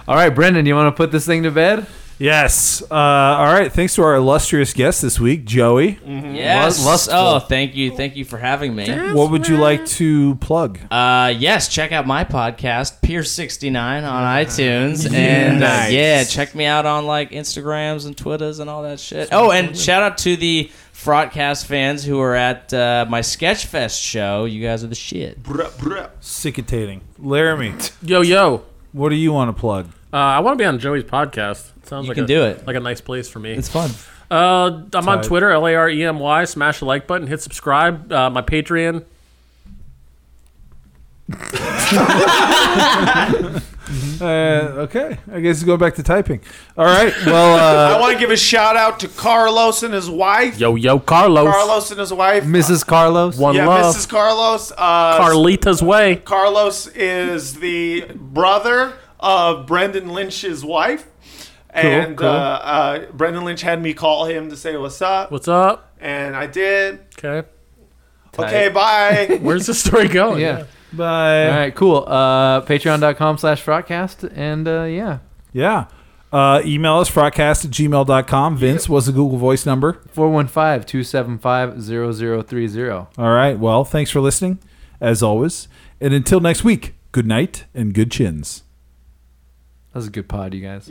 All right, Brendan, you want to put this thing to bed?
Yes. [laughs] Uh, all right. Thanks to our illustrious guest this week, Joey.
Mm-hmm.
Yes.
Lust- lustful.
oh, thank you, thank you for having me.
What would you like to plug?
Uh, yes, check out my podcast, Pier 69, on iTunes. And uh,
Nice.
yeah, check me out on like Instagrams and Twitters and all that shit. Oh, and shout out to the Fraudcast fans who are at uh, my Sketchfest show. You guys are the shit.
Bruh, bruh.
Sickitating. Laramie,
yo, yo.
what do you want to plug?
Uh, I want to be on Joey's podcast. Sounds like
can
a,
do it.
Like a nice place for me.
It's fun.
Uh, I'm on Twitter, L A R E M Y. Smash the like button, hit subscribe. Uh, my Patreon.
Uh, okay. I guess go back to typing. All [laughs] right. Well, uh,
I want to give a shout out to Carlos and his wife.
Yo, yo, Carlos.
Carlos and his wife,
Mrs. Carlos.
One
yeah,
love.
Mrs. Carlos. Uh,
Carlita's way.
Carlos is the brother of Brendan Lynch's wife. and
cool.
Uh, uh, Brendan Lynch had me call him to say what's up,
What's up?
and I did.
Okay.
Okay,
[laughs]
bye.
Where's the story going?
Yeah.
bye.
All right, cool. Uh, Patreon.com slash Frogcast. And uh, yeah,
Yeah. Uh, email us, frogcast at gmail.com. Vince, what's the Google voice number?
415 275 0030.
All right. Well, thanks for listening, as always. And until next week, good night and good chins.
That was a good pod, you guys.